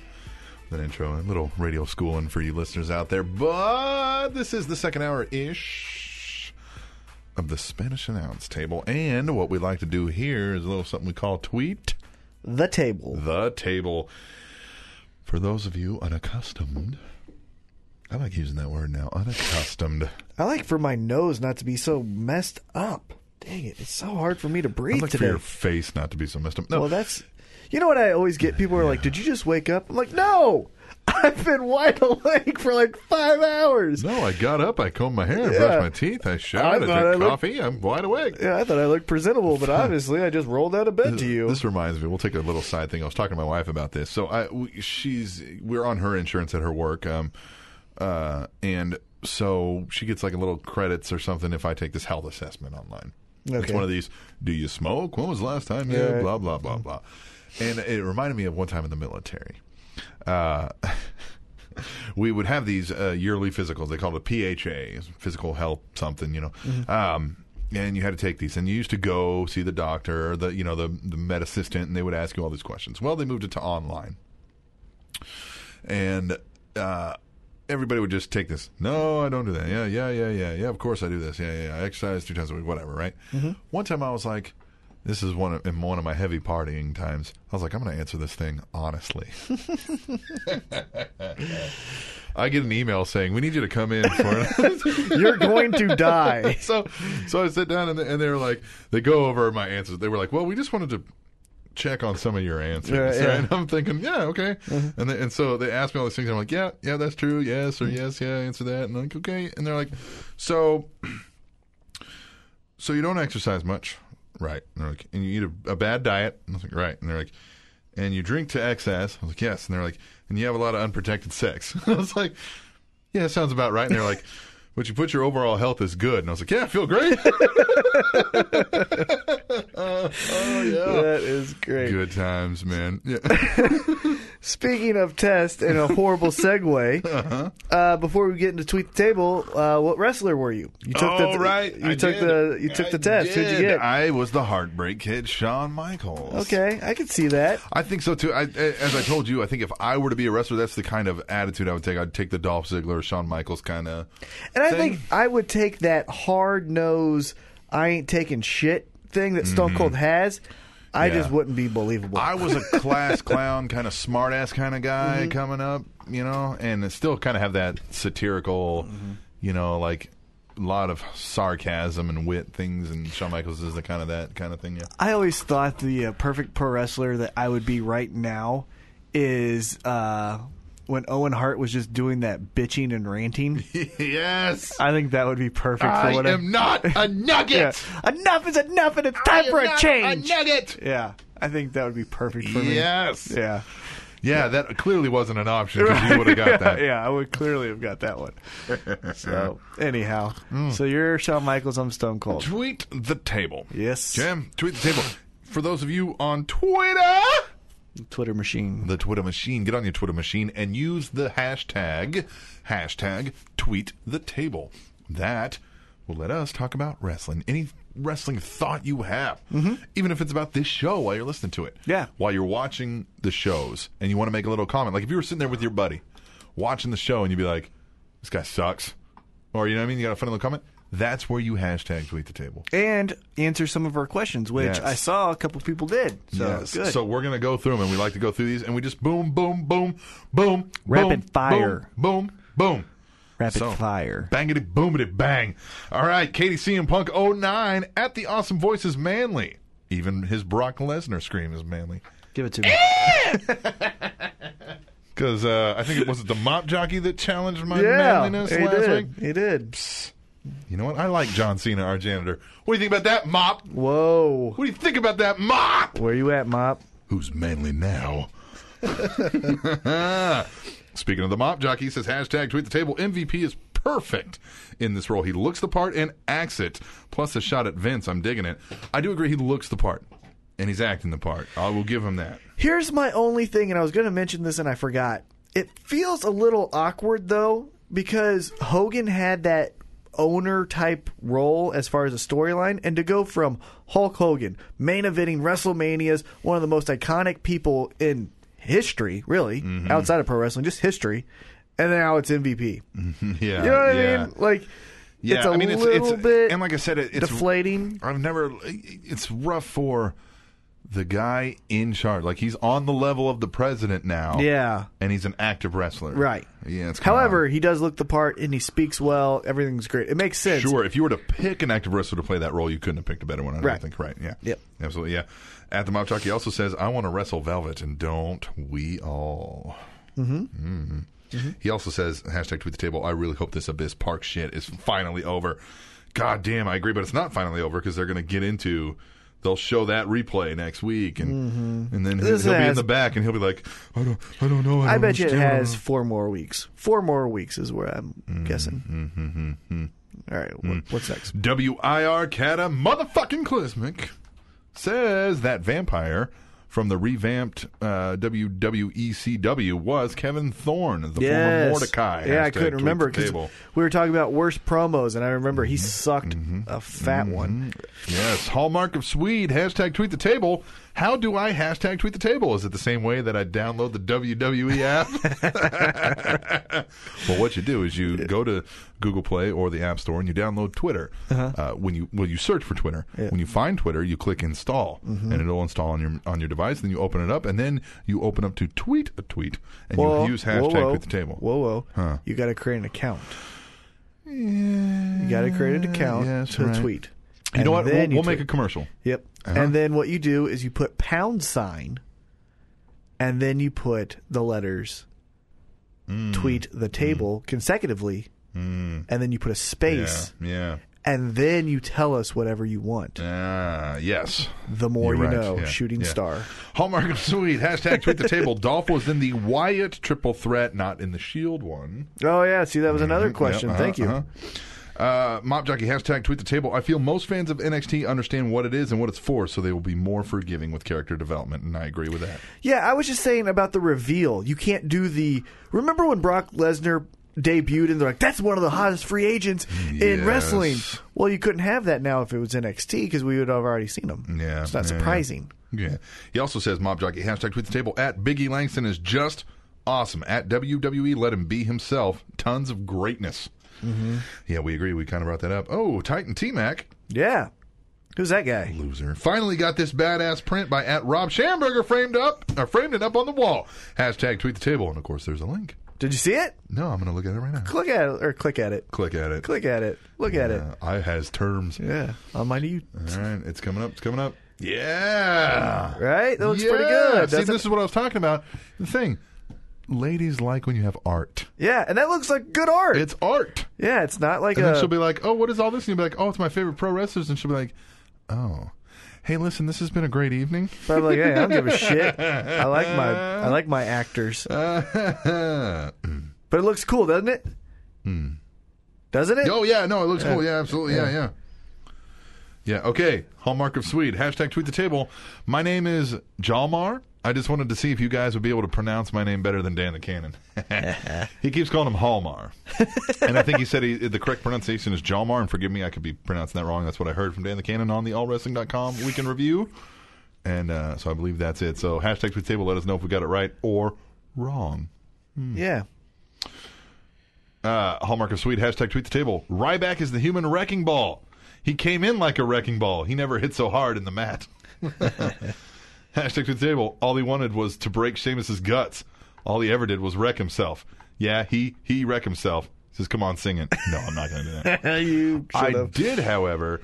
Speaker 4: an intro, a little radio schooling for you listeners out there. But this is the second hour ish of the Spanish announce table, and what we like to do here is a little something we call tweet
Speaker 3: the table.
Speaker 4: the table. For those of you unaccustomed, I like using that word now.
Speaker 3: *laughs*
Speaker 4: Unaccustomed.
Speaker 3: I like for my nose not to be so messed up. Dang it, it's so hard for me to
Speaker 4: I'd
Speaker 3: breathe
Speaker 4: like for
Speaker 3: today.
Speaker 4: your face not to be so messed up. No,
Speaker 3: Well, that's you know what I always get. People are like, "Did you just wake up?" I'm like, "No, *laughs* I've been wide awake for like five hours.
Speaker 4: No, I got up, I combed my hair, I brushed my teeth, I showered,
Speaker 3: I
Speaker 4: I,
Speaker 3: thought I
Speaker 4: drank
Speaker 3: looked-
Speaker 4: coffee, I'm wide awake.
Speaker 3: Yeah, I thought I looked presentable, but obviously I just rolled out of bed to you. *laughs*
Speaker 4: This reminds me. We'll take a little side thing. I was talking to my wife about this. So I, we- she's, we're on her insurance at her work, um, uh, and so she gets like a little credits or something if I take this health assessment online. It's
Speaker 3: Okay.
Speaker 4: one of these. Do you smoke? When was the last time? Yeah,
Speaker 3: Yeah.
Speaker 4: blah blah blah blah. And it reminded me of one time in the military. Uh, *laughs* we would have these uh, yearly physicals. They called it a PHA, physical health something, you know. Um, and you had to take these, and you used to go see the doctor, the you know the the med assistant, and they would ask you all these questions. Well, they moved it to online, and uh, everybody would just take this. No, I don't do that. Yeah, yeah, yeah, yeah, yeah. Of course I do this. Yeah, yeah. yeah. I exercise two times a week, whatever. Right. One time I was like. This is one of, in one of my heavy partying times. I was like, I'm going to answer this thing honestly. *laughs* I get an email saying we need you to come in for.
Speaker 3: You're going
Speaker 4: *laughs*
Speaker 3: to die.
Speaker 4: so, so I sit down and, and they were like, they go over my answers. They were like, well, we just wanted to check on some of your *laughs* answers.
Speaker 3: Yeah, Mm-hmm. yeah.
Speaker 4: And I'm thinking, yeah, okay. And they, and so they asked me all these things. I'm like, yeah, yeah, that's true. Yes or yes, yeah, answer that. And I'm like, okay. And they're like, so, so you don't exercise much, right? And they're like, and you eat a, a bad diet. And I was like, right. And they're like. And you drink to excess. I was like, yes. And they're like, and you have a lot of unprotected sex. *laughs* I was like, yeah, sounds about right. And they're
Speaker 3: *laughs*
Speaker 4: like, would you put your overall health as good? And I was like, yeah, I feel great.
Speaker 3: That is great.
Speaker 4: Oh. good times, man. Yeah.
Speaker 3: Speaking of test and a
Speaker 4: *laughs*
Speaker 3: horrible segue,
Speaker 4: Uh-huh.
Speaker 3: uh, before we get into tweet the table, uh, what wrestler were you? You took
Speaker 4: All
Speaker 3: the
Speaker 4: right.
Speaker 3: you
Speaker 4: I
Speaker 3: took
Speaker 4: did.
Speaker 3: the you took
Speaker 4: I
Speaker 3: the test. Who'd you
Speaker 4: did.
Speaker 3: get?
Speaker 4: I was the heartbreak kid, Shawn Michaels.
Speaker 3: okay, I could see that.
Speaker 4: I think so too. I, as I told you, I think if I were to be a wrestler, that's the kind of attitude I would take. I'd take the Dolph Ziggler, Shawn Michaels kind of.
Speaker 3: And I
Speaker 4: thing.
Speaker 3: think I would take that hard nose, I ain't taking shit thing that Stone Cold has. I
Speaker 4: Mm-hmm. Yeah.
Speaker 3: just wouldn't be believable.
Speaker 4: I was a class *laughs* clown, kind of smart ass kind of guy coming up, you know, and still kind of have that satirical, you know, like a lot of sarcasm and wit things. And Shawn Michaels is the kind of that kind of thing. Yeah.
Speaker 10: I always thought the uh, perfect pro wrestler that I would be right now is uh, when Owen Hart was just doing that bitching and
Speaker 4: *laughs*
Speaker 10: ranting.
Speaker 4: *laughs* yes.
Speaker 10: I think that would be perfect for
Speaker 4: I
Speaker 10: what I'm-
Speaker 4: am *laughs* not a
Speaker 10: Yeah.
Speaker 4: nugget.
Speaker 10: *laughs* Enough is enough, and it's time for a change.
Speaker 4: A nugget.
Speaker 10: yeah, I think that would be perfect for me.
Speaker 4: Yes. Yeah.
Speaker 10: Yeah.
Speaker 4: that clearly wasn't an option because you would have got *laughs* that.
Speaker 10: yeah, I would clearly have got that
Speaker 4: *laughs*
Speaker 10: one. So anyhow,
Speaker 4: Hmm.
Speaker 10: so you're Shawn Michaels, I'm Stone Cold.
Speaker 4: Tweet the table.
Speaker 10: Yes.
Speaker 4: Jim, tweet the table. For those of you on Twitter,
Speaker 10: Twitter machine.
Speaker 4: the Twitter machine, get on your Twitter machine and use the hashtag, hashtag tweet the table. That will let us talk about wrestling. Any wrestling thought you have, even if it's about this show while you're listening to it.
Speaker 10: Yeah.
Speaker 4: While you're watching the shows and you want to make a little comment. Like if you were sitting there with your buddy watching the show and you'd be like, this guy sucks. Or, you know what I mean? You got a funny little comment. That's where you hashtag tweet the table.
Speaker 10: And answer some of our questions, which
Speaker 4: Yes.
Speaker 10: I saw a couple people did. So
Speaker 4: Yes.
Speaker 10: good.
Speaker 4: So we're gonna go through them, and we like to go through these, and we just boom, boom, boom, boom,
Speaker 10: Rapid
Speaker 4: boom,
Speaker 10: fire.
Speaker 4: boom, boom, boom.
Speaker 10: Rapid
Speaker 4: So,
Speaker 10: fire.
Speaker 4: bangity boomity bang. All right, Katie CM Punk 09 at the Awesome Voice is manly. Even his Brock Lesnar scream is manly.
Speaker 10: Give it to me.
Speaker 4: Because uh, I think it was it the mop jockey that challenged my
Speaker 3: yeah,
Speaker 4: manliness
Speaker 3: he
Speaker 4: last
Speaker 3: did.
Speaker 4: week.
Speaker 3: He did.
Speaker 4: You know what? I like John Cena, our janitor. What do you think about that mop?
Speaker 3: Whoa,
Speaker 4: What do you think about that mop?
Speaker 3: where you at, Mop?
Speaker 4: Who's manly now? *laughs* Speaking of the mop jockey, he says hashtag tweet the table. MVP is perfect in this role. He looks the part and acts it. Plus a shot at Vince. I'm digging it. I do agree he looks the part and he's acting the part. I will give him that.
Speaker 3: Here's my only thing, and I was going to mention this and I forgot. It feels a little awkward though because Hogan had that owner type role as far as a storyline, and to go from Hulk Hogan main eventing WrestleManias, one of the most iconic people in history, really
Speaker 4: Mm-hmm.
Speaker 3: outside of pro wrestling, just history, and now it's MVP.
Speaker 4: Yeah.
Speaker 3: You know what
Speaker 4: Uh, yeah.
Speaker 3: I mean? Like,
Speaker 4: Yeah,
Speaker 3: it's a
Speaker 4: I mean, it's-
Speaker 3: little
Speaker 4: it's-
Speaker 3: bit
Speaker 4: and like I said, it- it's-
Speaker 3: deflating.
Speaker 4: I've never. It's rough for the guy in charge. Like he's on the level of the president now.
Speaker 3: Yeah.
Speaker 4: And he's an active wrestler.
Speaker 3: Right.
Speaker 4: Yeah. It's kinda-
Speaker 3: However, he does look the part and he speaks well. Everything's great. It makes sense.
Speaker 4: Sure, if you were to pick an active wrestler to play that role, you couldn't have picked a better one. I don't
Speaker 3: Right.
Speaker 4: think. Right? Yeah.
Speaker 3: Yep.
Speaker 4: Absolutely. Yeah. At the Mop Jockey also says, "I want to wrestle Velvet, and don't we all?"
Speaker 3: Mm-hmm.
Speaker 4: Mm-hmm. He also says, hashtag tweet the table, I really hope this Abyss Park shit is finally over. God damn, I agree, but it's not finally over because they're going to get into. They'll show that replay next week, and and then he'll,
Speaker 3: Mm-hmm. This
Speaker 4: he'll be in
Speaker 3: has-
Speaker 4: the back, and he'll be like, "I don't, I don't know." I,
Speaker 3: I
Speaker 4: don't
Speaker 3: bet you it
Speaker 4: understand. I don't
Speaker 3: has four more weeks. Four more weeks is where I'm
Speaker 4: Mm-hmm,
Speaker 3: guessing. All right, wh- what's next?
Speaker 4: WIR Cata motherfucking Klismic says that vampire from the revamped uh, WWECW was Kevin Thorne, the former Mordecai.
Speaker 3: Yeah, I
Speaker 4: Hashtag
Speaker 3: couldn't
Speaker 4: tweet
Speaker 3: remember
Speaker 4: the
Speaker 3: because
Speaker 4: table. Mm-hmm,
Speaker 3: we were talking about worst promos, and I remember he sucked a fat one.
Speaker 4: Yes, hallmark of Swede. Hashtag tweet the table. How do I hashtag tweet the table? Is it the same way that I download the WWE
Speaker 3: *laughs*
Speaker 4: app? well, what you do is you go to Google Play or the App Store and you download Twitter.
Speaker 3: Uh-huh.
Speaker 4: uh when you well, you search for Twitter. When you find Twitter, you click install,
Speaker 3: Mm-hmm.
Speaker 4: and it'll install on your on your device. Then you open it up, and then you open up to tweet a tweet, and
Speaker 3: Whoa,
Speaker 4: you use hashtag
Speaker 3: whoa, whoa.
Speaker 4: tweet the table.
Speaker 3: Whoa, whoa!
Speaker 4: Huh.
Speaker 3: You got to create an account.
Speaker 4: You
Speaker 3: You got to create an account to tweet.
Speaker 4: You know what?
Speaker 3: And then
Speaker 4: We'll,
Speaker 3: you
Speaker 4: we'll make a
Speaker 3: tweet.
Speaker 4: commercial.
Speaker 3: Yep.
Speaker 4: Uh-huh.
Speaker 3: And then what you do is you put pound sign, and then you put the letters
Speaker 4: Mm.
Speaker 3: tweet the table consecutively, and then you put a space,
Speaker 4: Yeah. Mm. yeah.
Speaker 3: and then you tell us whatever you want.
Speaker 4: Ah, yes.
Speaker 3: The more
Speaker 4: You're
Speaker 3: you
Speaker 4: right.
Speaker 3: know,
Speaker 4: Yeah.
Speaker 3: shooting
Speaker 4: Yeah.
Speaker 3: star.
Speaker 4: Hallmark of Sweet. Hashtag tweet the
Speaker 3: *laughs*
Speaker 4: table. Dolph was in the Wyatt triple threat, not in the Shield one.
Speaker 3: Oh yeah, see that was another question.
Speaker 4: Yep, uh-huh,
Speaker 3: Thank you.
Speaker 4: uh-huh. Uh, Mop Jockey, hashtag tweet the table. I feel most fans of NXT understand what it is and what it's for, so they will be more forgiving with character development, and I agree with that.
Speaker 3: Yeah, I was just saying about the reveal. You can't do the. Remember when Brock Lesnar debuted and they're like, "That's one of the hottest free agents in
Speaker 4: Yes.
Speaker 3: wrestling." Well, you couldn't have that now if it was NXT because we would have already seen him.
Speaker 4: Yeah,
Speaker 3: it's not
Speaker 4: yeah, yeah.
Speaker 3: surprising.
Speaker 4: Yeah. He also says, Mob Jockey, hashtag tweet the table, at Biggie Langston is just awesome. At WWE, let him be himself. Tons of greatness.
Speaker 3: Mm-hmm.
Speaker 4: Yeah, we agree. We kind of brought that up. Oh, Titan T Mac.
Speaker 3: Yeah, who's that guy?
Speaker 4: Loser. Finally got this badass print by at Rob Schamberger framed up or framed it up on the wall. Hashtag tweet the table. And of course there's a link.
Speaker 3: Did you see it?
Speaker 4: No, I'm gonna look at it right now.
Speaker 3: Click at it or click at it.
Speaker 4: Click at it.
Speaker 3: Click at it. Look at it.
Speaker 4: Uh, I has terms.
Speaker 3: Yeah, on my new.
Speaker 4: All right, it's coming up. It's coming up. Yeah.
Speaker 3: Right? That looks pretty
Speaker 4: Yeah.
Speaker 3: good,
Speaker 4: See,
Speaker 3: doesn't
Speaker 4: this is what I was talking about. The thing, ladies like when you have art.
Speaker 3: Yeah, and that looks like good art.
Speaker 4: It's art.
Speaker 3: yeah, it's not like
Speaker 4: And
Speaker 3: a.
Speaker 4: then she'll be like, "Oh, what is all this?" And you'll be like, "Oh, it's my favorite pro wrestlers." And she'll be like, "Oh, hey, listen, this has been a great
Speaker 3: *laughs*
Speaker 4: evening."
Speaker 3: but I'm like, hey, I don't give a shit. I like
Speaker 4: *laughs*
Speaker 3: my I like my actors.
Speaker 4: oh
Speaker 3: But it looks cool, doesn't it? Doesn't it?
Speaker 4: Oh, yeah, no, it looks cool. Yeah, absolutely. Yeah, yeah. Yeah, okay. Hallmark of Swede. Hashtag tweet the table. My name is Jalmar. I just wanted to see if you guys would be able to pronounce my name better than Dan the Cannon. he keeps calling him Hallmar. and I think he said he, the correct pronunciation is Jalmar. And forgive me, I could be pronouncing that wrong. That's what I heard from Dan the Cannon on the allwrestling.com weekend review. And uh, so I believe that's it. So hashtag tweet the table. Let us know if we got it right or wrong.
Speaker 3: Yeah.
Speaker 4: Uh, Hallmark of Sweet, hashtag tweet the table. Ryback is the human wrecking ball. He came in like a wrecking ball. He never hit so hard in the mat. hashtag tweet the table. All he wanted was to break Seamus's guts. All he ever did was wreck himself. Yeah, he he wreck himself. He says, come on, sing it. No, I'm not going to do that.
Speaker 3: you
Speaker 4: I did, however,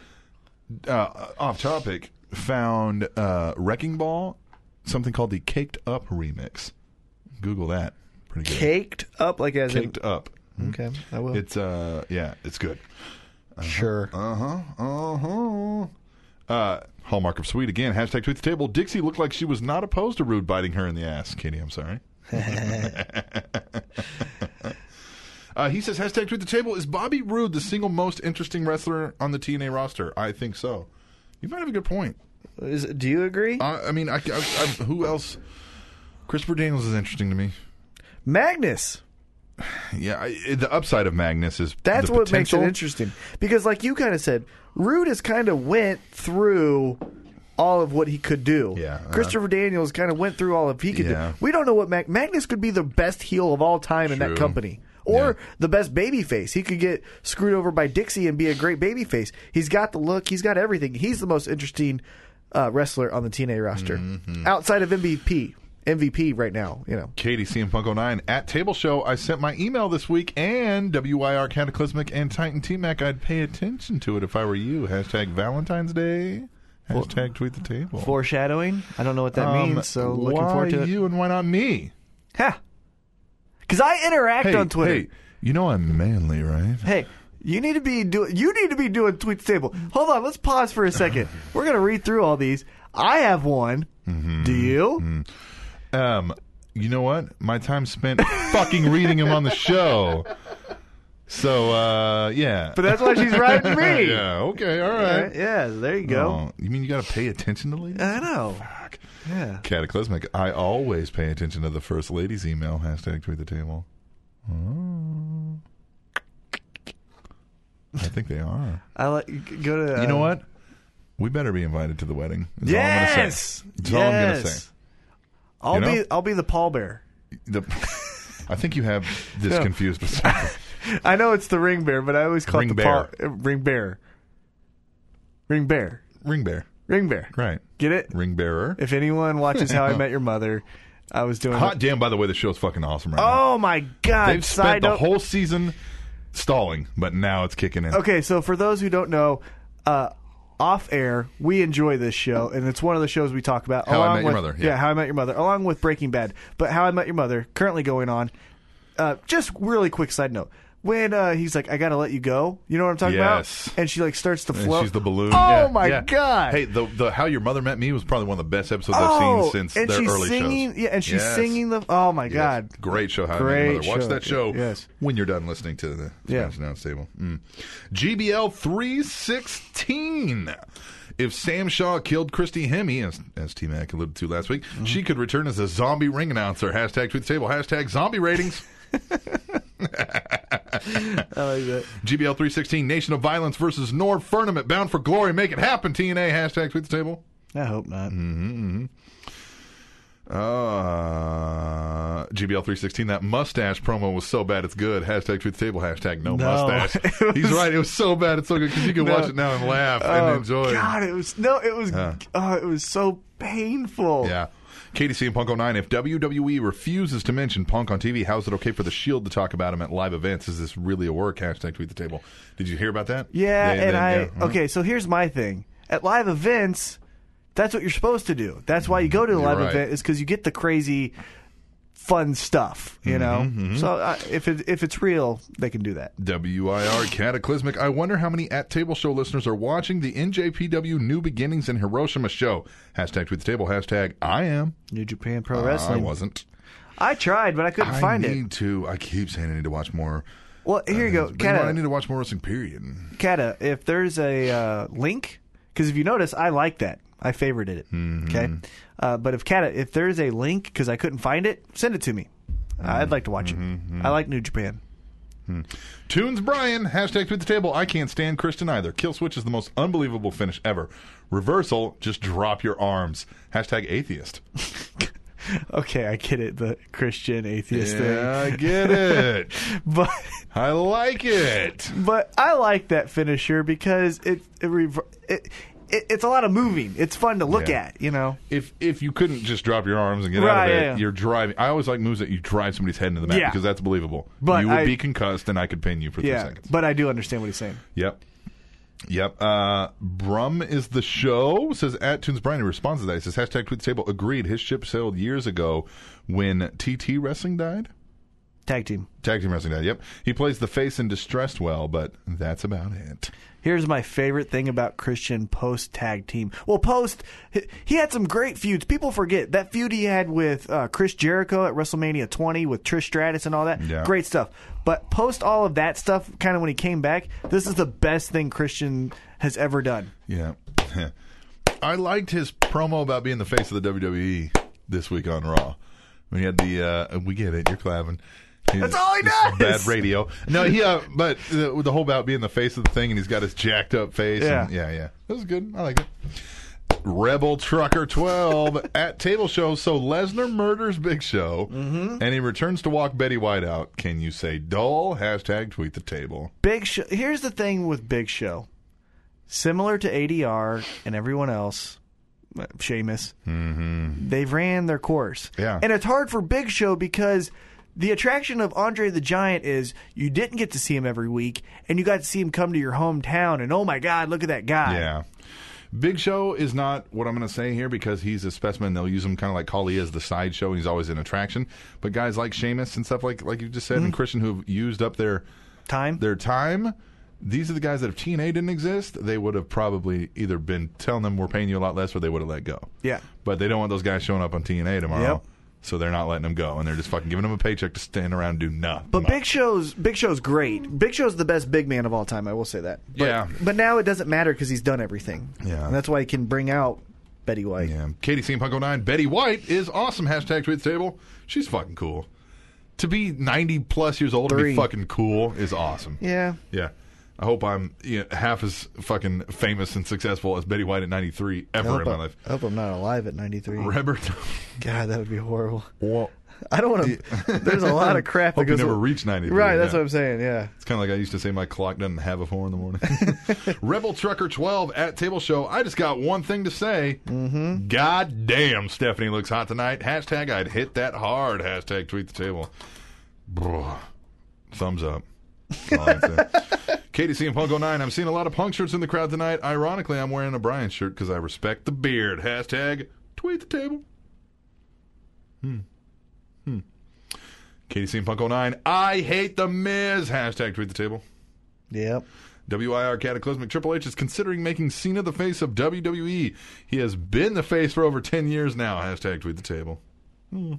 Speaker 4: uh, off topic, found uh, Wrecking Ball, something called the Caked Up remix. Google that. Pretty good.
Speaker 3: caked up like as
Speaker 4: Caked Up.
Speaker 3: in. Okay, I will.
Speaker 4: It's uh yeah, it's good.
Speaker 3: sure.
Speaker 4: Uh-huh. Uh-huh. Uh Hallmark of Sweet again. Hashtag tweet the table. Dixie looked like she was not opposed to Rude biting her in the ass. Katie, I'm *laughs* sorry. uh, he says hashtag tweet the table. Is Bobby Rude the single most interesting wrestler on the TNA roster? I think so. You might have a good point.
Speaker 3: Is it- do you agree?
Speaker 4: I, I mean, I, I, I, who else? Christopher Daniels is interesting to me.
Speaker 3: Magnus.
Speaker 4: Yeah, I, the upside of Magnus is
Speaker 3: That's
Speaker 4: the
Speaker 3: what makes it
Speaker 4: potential.
Speaker 3: interesting because, like you kind of said, Rude has kind of went through all of what he could do.
Speaker 4: Yeah, uh-huh.
Speaker 3: Christopher Daniels kind of went through all of he could
Speaker 4: Yeah.
Speaker 3: do. We don't know what Mag- Magnus could be the best heel of all time in
Speaker 4: True.
Speaker 3: that company. Or
Speaker 4: Yeah.
Speaker 3: the best baby face. He could get screwed over by Dixie and be a great baby face. He's got the look. He's got everything. He's the most interesting uh, wrestler on the TNA roster
Speaker 4: Mm-hmm.
Speaker 3: outside of MVP. MVP right now, you know.
Speaker 4: Katie CM Punk 09 at Table Show. I sent my email this week and WYR Cataclysmic and Titan T Mac. I'd pay attention to it if I were you. Hashtag Valentine's Day. Hashtag tweet the table.
Speaker 3: Foreshadowing. I don't know what that
Speaker 4: Um,
Speaker 3: means, so
Speaker 4: why
Speaker 3: looking forward to it.
Speaker 4: you and why not me?
Speaker 3: Ha! because I interact
Speaker 4: Hey,
Speaker 3: on Twitter.
Speaker 4: hey, you know I'm manly, right?
Speaker 3: Hey, you need to be doing. You need to be doing tweet stable. Hold on, let's pause for
Speaker 4: *laughs*
Speaker 3: a second. We're gonna read through all these. I have one.
Speaker 4: Mm-hmm.
Speaker 3: Do you?
Speaker 4: Um, you know what? My time spent fucking reading him on the show. So uh, yeah.
Speaker 3: But that's why she's
Speaker 4: *laughs*
Speaker 3: writing me.
Speaker 4: yeah. Okay. All
Speaker 3: All
Speaker 4: right.
Speaker 3: right, Yeah, there you
Speaker 4: Oh,
Speaker 3: go.
Speaker 4: you mean you got to pay attention to ladies?
Speaker 3: I know. Yeah.
Speaker 4: Cataclysmic. I always pay attention to the first lady's email. Hashtag tweet the table. Oh. I think they are.
Speaker 3: I like go to.
Speaker 4: You know
Speaker 3: uh,
Speaker 4: what? We better be invited to the wedding. is all I'm gonna
Speaker 3: Yes.
Speaker 4: say. That's all I'm gonna
Speaker 3: Yes!
Speaker 4: say.
Speaker 3: I'll
Speaker 4: You know?
Speaker 3: be I'll be the pallbearer.
Speaker 4: The, *laughs* I think you have this
Speaker 3: No.
Speaker 4: confused with something.
Speaker 3: I know it's the ring bear, but I always call
Speaker 4: Ring
Speaker 3: it the
Speaker 4: bear.
Speaker 3: Paul, uh, ring bear. Ring bear.
Speaker 4: Ring bear.
Speaker 3: Ring bear.
Speaker 4: Right.
Speaker 3: Get it?
Speaker 4: Ring bearer.
Speaker 3: If anyone watches How I
Speaker 4: *laughs*
Speaker 3: Met Your Mother, I was doing.
Speaker 4: Hot damn, by the way, the show's fucking awesome right now.
Speaker 3: Oh my god!
Speaker 4: They've spent
Speaker 3: Side
Speaker 4: the
Speaker 3: note-
Speaker 4: whole season stalling, but now it's kicking in.
Speaker 3: Okay, so for those who don't know, uh, off air, we enjoy this show, and it's one of the shows we talk about.
Speaker 4: How I
Speaker 3: along
Speaker 4: Met Your
Speaker 3: with,
Speaker 4: Mother, yeah.
Speaker 3: How I Met Your Mother, along with Breaking Bad. But How I Met Your Mother, currently going on. Uh, just really quick side note. When uh, he's like, I gotta let you go. You know what I'm talking
Speaker 4: Yes.
Speaker 3: about? And she like starts to
Speaker 4: And
Speaker 3: float.
Speaker 4: she's the balloon.
Speaker 3: Oh
Speaker 4: Yeah,
Speaker 3: my
Speaker 4: yeah.
Speaker 3: god!
Speaker 4: Hey, the, the How Your Mother Met Me was probably one of the best episodes I've
Speaker 3: oh,
Speaker 4: seen since
Speaker 3: and
Speaker 4: their
Speaker 3: she's
Speaker 4: early
Speaker 3: singing.
Speaker 4: shows.
Speaker 3: Yeah, and she's
Speaker 4: Yes.
Speaker 3: singing the. Oh my
Speaker 4: Yes.
Speaker 3: god!
Speaker 4: Great show, How I Met Your
Speaker 3: Great
Speaker 4: Mother. Watch
Speaker 3: show.
Speaker 4: that show
Speaker 3: Yes.
Speaker 4: when you're done listening to the
Speaker 3: Yeah.
Speaker 4: Smash Announce Table. Mm. GBL 316. If Sam Shaw killed Christy Hemme, as, as T Mac alluded to last week,
Speaker 3: Mm-hmm.
Speaker 4: she could return as a zombie ring announcer. Hashtag tweet the table. Hashtag zombie
Speaker 3: *laughs*
Speaker 4: ratings.
Speaker 3: I like that.
Speaker 4: GBL 316, Nation of Violence versus Nor Furnament, Bound for Glory. Make it happen, TNA. Hashtag tweet the table.
Speaker 3: I hope not.
Speaker 4: Mm. Uh, GBL 316, that mustache promo was so bad it's good. Hashtag tweet the table. Hashtag no,
Speaker 3: No.
Speaker 4: mustache.
Speaker 3: *laughs* It
Speaker 4: He's
Speaker 3: was-
Speaker 4: right. It was so bad it's so good because you can
Speaker 3: No.
Speaker 4: watch it now and laugh
Speaker 3: Oh,
Speaker 4: and enjoy.
Speaker 3: God, it was no, it was,
Speaker 4: Yeah.
Speaker 3: oh, it was so painful.
Speaker 4: Yeah. KDC and Punk 09, if WWE refuses to mention Punk on TV, how is it okay for The Shield to talk about him at live events? Is this really a work? Hashtag tweet the table. Did you hear about that?
Speaker 3: Yeah,
Speaker 4: They-
Speaker 3: and
Speaker 4: they-
Speaker 3: I
Speaker 4: yeah. Mhm.
Speaker 3: okay. So here's my thing: at live events, that's what you're supposed to do. That's why you go to the
Speaker 4: Mm, You're
Speaker 3: live
Speaker 4: right.
Speaker 3: event is because you get the crazy, fun stuff.
Speaker 4: Mm-hmm,
Speaker 3: You know. So uh, if it, if it's real, they can do that.
Speaker 4: WIR Cataclysmic. I wonder how many at table show listeners are watching the NJPW New Beginnings in Hiroshima show. Hashtag tweet the table. Hashtag I am.
Speaker 3: New Japan Pro
Speaker 4: I
Speaker 3: Wrestling.
Speaker 4: wasn't.
Speaker 3: I tried, but I couldn't
Speaker 4: I
Speaker 3: find
Speaker 4: need
Speaker 3: it.
Speaker 4: to. I keep saying I need to watch more.
Speaker 3: Well, here you go,
Speaker 4: uh, But know what? I need
Speaker 3: Kata.
Speaker 4: to watch more wrestling. Period.
Speaker 3: Kata, if there's a uh, link, because if you notice, I like that. I favorited it.
Speaker 4: Mm-hmm.
Speaker 3: Okay. Uh, but if Kata, if there's a link, because I couldn't find it, send it to me. I'd like to watch
Speaker 4: Mm-hmm.
Speaker 3: it. I like New Japan. *laughs*
Speaker 4: Tunes Brian. Hashtag tweet the table. I can't stand Kristen either. Kill switch is the most unbelievable finish ever. Reversal. Just drop your arms. Hashtag atheist.
Speaker 3: Okay, I get it, the Christian atheist
Speaker 4: yeah, I
Speaker 3: thing.
Speaker 4: *laughs* get it.
Speaker 3: *laughs* But
Speaker 4: I like it.
Speaker 3: but I like that finisher because it it, rever- it, it it's a lot of moving. It's fun to look
Speaker 4: Yeah.
Speaker 3: at, you know.
Speaker 4: if if you couldn't just drop your arms and get out
Speaker 3: Right,
Speaker 4: of it,
Speaker 3: yeah, yeah.
Speaker 4: you're driving. I always like moves that you drive somebody's head into the mat
Speaker 3: Yeah.
Speaker 4: because that's believable.
Speaker 3: But
Speaker 4: you would
Speaker 3: I-
Speaker 4: be concussed, and I could pin you for
Speaker 3: Yeah,
Speaker 4: three seconds.
Speaker 3: but I do understand what he's saying.
Speaker 4: Yep. Yep. Uh, Brum is the show, says at Tunes Brian. In response to that, he says, hashtag tweet the table. Agreed. His ship sailed years ago when TT Wrestling died.
Speaker 3: Tag team.
Speaker 4: Tag Team Wrestling died. Yep. He plays the face in distressed well, but that's about it.
Speaker 3: Here's my favorite thing about Christian post tag team. Well, post he had some great feuds. People forget that feud he had with uh, Chris Jericho at WrestleMania 20 with Trish Stratus and all that.
Speaker 4: Yeah.
Speaker 3: Great stuff. But post all of that stuff, kind of when he came back, this is the best thing Christian has ever done.
Speaker 4: Yeah. *laughs* I liked his promo about being the face of the WWE this week on Raw. We had the uh, we get it, you're clapping. That's
Speaker 3: all he does!
Speaker 4: Bad radio. No, he. Uh, but the, the whole about being the face of the thing, and he's got his jacked up face. and-
Speaker 3: Yeah.
Speaker 4: yeah, yeah. That was good. I like it. Rebel Trucker 12 *laughs* at table show. So Lesnar murders Big Show,
Speaker 3: Mm-hmm.
Speaker 4: and he returns to walk Betty White out. Can you say dull? Hashtag tweet the table.
Speaker 3: Big Show. Here's the thing with Big Show. Similar to ADR and everyone else, uh, Sheamus, mm-hmm. they've ran their course.
Speaker 4: Yeah.
Speaker 3: And it's hard for Big Show because the attraction of Andre the Giant is you didn't get to see him every week and you got to see him come to your hometown and oh my God, look at that guy.
Speaker 4: Yeah. Big Show is not what I'm going to say here because he's a specimen. They'll use him kind of like Kali as the sideshow, and he's always an attraction. But guys like Sheamus and stuff like like you just said,
Speaker 3: Mm-hmm.
Speaker 4: and Christian who've used up their
Speaker 3: Time?
Speaker 4: their time. These are the guys that if TNA didn't exist, they would have probably either been telling them we're paying you a lot less, or they would have let go.
Speaker 3: Yeah.
Speaker 4: but they don't want those guys showing up on TNA tomorrow.
Speaker 3: Yep.
Speaker 4: So they're not letting them go, and they're just fucking giving them a paycheck to stand around and do nothing.
Speaker 3: But Big Show's Big Show's great. Big Show's the best big man of all time. I will say that. But,
Speaker 4: Yeah.
Speaker 3: But now it doesn't matter because he's done everything.
Speaker 4: Yeah.
Speaker 3: And that's why he can bring out Betty White.
Speaker 4: Yeah. Katie Scene Punk 09, Betty White is awesome. Hashtag tweet the table. She's fucking cool. To be 90 plus years old and be
Speaker 3: Three.
Speaker 4: fucking cool is awesome.
Speaker 3: Yeah.
Speaker 4: Yeah. I hope I'm you know, half as fucking famous and successful as Betty White at 93
Speaker 3: I
Speaker 4: ever
Speaker 3: hope,
Speaker 4: in my
Speaker 3: I,
Speaker 4: life.
Speaker 3: I hope I'm not alive at 93.
Speaker 4: Robert.
Speaker 3: God, that would be horrible. *laughs*
Speaker 4: well,
Speaker 3: I don't want to. *laughs* There's
Speaker 4: *laughs*
Speaker 3: a lot of crap. that
Speaker 4: Hope you
Speaker 3: goes
Speaker 4: never
Speaker 3: al-
Speaker 4: reach 93,
Speaker 3: Right, that's
Speaker 4: yeah.
Speaker 3: what I'm saying. Yeah.
Speaker 4: It's kind of like I used to say my clock doesn't have a four in the morning. *laughs* Rebel Trucker 12 at Table Show. I just got one thing to say. Mm-hmm. God damn, Stephanie looks hot tonight. Hashtag I'd hit that hard. Hashtag tweet the table. Bruh. Thumbs up. That's all I'd say. Katie C and Punk 09. I'm seeing a lot of punk shirts in the crowd tonight. Ironically, I'm wearing a Brian shirt because I respect the beard. Hashtag tweet the table. Katie C and Punk 09. I hate the Miz. Hashtag tweet the table.
Speaker 3: Yep.
Speaker 4: WIR Cataclysmic Triple H is considering making Cena the face of WWE. He has been the face for over 10 years now. Hashtag tweet the table. Hmm.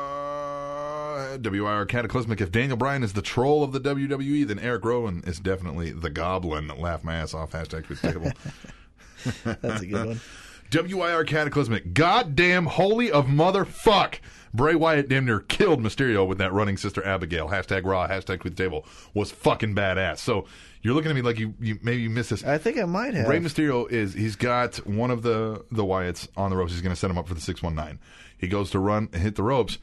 Speaker 4: Uh, WIR Cataclysmic. If Daniel Bryan is the troll of the WWE, then Eric Rowan is definitely the goblin. Laugh my ass off. Hashtag tweet the table.
Speaker 3: That's
Speaker 4: *laughs*
Speaker 3: a good one.
Speaker 4: WIR Cataclysmic. Goddamn holy of motherfuck. Bray Wyatt damn near killed Mysterio with that running sister Abigail. Hashtag raw, hashtag tweet the table. Was fucking badass. So you're looking at me like you, you maybe you missed this.
Speaker 3: I think I might have.
Speaker 4: Rey Mysterio is he's got one of the the Wyatts on the ropes. He's going to set him up for the six one nine. He goes to run, hit the ropes,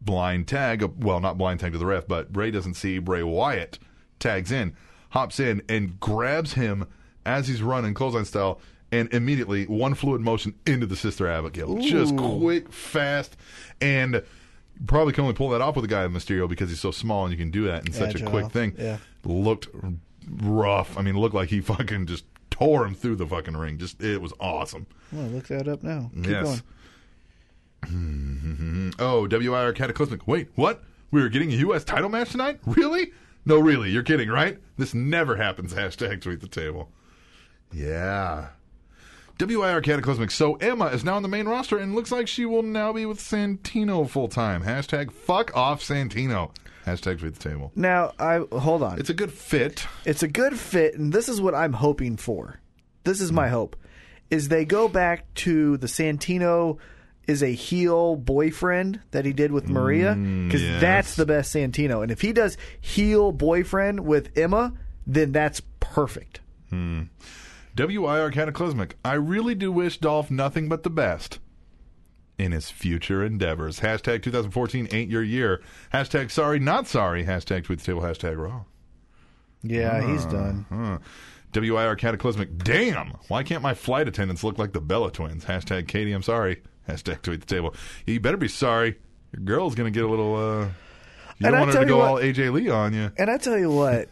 Speaker 4: blind tag. Well, not blind tag to the ref, but Bray doesn't see Bray Wyatt tags in, hops in, and grabs him as he's running clothesline style, and immediately one fluid motion into the sister Abigail. Just quick, fast, and. Probably can only pull that off with a guy of Mysterio because he's so small and you can do that in such a
Speaker 3: Agile,
Speaker 4: quick thing
Speaker 3: yeah.
Speaker 4: looked rough. I mean, looked like he fucking just tore him through the fucking ring. Just it was awesome.
Speaker 3: I'm gonna look that up now. Keep
Speaker 4: yes. *laughs* oh, WIR Cataclysmic. Wait, what? We were getting a U.S. title match tonight? Really? No, really. You're kidding, right? This never happens. *laughs* Hashtag tweet the table. Yeah. WIR Cataclysmic. So Emma is now on the main roster and looks like she will now be with Santino full time. Hashtag fuck off Santino. Hashtag tweet the table.
Speaker 3: going. Now I hold on.
Speaker 4: It's a good fit.
Speaker 3: it's a good fit, and this is what I'm hoping for. This is
Speaker 4: Hmm.
Speaker 3: my hope: is they go back to the Santino is a heel boyfriend that he did with Maria because
Speaker 4: Mm, yes.
Speaker 3: that's the best Santino. And if he does heel boyfriend with Emma, then that's perfect.
Speaker 4: WIR Cataclysmic. I really do wish Dolph nothing but the best in his future endeavors. Hashtag 2014 ain't your year. Hashtag sorry, not sorry. Hashtag tweet the table. Hashtag raw.
Speaker 3: Yeah, he's done.
Speaker 4: Huh. WIR Cataclysmic. Damn. Why can't my flight attendants look like the Bella twins? Hashtag Katie, I'm sorry. Hashtag tweet the table. You better be sorry. Your girl's going to get a little, uh, you don't
Speaker 3: And I
Speaker 4: want her
Speaker 3: tell
Speaker 4: to
Speaker 3: you
Speaker 4: go
Speaker 3: what-
Speaker 4: all AJ Lee on you.
Speaker 3: And I tell
Speaker 4: *laughs*
Speaker 3: you what,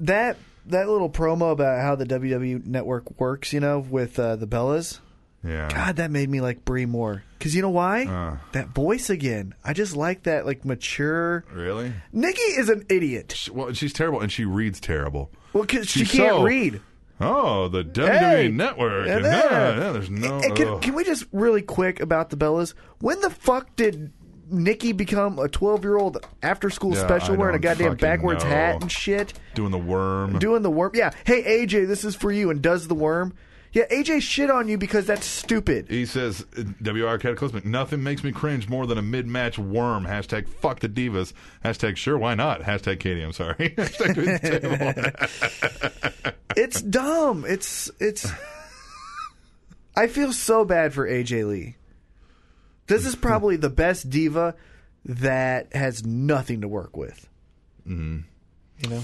Speaker 3: that that little promo about how the WWE network works, you know, with uh, the Bellas.
Speaker 4: Yeah.
Speaker 3: God, that made me like Brie more. Cause you know why?
Speaker 4: Uh.
Speaker 3: that voice again. I just like that like mature.
Speaker 4: Really?
Speaker 3: Nikki is an idiot.
Speaker 4: She- Well, she's terrible, and she reads terrible.
Speaker 3: Well, cause she
Speaker 4: She's
Speaker 3: can't
Speaker 4: so-
Speaker 3: read.
Speaker 4: Oh, the WWE
Speaker 3: Hey!
Speaker 4: Network.
Speaker 3: Yeah,
Speaker 4: and
Speaker 3: there.
Speaker 4: yeah, yeah, there's no.
Speaker 3: And can,
Speaker 4: ugh.
Speaker 3: can we just really quick about the Bellas? When the fuck did Nikki become a twelve year old after school
Speaker 4: Yeah,
Speaker 3: special
Speaker 4: I
Speaker 3: wearing a
Speaker 4: don't
Speaker 3: goddamn
Speaker 4: fucking
Speaker 3: backwards
Speaker 4: know.
Speaker 3: hat and shit?
Speaker 4: doing the worm.
Speaker 3: doing the worm. Yeah. Hey AJ, this is for you, and does the worm. Yeah, AJ shit on you because that's stupid.
Speaker 4: he says, uh, WR Cataclysmic, nothing makes me cringe more than a mid match worm. Hashtag fuck the divas. Hashtag sure, why not? Hashtag Katie, I'm sorry. *laughs* Hashtag tweet the
Speaker 3: *laughs*
Speaker 4: table.
Speaker 3: It's dumb. It's it's. I feel so bad for AJ Lee. This is probably the best diva that has nothing to work with.
Speaker 4: Mm-hmm.
Speaker 3: Mm. You know,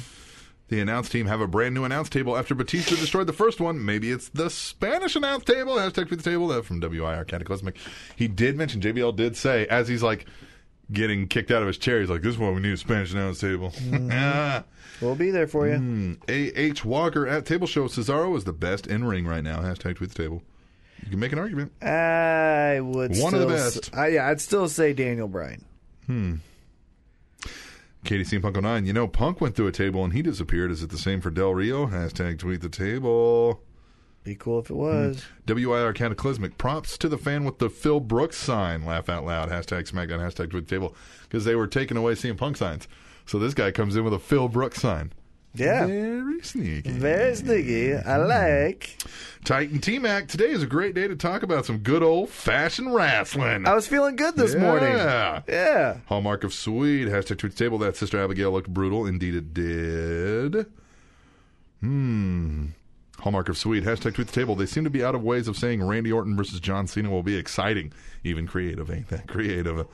Speaker 4: the announce team have a brand new announce table after Batista destroyed the first one. Maybe it's the Spanish announce uh, E table. Hashtag tweet the table. That from WIR Cataclysmic. He did mention, JBL did say, as he's like, getting kicked out of his chair. He's like, "This is why we need a Spanish announce table."
Speaker 3: Mm.
Speaker 4: *laughs*
Speaker 3: *laughs* We'll be there for you.
Speaker 4: Mm-hmm. A H Walker at Table Show Cesaro is the best in ring right now. Hashtag tweet the table. You can make an argument.
Speaker 3: I would
Speaker 4: One of
Speaker 3: still
Speaker 4: the
Speaker 3: s-
Speaker 4: best.
Speaker 3: I, yeah, I'd still say Daniel Bryan.
Speaker 4: Katie seen Punk 09. You know, Punk went through a table and he disappeared. Is it the same for Del Rio? Hashtag tweet the table.
Speaker 3: Be cool
Speaker 4: Mm.
Speaker 3: if it was.
Speaker 4: WIR Cataclysmic. Props to the fan with the Phil Brooks sign. Laugh out loud. Hashtag SmackDown. Hashtag tweet the table. Because they were taking away CM Punk signs. So this guy comes in with a Phil Brooks sign.
Speaker 3: Yeah.
Speaker 4: Very sneaky.
Speaker 3: Very sneaky. I
Speaker 4: Mm-hmm.
Speaker 3: like.
Speaker 4: Titan T Mac. Today is a great day to talk about some good old fashioned wrestling.
Speaker 3: I was feeling good Oh, this
Speaker 4: yeah.
Speaker 3: morning. Yeah.
Speaker 4: Hallmark of Sweet. Hashtag tweet the table. That Sister Abigail looked brutal. Indeed it did. Hmm. Hallmark of Sweet. Hashtag tweet the table. They seem to be out of ways of saying Randy Orton versus John Cena will be exciting. Even creative. Ain't that creative?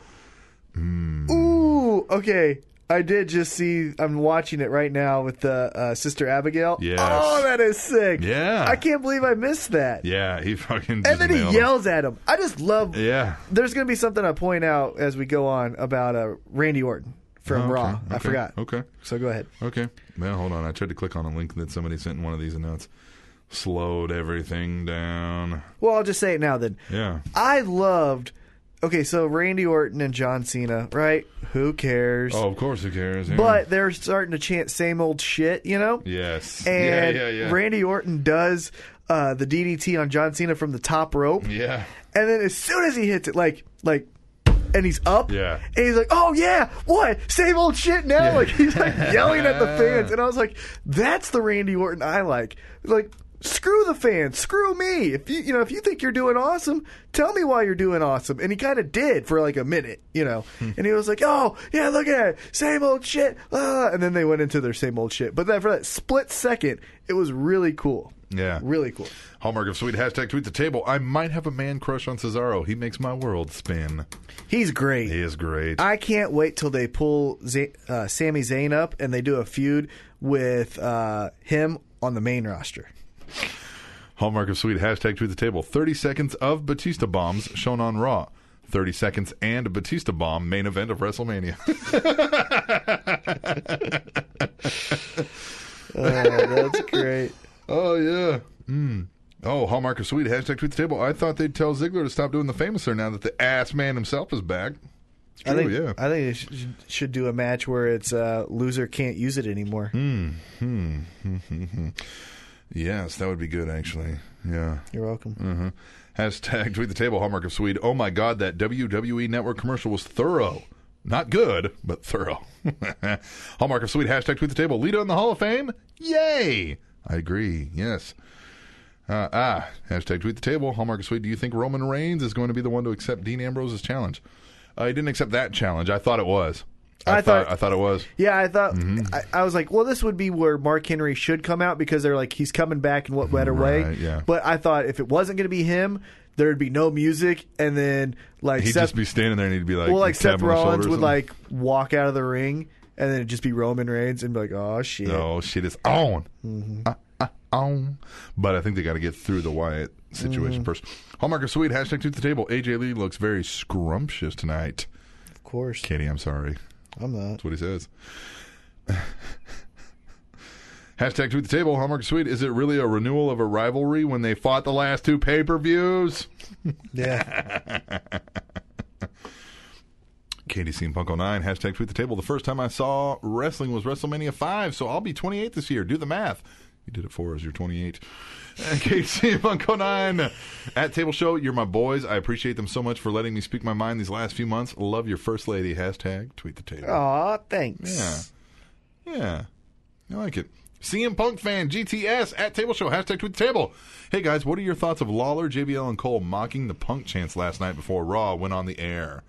Speaker 3: Ooh, okay. I did just see. I'm watching it right now with the uh, sister Abigail.
Speaker 4: Yes.
Speaker 3: Oh, that is sick.
Speaker 4: Yeah.
Speaker 3: I can't believe I missed that.
Speaker 4: Yeah, he fucking.
Speaker 3: And then
Speaker 4: nailed
Speaker 3: he
Speaker 4: it.
Speaker 3: yells at him. I just love.
Speaker 4: Yeah.
Speaker 3: There's gonna be something I point out as we go on about uh, Randy Orton from
Speaker 4: Oh, Okay,
Speaker 3: Raw. I
Speaker 4: okay,
Speaker 3: forgot.
Speaker 4: Okay.
Speaker 3: So go ahead.
Speaker 4: Okay. Well, hold on. I tried to click on a link that somebody sent in one of these, and now it's slowed everything down.
Speaker 3: Well, I'll just say it now then.
Speaker 4: Yeah.
Speaker 3: I loved. Okay, so Randy Orton and John Cena, right? Who cares?
Speaker 4: Oh, of course. Who cares? Yeah.
Speaker 3: But they're starting to chant same old shit, you know?
Speaker 4: yes.
Speaker 3: And
Speaker 4: yeah. Yeah. Yeah.
Speaker 3: Randy Orton does uh, the DDT on John Cena from the top rope.
Speaker 4: yeah.
Speaker 3: And then as soon as he hits it, like, like, and he's up.
Speaker 4: Yeah.
Speaker 3: And he's like, oh, yeah, what? Same old shit now? Like, he's like yelling
Speaker 4: *laughs*
Speaker 3: at the fans. And I was like, that's the Randy Orton I like. Like, screw the fans. Screw me. If you, you know, if you think you're doing awesome, tell me why you're doing awesome. And he kind of did for like a minute, you know.
Speaker 4: Hmm.
Speaker 3: and he was like, oh, yeah, look at it. Same old shit. Ah. And then they went into their same old shit. But then for that split second, it was really cool.
Speaker 4: Yeah.
Speaker 3: Really cool.
Speaker 4: Hallmark of Sweet. Hashtag tweet the table. I might have a man crush on Cesaro. He makes my world spin.
Speaker 3: He's great.
Speaker 4: He is great.
Speaker 3: I can't wait till they pull Z- uh, Sami Zayn up and they do a feud with uh, him on the
Speaker 4: *laughs*
Speaker 3: main roster.
Speaker 4: Hallmark of Sweet. Hashtag tweet the table. 30 seconds of Batista bombs shown on Raw. 30 seconds and Batista bomb main event of WrestleMania. *laughs*
Speaker 3: that's great.
Speaker 4: Oh yeah. Mm. Oh, Hallmark of Sweet. Hashtag tweet the table. I thought they'd tell Ziggler to stop doing the famouser now that the ass man himself is back. It's true,
Speaker 3: I think
Speaker 4: yeah.
Speaker 3: I think they sh- should do a match where it's uh, loser can't use it anymore.
Speaker 4: Hmm. yes, that would be good actually. Yeah.
Speaker 3: You're welcome.
Speaker 4: Uh-huh. Hashtag tweet the table. Hallmark of Sweet. Oh my god, that WWE network commercial was thorough. Not good, but thorough. *laughs* Hallmark of Sweet. Hashtag tweet the table. Lita in the Hall of Fame. Yay! I agree. Yes. Uh, ah, hashtag tweet the table. Hallmark of Sweet. Do you think Roman Reigns is going to be the one to accept Dean Ambrose's challenge? Uh, he didn't accept that challenge. I thought it was. I,
Speaker 3: I
Speaker 4: thought,
Speaker 3: thought-
Speaker 4: I thought it was.
Speaker 3: Yeah, I thought
Speaker 4: Mm-hmm.
Speaker 3: I, I was like, well, this would be where Mark Henry should come out because they're like he's coming back in what better way?
Speaker 4: Right, yeah.
Speaker 3: But I thought if it wasn't going to be him, there'd be no music, and then like
Speaker 4: He'd
Speaker 3: Seth
Speaker 4: just be standing there and he'd be like,
Speaker 3: well, like
Speaker 4: tap
Speaker 3: Seth
Speaker 4: him on the shoulder
Speaker 3: Rollins
Speaker 4: or
Speaker 3: would
Speaker 4: something.
Speaker 3: like walk out of the ring, and then it'd just be Roman Reigns, and be like, "Oh shit!"
Speaker 4: Oh shit, it's on. Uh, uh, on. But I think they got to get through the Wyatt situation first. Hallmark of Sweet, hashtag to the table. AJ Lee looks very scrumptious tonight.
Speaker 3: Of course,
Speaker 4: Katie, I'm sorry.
Speaker 3: I'm not.
Speaker 4: *laughs* That's what he says. Hashtag tweet the table, Hallmark of Sweet. Is it really a renewal of a rivalry when they fought the last two pay per views?
Speaker 3: Yeah,
Speaker 4: Katie seen Punk 09, hashtag tweet the table. The first time I saw wrestling was WrestleMania 5, so I'll be 28 this year. Do the math. You did it for us. You're *laughs* 28. And Katie seen Punk 09 at Table Show. You're my boys. I appreciate them so much for letting me speak my mind these last few months. Love your first lady. Hashtag tweet the table.
Speaker 3: aw, thanks.
Speaker 4: Yeah. Yeah. I like it. CM Punk fan, GTS at Table Show, hashtag tweet the table. Hey guys, what are your thoughts of Lawler, JBL, and Cole mocking the punk chants last night before Raw went on the air?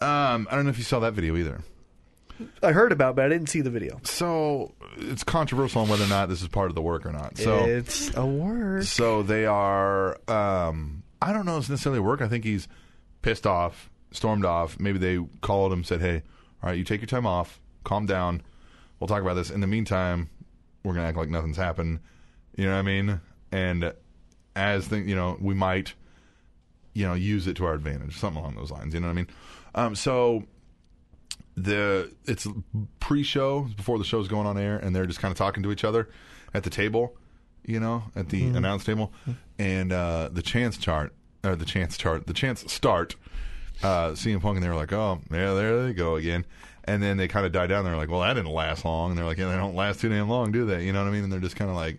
Speaker 4: Um, I don't know if you saw that video either.
Speaker 3: I heard about, it, but I didn't see the video.
Speaker 4: So it's controversial on whether or not this is part of the work or not. So
Speaker 3: it's a word.
Speaker 4: so they are. Um, I don't know. if It's necessarily work. I think he's pissed off, stormed off. Maybe they called him, said, "Hey, all right, you take your time off, calm down. We'll talk about this. In the meantime, we're gonna act like nothing's happened. You know what I mean? And as thing, you know, we might, you know, use it to our advantage, something along those lines. You know what I mean? Um, so the it's pre-show it's before the show's going on air, and they're just kind of talking to each other at the table, you know, at the announce table, and uh, the chance chart or the chance chart, the chance start. Uh, CM Punk and they were like, oh, yeah, there they go again. And then they kind of die down. They're like, well, that didn't last long. And they're like, yeah, they don't last too damn long, do they? You know what I mean? And they're just kind of like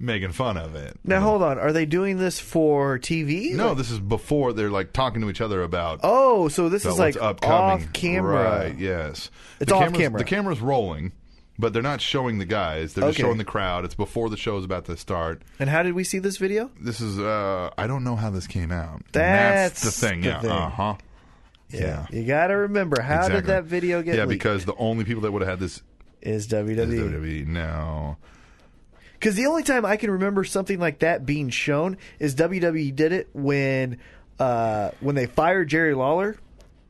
Speaker 4: making fun of it.
Speaker 3: Now hold on, are they doing this for TV?
Speaker 4: No,
Speaker 3: Like-
Speaker 4: this is before they're like talking to each other about.
Speaker 3: oh, so this
Speaker 4: about
Speaker 3: is
Speaker 4: what's
Speaker 3: like
Speaker 4: upcoming.
Speaker 3: off camera.
Speaker 4: Right, yes.
Speaker 3: It's
Speaker 4: the
Speaker 3: off
Speaker 4: camera's-
Speaker 3: camera.
Speaker 4: The camera's rolling, but they're not showing the guys. They're just
Speaker 3: Okay.
Speaker 4: showing the crowd. It's before the show's about to start.
Speaker 3: And how did we see this video?
Speaker 4: This is, uh, I don't know how this came out. And
Speaker 3: That's
Speaker 4: the thing.
Speaker 3: the
Speaker 4: yeah.
Speaker 3: thing.
Speaker 4: Uh huh. Yeah.
Speaker 3: You got to remember how did
Speaker 4: Exactly.
Speaker 3: that video get
Speaker 4: Yeah,
Speaker 3: leaked?
Speaker 4: because the only people that would have had this
Speaker 3: is E.
Speaker 4: is
Speaker 3: WWE.
Speaker 4: WWE. No.
Speaker 3: Because the only time I can remember something like that being shown is WWE did it when uh, when they fired Jerry Lawler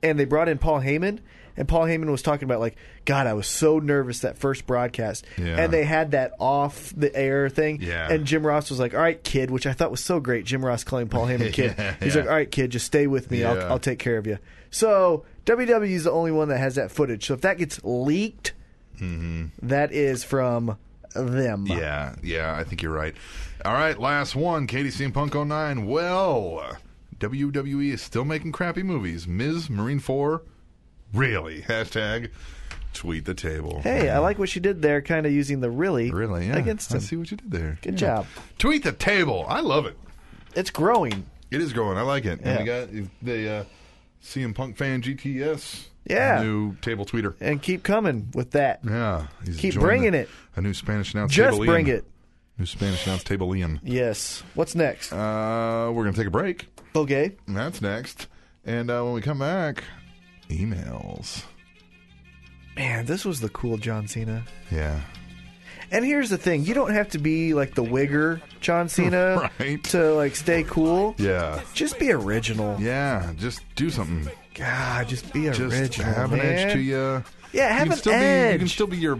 Speaker 3: and they brought in Paul Heyman. And Paul Heyman was talking about like, God, I was so nervous that first broadcast,
Speaker 4: Yeah.
Speaker 3: and they had that off the air thing.
Speaker 4: Yeah.
Speaker 3: And Jim Ross was like, "All right, kid," which I thought was so great. Jim Ross calling Paul Heyman kid.
Speaker 4: *laughs* Yeah,
Speaker 3: He's
Speaker 4: yeah.
Speaker 3: like, "All right, kid, just stay with me.
Speaker 4: Yeah.
Speaker 3: I'll, I'll take care of you." So WWE is the only one that has that footage. So if that gets leaked, that is from them.
Speaker 4: Mm-hmm. Yeah, yeah, I think you're right. All right, last one, Katie CM Punk 09. Well, WWE is still making crappy movies. Ms. Marine 4, really? *laughs* Hashtag tweet the table.
Speaker 3: Hey, I like what she did there, kind of using the
Speaker 4: *laughs*
Speaker 3: really,
Speaker 4: Really, yeah.
Speaker 3: against
Speaker 4: I
Speaker 3: him.
Speaker 4: see what you did there.
Speaker 3: Good
Speaker 4: Yeah.
Speaker 3: job.
Speaker 4: Tweet the table. I love it.
Speaker 3: It's growing.
Speaker 4: It is growing. I like it.
Speaker 3: Yeah.
Speaker 4: And we got the uh, CM Punk fan GTS.
Speaker 3: Yeah.
Speaker 4: New table tweeter.
Speaker 3: And keep coming with that.
Speaker 4: Yeah. he's
Speaker 3: Keep
Speaker 4: joined
Speaker 3: bringing
Speaker 4: the-
Speaker 3: it.
Speaker 4: A new Spanish announce
Speaker 3: Just
Speaker 4: table.
Speaker 3: bring it.
Speaker 4: New Spanish announce table. Ian.
Speaker 3: Yes. What's next?
Speaker 4: Uh, we're going to take a break.
Speaker 3: okay.
Speaker 4: That's next. And uh, when we come back, emails.
Speaker 3: Man, this was the cool John Cena.
Speaker 4: Yeah.
Speaker 3: And here's the thing: you don't have to be like the wigger
Speaker 4: *laughs*
Speaker 3: John Cena
Speaker 4: Right.
Speaker 3: to like stay cool.
Speaker 4: Yeah.
Speaker 3: Just be original.
Speaker 4: Yeah. Just do something.
Speaker 3: God, just be
Speaker 4: Just
Speaker 3: original.
Speaker 4: have an edge
Speaker 3: man.
Speaker 4: to you.
Speaker 3: Yeah, have
Speaker 4: you can
Speaker 3: an
Speaker 4: still Be, you can
Speaker 3: edge.
Speaker 4: still be your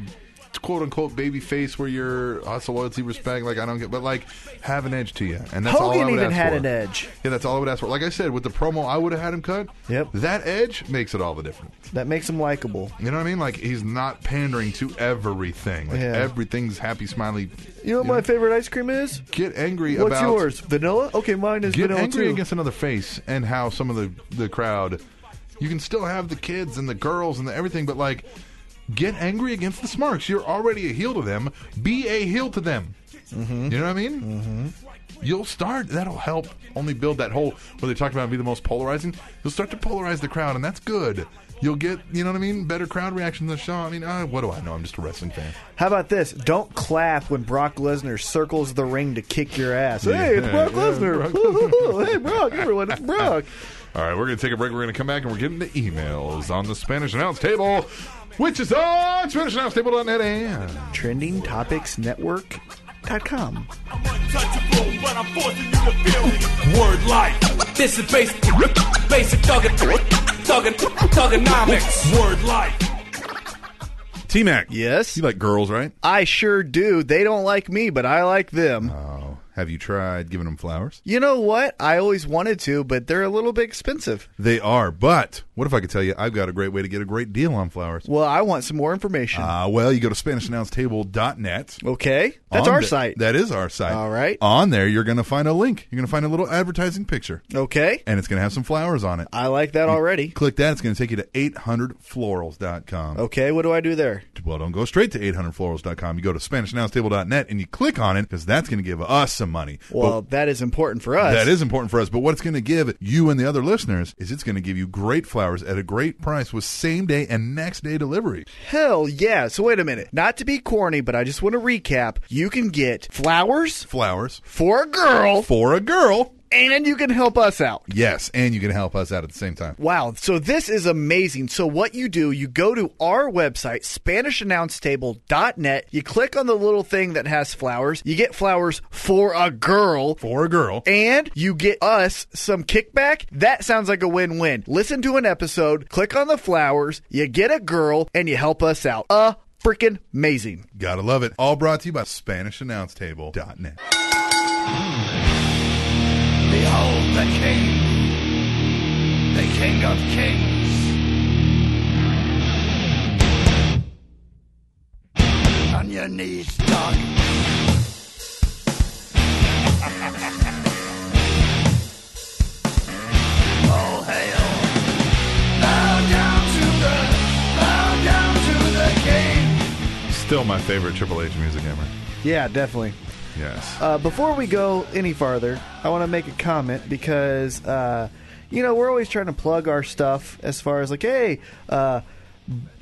Speaker 4: quote unquote baby face where you're "Oh, hustle, loyalty, respect. Like, I don't get, but like, have an edge to you. And that's all I
Speaker 3: Hogan
Speaker 4: would
Speaker 3: even
Speaker 4: ask
Speaker 3: had
Speaker 4: for.
Speaker 3: an edge.
Speaker 4: Yeah, that's all I would ask for. Like I said, with the promo, I would have had him cut.
Speaker 3: Yep.
Speaker 4: That edge makes it all the difference.
Speaker 3: That makes him likable.
Speaker 4: You know what I mean? Like, he's not pandering to everything. Like,
Speaker 3: Yeah.
Speaker 4: everything's happy, smiley.
Speaker 3: You know what my favorite ice cream is?
Speaker 4: Get angry
Speaker 3: What's
Speaker 4: about
Speaker 3: yours? Vanilla? Okay, mine is
Speaker 4: get
Speaker 3: vanilla
Speaker 4: angry
Speaker 3: too.
Speaker 4: against another face and how some of the the crowd you can still have the kids and the girls and the everything but like get angry against the smarks you're already a heel to them be a heel to them you know what i mean mm-hmm. you'll start that'll help only build that whole where they talked about be the most polarizing you'll start to polarize the crowd and that's good you'll get you know what i mean better crowd reaction than the show i mean uh, what do i know i'm just a wrestling fan
Speaker 3: How about this? Don't clap when Brock Lesnar circles the ring to kick your ass. Hey, it's
Speaker 4: Yeah,
Speaker 3: Brock
Speaker 4: yeah,
Speaker 3: Lesnar.
Speaker 4: Brock
Speaker 3: Woo-hoo-hoo. *laughs* hey, Brock, everyone, it's Brock.
Speaker 4: All right, we're going to take a break. We're going to come back and we're getting the emails on the Spanish Announce Table, which is on SpanishAnnounceTable.net. And
Speaker 3: TrendingTopicsNetwork.com.
Speaker 2: I'm untouchable, but I'm forcing you to feel me. Word life. This is basic, basic thuggin', thuggin', thuggonomics. Word life.
Speaker 7: T Mac.
Speaker 3: Yes?
Speaker 7: You like girls, right?
Speaker 3: I sure do. They don't like me, but I like them.
Speaker 4: oh, have you tried giving them flowers?
Speaker 3: You know what? I always wanted to, but they're a little bit expensive.
Speaker 4: They are, but what if I could tell you I've got a great way to get a great deal on flowers?
Speaker 3: Well, I want some more information.
Speaker 4: Uh, well, you go to SpanishAnnounceTable.net.
Speaker 3: okay? That's
Speaker 4: On
Speaker 3: our
Speaker 4: the-
Speaker 3: site.
Speaker 4: That is our site.
Speaker 3: All right.
Speaker 4: On there, you're going to find a link. You're going to find a little advertising picture,
Speaker 3: okay?
Speaker 4: and it's going to have some flowers on it.
Speaker 3: I like that already.
Speaker 4: Click that. It's going to take you to 800florals.com.
Speaker 3: Okay, what do I do there?
Speaker 4: Well, don't go straight to 800florals.com. You go to SpanishAnnounceTable.net and you click on it because that's going to give us some money.
Speaker 3: Well, that is important for us.
Speaker 4: But that is important for us. But what it's going to give you and the other listeners is it's going to give you great flowers at a great price with same day and next day delivery.
Speaker 3: Hell yeah. So wait a minute. Not to be corny, but I just want to recap. You can get flowers
Speaker 4: Flowers
Speaker 3: for a girl,
Speaker 4: for a girl.
Speaker 3: and you can help us out.
Speaker 4: Yes, and you can help us out at the same time.
Speaker 3: Wow. So this is amazing. So what you do, you go to our website, SpanishAnnounceTable.net. You click on the little thing that has flowers. You get flowers for a girl.
Speaker 4: For a girl.
Speaker 3: and you get us some kickback. That sounds like a win win. Listen to an episode, click on the flowers, you get a girl, and you help us out. Uh, freaking amazing.
Speaker 4: Gotta love it. All brought to you by SpanishAnnounceTable.net.
Speaker 2: Behold the king, the king of kings.
Speaker 14: your knees stuck. Oh, hail. Bow down to the, bow down to the king.
Speaker 4: Still my favorite Triple H music ever.
Speaker 3: Yeah, definitely.
Speaker 4: Yes.
Speaker 3: Uh, before we go any farther, I want to make a comment because, uh, you know, we're always trying to plug our stuff as far as like, hey, uh,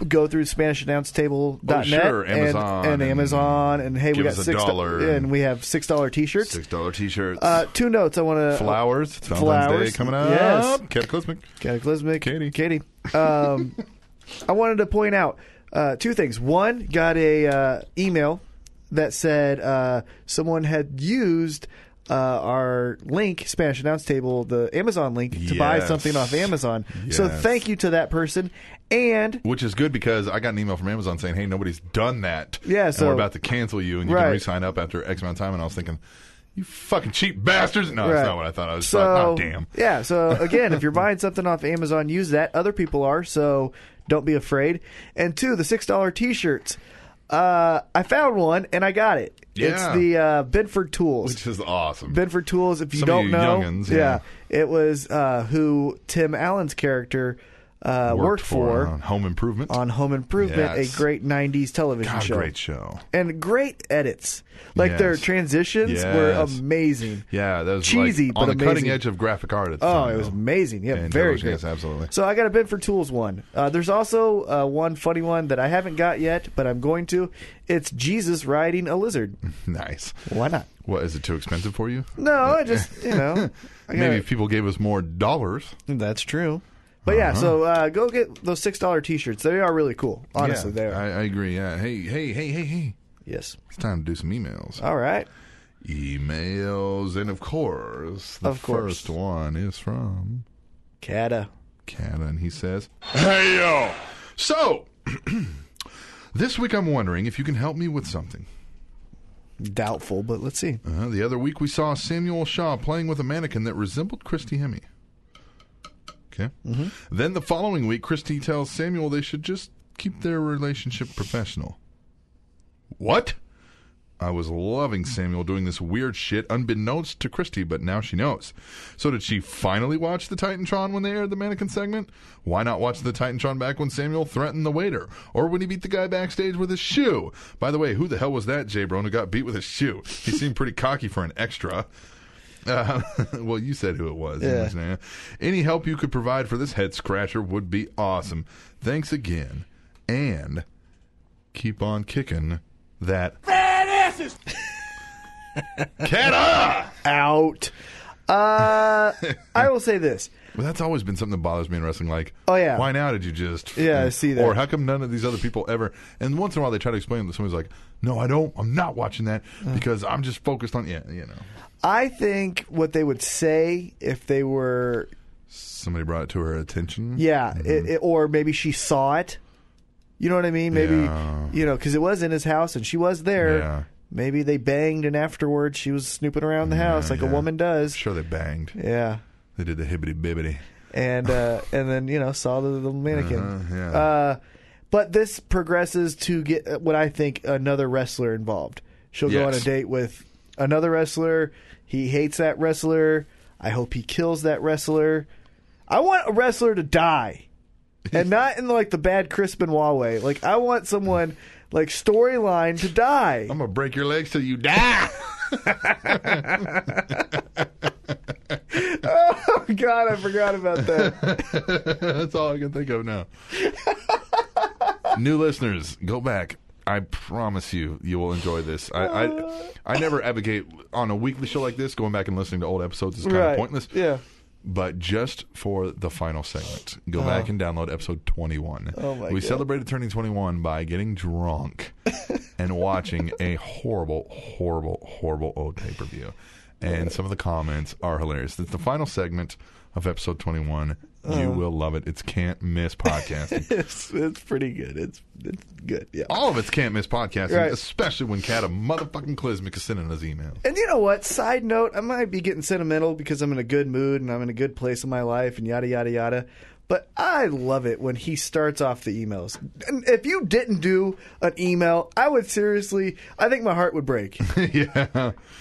Speaker 3: go through SpanishAnnounceTable.net
Speaker 4: Oh, sure. Amazon
Speaker 3: and, and
Speaker 4: and
Speaker 3: Amazon, and, hey, we
Speaker 4: give
Speaker 3: got
Speaker 4: us a
Speaker 3: six do-
Speaker 4: dollar
Speaker 3: and,
Speaker 4: and-
Speaker 3: we have six dollar T-shirts.
Speaker 4: Six dollar t-shirts.
Speaker 3: Uh, two notes I want to
Speaker 4: flowers. Valentine's
Speaker 3: flowers
Speaker 4: Day coming up.
Speaker 3: Yes,
Speaker 4: Cataclysmic.
Speaker 3: Cataclysmic.
Speaker 4: Katie.
Speaker 3: Katie. Um, *laughs* I wanted to point out uh, two things. One, got a uh, email that said uh, someone had used uh, our link, Spanish Announce Table, the Amazon link, to buy
Speaker 4: Yes.
Speaker 3: something off Amazon. So
Speaker 4: Yes.
Speaker 3: thank you to that person. And
Speaker 4: Which is good because I got an email from Amazon saying, "Hey, nobody's done that.
Speaker 3: Yeah,
Speaker 4: and
Speaker 3: so-
Speaker 4: we're about to cancel you, and you
Speaker 3: Right.
Speaker 4: can re-sign up after X amount of time." And I was thinking, "You fucking cheap bastards!" No,
Speaker 3: Right.
Speaker 4: Oh, that's not what I thought. I was just
Speaker 3: so,
Speaker 4: like, "Oh, damn."
Speaker 3: Yeah.
Speaker 4: *laughs*
Speaker 3: So again, if you're buying something off Amazon, use that. Other people are, so don't be afraid. And two, the six dollar T-shirts. Uh, I found one and I got it.
Speaker 4: Yeah.
Speaker 3: It's the uh, Bedford Tools.
Speaker 4: Which is awesome.
Speaker 3: Benford Tools. If you
Speaker 4: Some of
Speaker 3: don't
Speaker 4: you
Speaker 3: know,
Speaker 4: youngins,
Speaker 3: yeah.
Speaker 4: yeah.
Speaker 3: it was uh, who Tim Allen's character uh, worked, for,
Speaker 4: on Home Improvement.
Speaker 3: on Home Improvement,
Speaker 4: Yes.
Speaker 3: a great '90s television
Speaker 4: God,
Speaker 3: show,
Speaker 4: great show.
Speaker 3: and great edits. Like
Speaker 4: Yes.
Speaker 3: their transitions were
Speaker 4: Yes.
Speaker 3: amazing.
Speaker 4: Yeah, that was
Speaker 3: Cheesy,
Speaker 4: like
Speaker 3: but
Speaker 4: on the cutting
Speaker 3: amazing.
Speaker 4: edge of graphic art. At the
Speaker 3: Oh,
Speaker 4: time,
Speaker 3: it was
Speaker 4: though.
Speaker 3: amazing. Yeah,
Speaker 4: And
Speaker 3: very
Speaker 4: television, Yes,
Speaker 3: good.
Speaker 4: absolutely.
Speaker 3: So I got a Benford Tools one. Uh, there's also uh, one funny one that I haven't got yet, but I'm going to. It's Jesus riding a *laughs* lizard.
Speaker 4: nice.
Speaker 3: Why not?
Speaker 4: What is it too expensive for you?
Speaker 3: No, I just you *laughs* know I
Speaker 4: Maybe
Speaker 3: gotta-
Speaker 4: if people gave us more dollars.
Speaker 3: That's true. But yeah, so uh, go get those six dollar t shirts. They are really cool. Honestly,
Speaker 4: Yeah,
Speaker 3: they are.
Speaker 4: I, I agree. Yeah. Hey, hey, hey, hey, hey.
Speaker 3: Yes.
Speaker 4: It's time to do some emails.
Speaker 3: All right.
Speaker 4: emails, and of course, the
Speaker 3: Of course.
Speaker 4: first one is from
Speaker 3: Kata.
Speaker 4: Cannon. he says, "Hey yo, so *clears throat* this week I'm wondering if you can help me with something."
Speaker 3: Doubtful, but let's see.
Speaker 4: Uh, the other week we saw Samuel Shaw playing with a mannequin that resembled Christy Hemme. Okay.
Speaker 3: Mm-hmm.
Speaker 4: Then the following week, Christy tells Samuel they should just keep their relationship professional. What? I was loving Samuel doing this weird shit unbeknownst to Christy, but now she knows. So did she finally watch the Titantron when they aired the mannequin segment? Why not watch the Titantron back when Samuel threatened the waiter? Or when he beat the guy backstage with his shoe? By the way, who the hell was that Jay Brown who got beat with his shoe? He seemed pretty cocky for an extra. Uh, *laughs* well, you said who it was.
Speaker 3: Yeah.
Speaker 4: Anyway, Any help you could provide for this head scratcher would be awesome. Thanks again. And keep on kicking that
Speaker 2: Fat asses!
Speaker 4: cat up!
Speaker 3: Out. *laughs* Uh, I will say this.
Speaker 4: Well, that's always been something that bothers me in wrestling. Like,
Speaker 3: Oh, yeah.
Speaker 4: why now did you just?
Speaker 3: Yeah, I see that.
Speaker 4: Or how come none of these other people ever? And once in a while, they try to explain that somebody's like, "No, I don't. I'm not watching that because I'm just focused on yeah, you know."
Speaker 3: I think what they would say if they were,
Speaker 4: Somebody brought it to her attention.
Speaker 3: yeah, it, it- or maybe she saw it. You know what I mean? Maybe,
Speaker 4: Yeah.
Speaker 3: you know, because it was in his house and she was there.
Speaker 4: Yeah.
Speaker 3: Maybe they banged and afterwards she was snooping around the house like a
Speaker 4: yeah.
Speaker 3: woman does.
Speaker 4: Sure, they banged.
Speaker 3: Yeah.
Speaker 4: They did the hibbity bibbity.
Speaker 3: and uh, and then you know saw the, the mannequin.
Speaker 4: Uh-huh, yeah.
Speaker 3: Uh, but this progresses to get uh, what I think another wrestler involved. She'll go on a
Speaker 4: Yes.
Speaker 3: date with another wrestler. He hates that wrestler. I hope he kills that wrestler. I want a wrestler to die, and not in like the bad Chris Benoit way. Like I want someone like storyline to die.
Speaker 4: I'm gonna break your legs till you die. *laughs*
Speaker 3: Oh God, I forgot about *laughs* that.
Speaker 4: That's all I can think of
Speaker 3: *laughs*
Speaker 4: now. New listeners, go back. I promise you, you will enjoy this. I, I, I never advocate on a weekly show like this. Going back and listening to old episodes is kind
Speaker 3: right?
Speaker 4: of pointless.
Speaker 3: Yeah. *laughs*
Speaker 4: But just for the final segment, go back and download episode 21.
Speaker 3: Oh my
Speaker 4: we
Speaker 3: God.
Speaker 4: celebrated turning 21 by getting
Speaker 3: *laughs*
Speaker 4: drunk and watching a horrible, horrible, horrible old pay per view. And some of the comments are hilarious. It's the final segment of episode 21.
Speaker 3: Uh-huh.
Speaker 4: You will love it. It's can't miss
Speaker 3: *laughs*
Speaker 4: podcasting.
Speaker 3: It's it's pretty good. It's it's good. Yeah.
Speaker 4: All of it's can't miss podcasting,
Speaker 3: Right.
Speaker 4: especially when Cat a motherfucking Clismic is sending us
Speaker 3: *laughs*
Speaker 4: emails. *laughs*
Speaker 3: And you know what? Side note, I might be getting sentimental because I'm in a good mood and I'm in a good place in my life and yada yada yada. But I love it when he starts off the emails. And if you didn't do an email, I would seriously, I think my heart would break.
Speaker 4: yeah, *laughs*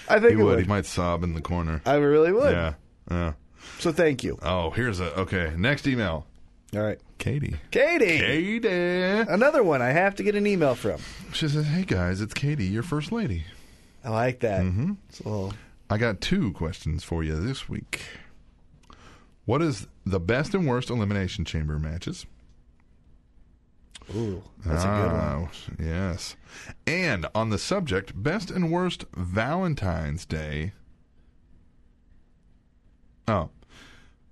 Speaker 3: I think
Speaker 4: he
Speaker 3: it
Speaker 4: would.
Speaker 3: would.
Speaker 4: He might sob in the corner.
Speaker 3: I really would.
Speaker 4: yeah, yeah.
Speaker 3: So thank you.
Speaker 4: Oh, here's a okay. Next email,
Speaker 3: All right.
Speaker 4: Katie.
Speaker 3: Katie.
Speaker 4: Katie.
Speaker 3: Another one I have to get an email from.
Speaker 4: She says, "Hey guys, it's Katie, your first lady.
Speaker 3: I like that. Mm-hmm. It's a little
Speaker 4: I got two questions for you this week. What is the best and worst elimination chamber matches?
Speaker 3: Ooh, that's a good one.
Speaker 4: Ah, Yes. And on the subject, best and worst Valentine's Day. Oh.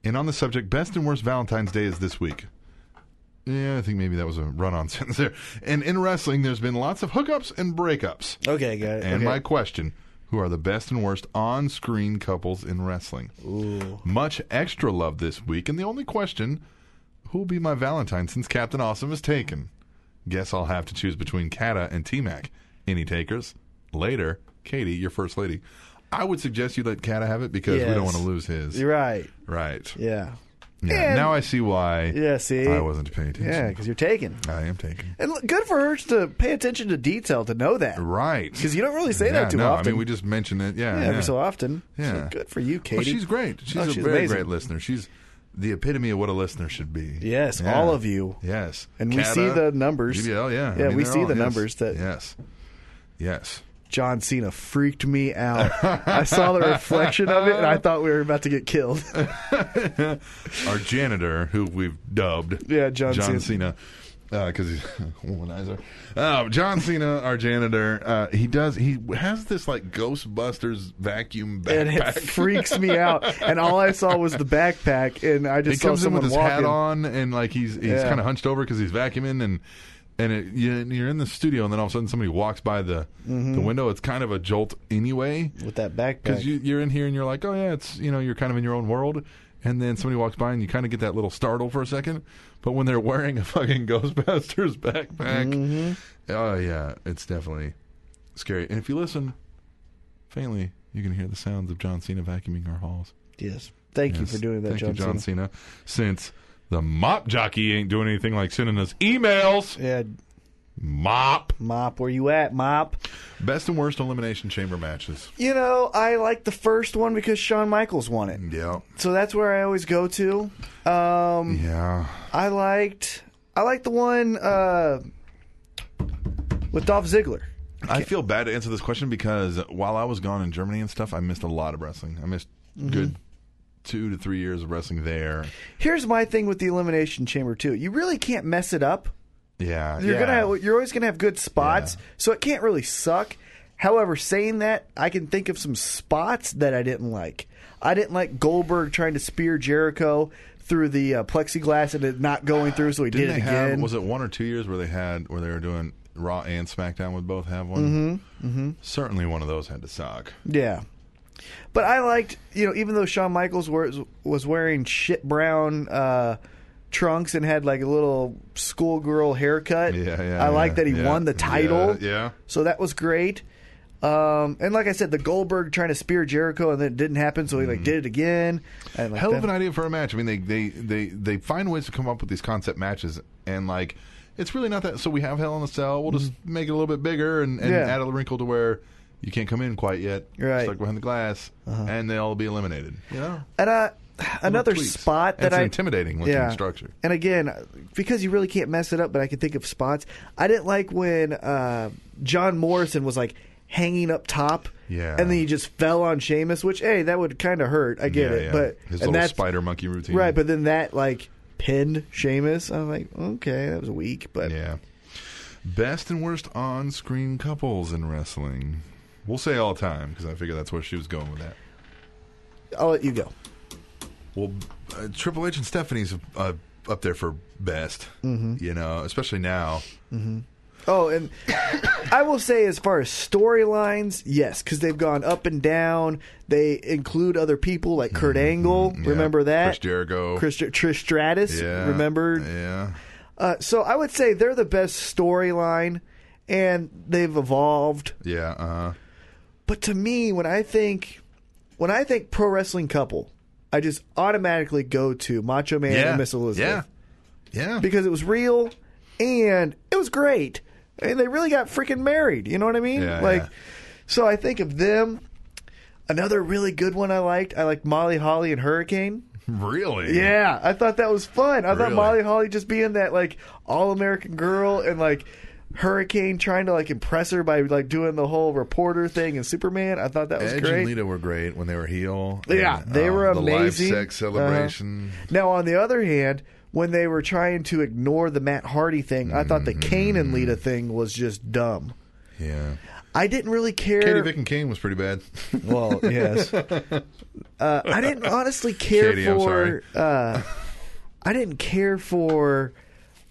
Speaker 4: And on the subject, best and worst Valentine's Day is this week. Yeah, I think maybe that was a run on *laughs* sentence there. And in wrestling, there's been lots of hookups and breakups.
Speaker 3: Okay, got it.
Speaker 4: And
Speaker 3: okay.
Speaker 4: my question who are the best and worst on screen couples in wrestling?
Speaker 3: Ooh.
Speaker 4: Much extra love this week. And the only question who'll be my Valentine since Captain Awesome is taken? Guess I'll have to choose between Kata and T Mac. Any takers? Later, Katie, your first lady. I would suggest you let Kata have it because we don't
Speaker 3: Yes.
Speaker 4: want to lose his.
Speaker 3: You're right.
Speaker 4: Right.
Speaker 3: Yeah.
Speaker 4: Yeah.
Speaker 3: And-
Speaker 4: now I see why
Speaker 3: Yeah, see?
Speaker 4: I wasn't paying attention.
Speaker 3: Yeah, because you're taken.
Speaker 4: I am taken.
Speaker 3: And look, good for her to pay attention to detail to know that.
Speaker 4: Right.
Speaker 3: Because you don't really say
Speaker 4: Yeah,
Speaker 3: that too
Speaker 4: no,
Speaker 3: often.
Speaker 4: I mean, we just mentioned it. Yeah.
Speaker 3: yeah, every so often.
Speaker 4: Yeah.
Speaker 3: So good for you, Katie.
Speaker 4: Well, she's great. She's
Speaker 3: Oh,
Speaker 4: a
Speaker 3: she's
Speaker 4: very
Speaker 3: amazing.
Speaker 4: great listener. She's the epitome of what a listener should be.
Speaker 3: Yes, all of you.
Speaker 4: Yes.
Speaker 3: And we see the numbers.
Speaker 4: GBL, yeah.
Speaker 3: Yeah, we
Speaker 4: they're
Speaker 3: see the
Speaker 4: yes.
Speaker 3: numbers that-
Speaker 4: Yes. Yes.
Speaker 3: John Cena freaked
Speaker 4: *laughs*
Speaker 3: me out. I saw the reflection of it and I thought we were about to get
Speaker 4: *laughs*
Speaker 3: killed.
Speaker 4: Our janitor, who we've dubbed.
Speaker 3: Yeah, John
Speaker 4: Cena. Because he's *laughs* a womanizer. Uh, John Cena, our janitor, uh, he does, he has this like Ghostbusters vacuum backpack.
Speaker 3: and it freaks me out. And all I saw was the backpack and I
Speaker 4: he
Speaker 3: just saw
Speaker 4: comes in
Speaker 3: someone
Speaker 4: with his
Speaker 3: walking.
Speaker 4: hat on and like he's he's
Speaker 3: Yeah.
Speaker 4: kind of hunched over because he's vacuuming and and it, you, you're in the studio and then all of a sudden somebody walks by the the window. It's kind of a jolt anyway
Speaker 3: Mm-hmm. with that backpack.
Speaker 4: because you, you're in here and you're like, oh yeah, it's you know you're kind of in your own world. And then somebody walks by and you kind of get that little startle for a second. But when they're wearing a fucking *laughs* Ghostbusters backpack,
Speaker 3: Mm-hmm.
Speaker 4: oh yeah, it's definitely scary. And if you listen faintly, you can hear the sounds of John Cena vacuuming our halls.
Speaker 3: yes. Thank you
Speaker 4: Yes.
Speaker 3: for doing that,
Speaker 4: Thank
Speaker 3: John,
Speaker 4: you, John Cena.
Speaker 3: Cena.
Speaker 4: Since the mop jockey ain't doing anything like sending us emails.
Speaker 3: Yeah,
Speaker 4: Mop.
Speaker 3: Mop, where you at, Mop?
Speaker 4: Best and worst elimination chamber matches.
Speaker 3: You know, I like the first one because Shawn Michaels won it.
Speaker 4: Yeah.
Speaker 3: So that's where I always go to. Um,
Speaker 4: Yeah.
Speaker 3: I liked I liked the one uh, with Dolph Ziggler.
Speaker 4: I feel bad to answer this question because while I was gone in Germany and stuff, I missed a lot of wrestling. I missed
Speaker 3: Mm-hmm.
Speaker 4: good two to three years of wrestling there.
Speaker 3: Here's my thing with the Elimination Chamber too. You really can't mess it up.
Speaker 4: Yeah.
Speaker 3: You're
Speaker 4: yeah.
Speaker 3: gonna you're always gonna have good spots, so it can't really suck. However, saying that, I can think of some spots that I didn't like. I didn't like Goldberg trying to spear Jericho through the uh, plexiglass and it not going through, so he
Speaker 4: Didn't
Speaker 3: did it
Speaker 4: they have,
Speaker 3: again.
Speaker 4: was it one or two years where they had, where they were doing Raw and SmackDown would both have one? Mm-hmm. Mm-hmm. Certainly one of those had to suck.
Speaker 3: Yeah. But I liked, you know, even though Shawn Michaels was, was wearing shit brown uh, trunks and had like a little schoolgirl haircut,
Speaker 4: Yeah, yeah.
Speaker 3: I like
Speaker 4: yeah,
Speaker 3: that he
Speaker 4: yeah,
Speaker 3: won the title.
Speaker 4: Yeah. yeah.
Speaker 3: So that was great. Um, and like I said, the Goldberg trying to spear Jericho and then it didn't happen, so he like did it again. I like
Speaker 4: Mm-hmm. hell of
Speaker 3: that.
Speaker 4: an idea for a match. I mean, they, they they they find ways to come up with these concept matches, and like it's really not that. So we have Hell in a Cell. We'll just make it a little bit bigger and, and
Speaker 3: Mm-hmm. Yeah.
Speaker 4: add a wrinkle to where you can't come in quite yet. You're
Speaker 3: Right. Uh-huh.
Speaker 4: stuck behind the glass, and they'll all be eliminated. Yeah,
Speaker 3: And uh, another
Speaker 4: tweaks.
Speaker 3: spot
Speaker 4: And
Speaker 3: that
Speaker 4: it's an
Speaker 3: I
Speaker 4: intimidating looking structure.
Speaker 3: And again, because you really can't mess it up, but I can think of spots. I didn't like when uh, John Morrison was like hanging up top.
Speaker 4: Yeah.
Speaker 3: And then he just fell on Sheamus, which hey, that would kind of hurt. I get
Speaker 4: Yeah,
Speaker 3: it,
Speaker 4: yeah.
Speaker 3: but
Speaker 4: his little
Speaker 3: and that's-
Speaker 4: spider monkey routine,
Speaker 3: right? But then that like pinned Sheamus. I was like, okay, that was weak, but
Speaker 4: yeah, best and worst on screen couples in wrestling. We'll say all time because I figure that's where she was going with that.
Speaker 3: I'll let you go.
Speaker 4: Well, uh, Triple H and Stephanie's uh, up there for best.
Speaker 3: Mm-hmm.
Speaker 4: You know, especially now.
Speaker 3: Oh, and I will say, as far as storylines, yes, because they've gone up and down. They include other people like Kurt Angle.
Speaker 4: Mm-hmm. Yeah.
Speaker 3: Remember that?
Speaker 4: Chris Jericho.
Speaker 3: Chris, Trish Stratus.
Speaker 4: Yeah.
Speaker 3: Remember?
Speaker 4: Yeah.
Speaker 3: Uh, so I would say they're the best storyline, and they've evolved.
Speaker 4: Yeah. Uh,
Speaker 3: But to me, when I think when I think pro wrestling couple, I just automatically go to Macho Man
Speaker 4: Yeah.
Speaker 3: and Miss Elizabeth.
Speaker 4: Yeah.
Speaker 3: Because it was real and it was great. And they really got freaking married. You know what I mean?
Speaker 4: Yeah,
Speaker 3: like,
Speaker 4: yeah.
Speaker 3: so I think of them. Another really good one I liked, I liked Molly Holly and Hurricane.
Speaker 4: Really?
Speaker 3: Yeah, I thought that was fun. I thought
Speaker 4: Really?
Speaker 3: Molly Holly just being that like all American girl and like Hurricane trying to like impress her by like doing the whole reporter thing and Superman. I thought that was
Speaker 4: Edge
Speaker 3: great.
Speaker 4: and Lita were great when they were heel.
Speaker 3: Yeah,
Speaker 4: And,
Speaker 3: they
Speaker 4: um,
Speaker 3: were
Speaker 4: The live
Speaker 3: amazing.
Speaker 4: sex celebration.
Speaker 3: Uh-huh. Now, on the other hand, when they were trying to ignore the Matt Hardy thing, I thought the
Speaker 4: Mm-hmm.
Speaker 3: Kane and Lita thing was just dumb.
Speaker 4: Yeah.
Speaker 3: I didn't really care.
Speaker 4: Katie Vick and Kane was pretty bad. *laughs*
Speaker 3: Well, *laughs* yes. Uh, I didn't honestly care
Speaker 4: Katie, I'm
Speaker 3: for. Uh, I didn't care for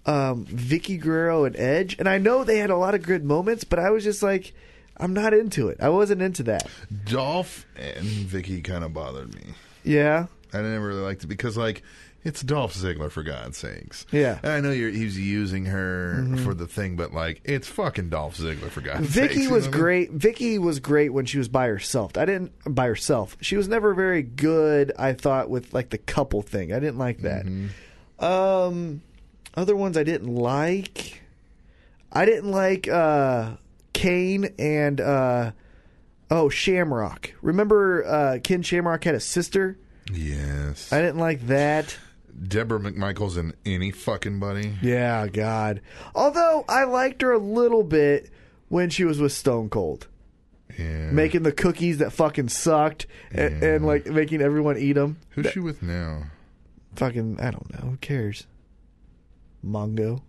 Speaker 3: um, Vicky Guerrero and Edge, and I know they had a lot of good moments, but I was just like, I'm not into it. I wasn't into that.
Speaker 4: Dolph and Vicky kind of bothered me.
Speaker 3: Yeah.
Speaker 4: I never really liked it because, like, it's Dolph Ziggler for God's sakes.
Speaker 3: Yeah. Mm-hmm.
Speaker 4: And I know you're, he's using her for the thing, but like, it's fucking Dolph Ziggler for God's sakes.
Speaker 3: Vicky
Speaker 4: you
Speaker 3: was
Speaker 4: know what I mean?
Speaker 3: great. Vicky was great when she was by herself. I didn't by herself. She was never very good. I thought with like the couple thing. I didn't like that. Um, other ones I didn't like. I didn't like uh, Kane and uh, oh Shamrock. Remember uh, Ken Shamrock had a sister.
Speaker 4: Yes.
Speaker 3: I didn't like that.
Speaker 4: Deborah McMichaels and any fucking buddy.
Speaker 3: Yeah, God. Although I liked her a little bit when she was with Stone Cold.
Speaker 4: Yeah.
Speaker 3: making the cookies that fucking sucked and, and like making everyone eat them.
Speaker 4: Who's she with now?
Speaker 3: Fucking, I don't know. Who cares? Mongo.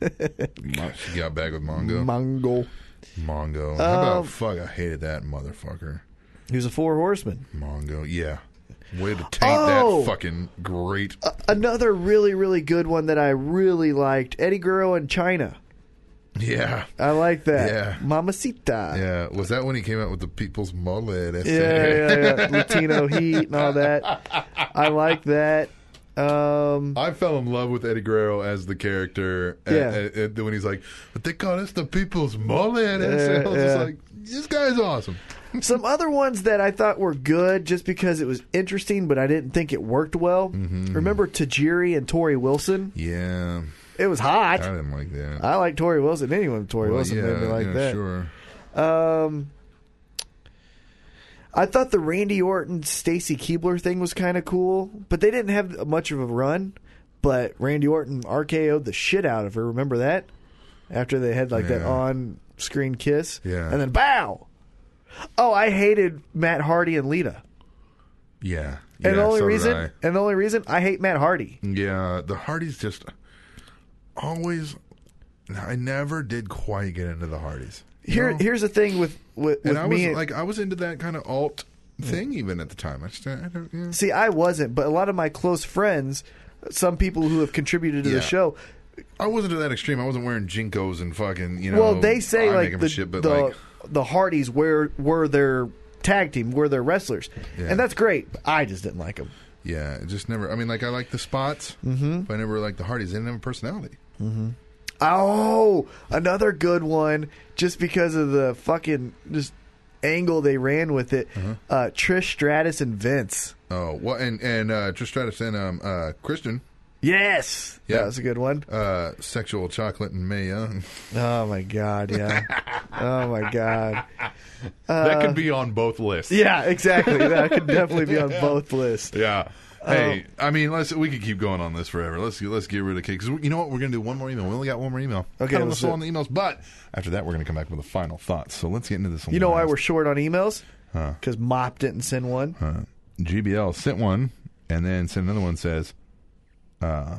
Speaker 4: She got back with Mongo.
Speaker 3: Mongo.
Speaker 4: Mongo. How about
Speaker 3: Um,
Speaker 4: fuck? I hated that motherfucker.
Speaker 3: He was a four horseman.
Speaker 4: Mongo. Yeah. Way to taint
Speaker 3: Oh! Uh,
Speaker 4: that fucking great.
Speaker 3: Another really, really good one that I really liked Eddie Guerrero and China.
Speaker 4: Yeah.
Speaker 3: I like that.
Speaker 4: Yeah.
Speaker 3: Mamacita.
Speaker 4: Yeah. Was that when he came out with the people's mole? That's
Speaker 3: Yeah, yeah, *laughs* yeah. Latino heat and all that. I like that. Um,
Speaker 4: I fell in love with Eddie Guerrero as the character. a-
Speaker 3: Yeah.
Speaker 4: a- a- when he's like, but they call us the people's mole. And I was just
Speaker 3: yeah.
Speaker 4: like, this guy's awesome.
Speaker 3: some other ones that I thought were good just because it was interesting, but I didn't think it worked well. Remember Tajiri and Tori Wilson?
Speaker 4: Yeah.
Speaker 3: It was hot.
Speaker 4: I didn't like that.
Speaker 3: I like Tori Wilson. Anyone Tori
Speaker 4: Uh, Well,
Speaker 3: Wilson made me like
Speaker 4: yeah,
Speaker 3: that.
Speaker 4: Sure.
Speaker 3: Um, I thought the Randy Orton Stacy Keebler thing was kind of cool, but they didn't have much of a run. But Randy Orton RKO'd the shit out of her. Remember that? After they had like that
Speaker 4: Yeah.
Speaker 3: on screen kiss,
Speaker 4: Yeah.
Speaker 3: and then bow. Oh, I hated Matt Hardy and Lita.
Speaker 4: Yeah.
Speaker 3: And
Speaker 4: Yeah,
Speaker 3: the only
Speaker 4: so did
Speaker 3: reason,
Speaker 4: I.
Speaker 3: and the only reason I hate Matt Hardy.
Speaker 4: Yeah, the Hardys just always. I never did quite get into the Hardys. you
Speaker 3: Here,
Speaker 4: know?
Speaker 3: here's the thing with with, with
Speaker 4: and I
Speaker 3: me.
Speaker 4: was
Speaker 3: and-
Speaker 4: like, I was into that kind of alt thing even at the time. I just, I don't, yeah.
Speaker 3: See, I wasn't, but a lot of my close friends, some people who have contributed to
Speaker 4: Yeah.
Speaker 3: the show,
Speaker 4: I wasn't to that extreme. I wasn't wearing jinkos and fucking, you know.
Speaker 3: well, they say
Speaker 4: eye
Speaker 3: like
Speaker 4: makeup
Speaker 3: the
Speaker 4: and shit, but
Speaker 3: the,
Speaker 4: like,
Speaker 3: the Hardys were were their tag team, were their wrestlers,
Speaker 4: Yeah.
Speaker 3: and that's great. But I just didn't like them.
Speaker 4: yeah, it just never. I mean, like, I like the spots, mm-hmm. but I never liked the Hardys. They didn't have a personality.
Speaker 3: Oh, another good one, just because of the fucking just angle they ran with it.
Speaker 4: Uh-huh.
Speaker 3: uh Trish Stratus and Vince.
Speaker 4: Oh, well, and and uh, Trish Stratus and um, uh, Christian,
Speaker 3: Yes,
Speaker 4: Yeah.
Speaker 3: that was a good one.
Speaker 4: uh, sexual chocolate and May Young.
Speaker 3: Oh my
Speaker 4: *laughs*
Speaker 3: god, yeah. oh my god.
Speaker 4: that could be on both lists.
Speaker 3: Uh, Yeah, exactly. That could definitely be on both lists.
Speaker 4: Yeah.
Speaker 3: Oh.
Speaker 4: Hey, I mean, let's we could keep going on this forever. Let's let's get rid of Kate because you know what? We're gonna do one more email. We only got one more email.
Speaker 3: Okay,
Speaker 4: Kind of
Speaker 3: let's
Speaker 4: us all
Speaker 3: do
Speaker 4: on the emails, but after that, we're gonna come back with a final thought. So let's get into this.
Speaker 3: You know why
Speaker 4: last-
Speaker 3: we're short on emails? Because Mop didn't send one.
Speaker 4: uh, GBL sent one and then sent another one. Says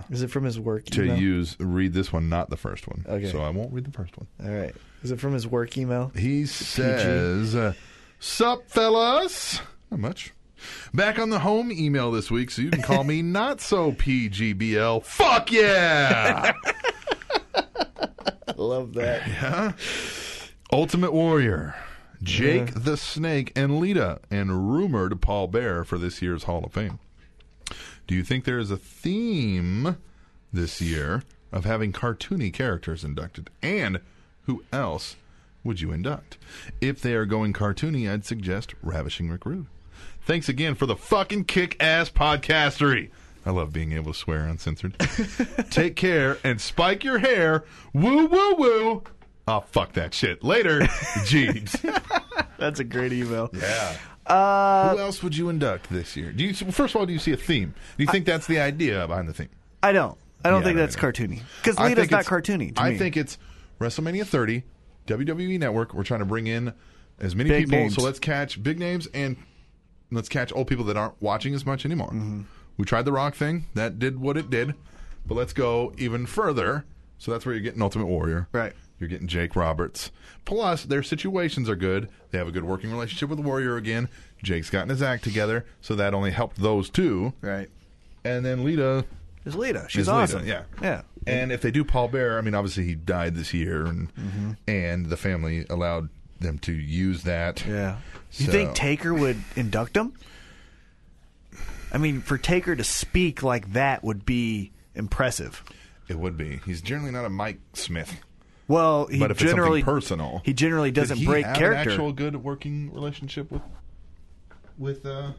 Speaker 3: Is it from his work
Speaker 4: to
Speaker 3: email?
Speaker 4: use read this one, not the first one.
Speaker 3: Okay.
Speaker 4: So I won't read the first one.
Speaker 3: All right. Is it from his
Speaker 4: *laughs*
Speaker 3: work email?
Speaker 4: He says, uh, Sup, fellas? Not much. Back on the home email this week, so you can call me not so PGBL. Fuck yeah!
Speaker 3: I love *laughs* that.
Speaker 4: Ultimate Warrior, Jake the Snake, and Lita, and rumored Paul Bear for this year's Hall of Fame. Do you think there is a theme this year of having cartoony characters inducted? And who else would you induct? If they are going cartoony, I'd suggest Ravishing Rick Rude. Thanks again for the fucking kick ass podcastery. I love being able to swear uncensored. Take care and spike your hair. Woo, woo, woo. Oh, fuck that shit. Later, Jeeves.
Speaker 3: That's a great email.
Speaker 4: Yeah. Who else would you induct this year? Do you first of all do you see a theme? Do you think that's the idea behind the theme?
Speaker 3: I don't. I don't
Speaker 4: Yeah,
Speaker 3: think
Speaker 4: I don't
Speaker 3: that's
Speaker 4: either.
Speaker 3: cartoony. Because
Speaker 4: I
Speaker 3: Lita's
Speaker 4: think
Speaker 3: not
Speaker 4: it's-
Speaker 3: cartoony. To
Speaker 4: I
Speaker 3: me.
Speaker 4: think it's WrestleMania 30, WWE E Network. We're trying to bring in as many
Speaker 3: Big
Speaker 4: people,
Speaker 3: names.
Speaker 4: so let's catch big names and let's catch old people that aren't watching as much anymore.
Speaker 3: Mm-hmm.
Speaker 4: We tried the Rock thing; that did what it did, but let's go even further. So that's where you're getting Ultimate Warrior,
Speaker 3: Right.
Speaker 4: You're getting Jake Roberts. Plus, their situations are good. They have a good working relationship with Warrior again. Jake's gotten his act together, so that only helped those two.
Speaker 3: Right.
Speaker 4: And then Lita
Speaker 3: It's Lita. She's
Speaker 4: is Lita,
Speaker 3: awesome.
Speaker 4: yeah.
Speaker 3: Yeah.
Speaker 4: And if they do Paul Bear, I mean, obviously he died this year, and
Speaker 3: Mm-hmm.
Speaker 4: and the family allowed them to use that.
Speaker 3: Yeah. You
Speaker 4: So-
Speaker 3: think Taker would induct him? I mean, for Taker to speak like that would be impressive.
Speaker 4: It would be. He's generally not a Mike Smith,
Speaker 3: Well, he
Speaker 4: but if
Speaker 3: generally
Speaker 4: it's something personal,
Speaker 3: He generally
Speaker 4: Did
Speaker 3: doesn't
Speaker 4: he
Speaker 3: break
Speaker 4: have
Speaker 3: character.
Speaker 4: An actual good working relationship with with uh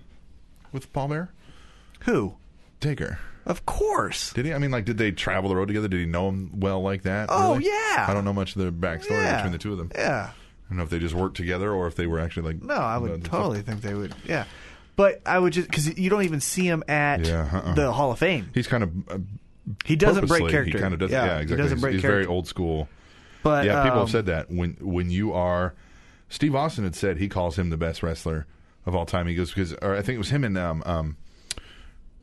Speaker 4: with Paul Bear
Speaker 3: Who?
Speaker 4: Taker.
Speaker 3: Of course.
Speaker 4: Did he? I mean, like, did they travel the road together? Did he know him well like that?
Speaker 3: Oh,
Speaker 4: really?
Speaker 3: yeah.
Speaker 4: I don't know much of the backstory
Speaker 3: Yeah.
Speaker 4: between the two of them.
Speaker 3: Yeah.
Speaker 4: I don't know if they just worked together or if they were actually like.
Speaker 3: No, I
Speaker 4: buds
Speaker 3: would
Speaker 4: and stuff.
Speaker 3: totally think they would. Yeah. But I would just because you don't even see him at
Speaker 4: Yeah, uh-uh.
Speaker 3: the Hall of Fame.
Speaker 4: He's kind of uh,
Speaker 3: He doesn't break
Speaker 4: purposely,
Speaker 3: character.
Speaker 4: He kind of doesn't. Yeah, exactly.
Speaker 3: He doesn't
Speaker 4: he's
Speaker 3: break
Speaker 4: he's
Speaker 3: character.
Speaker 4: very old school.
Speaker 3: But
Speaker 4: yeah, people
Speaker 3: um,
Speaker 4: have said that when when you are, Steve Austin had said he calls him the best wrestler of all time. He goes because, or I think it was him and um um.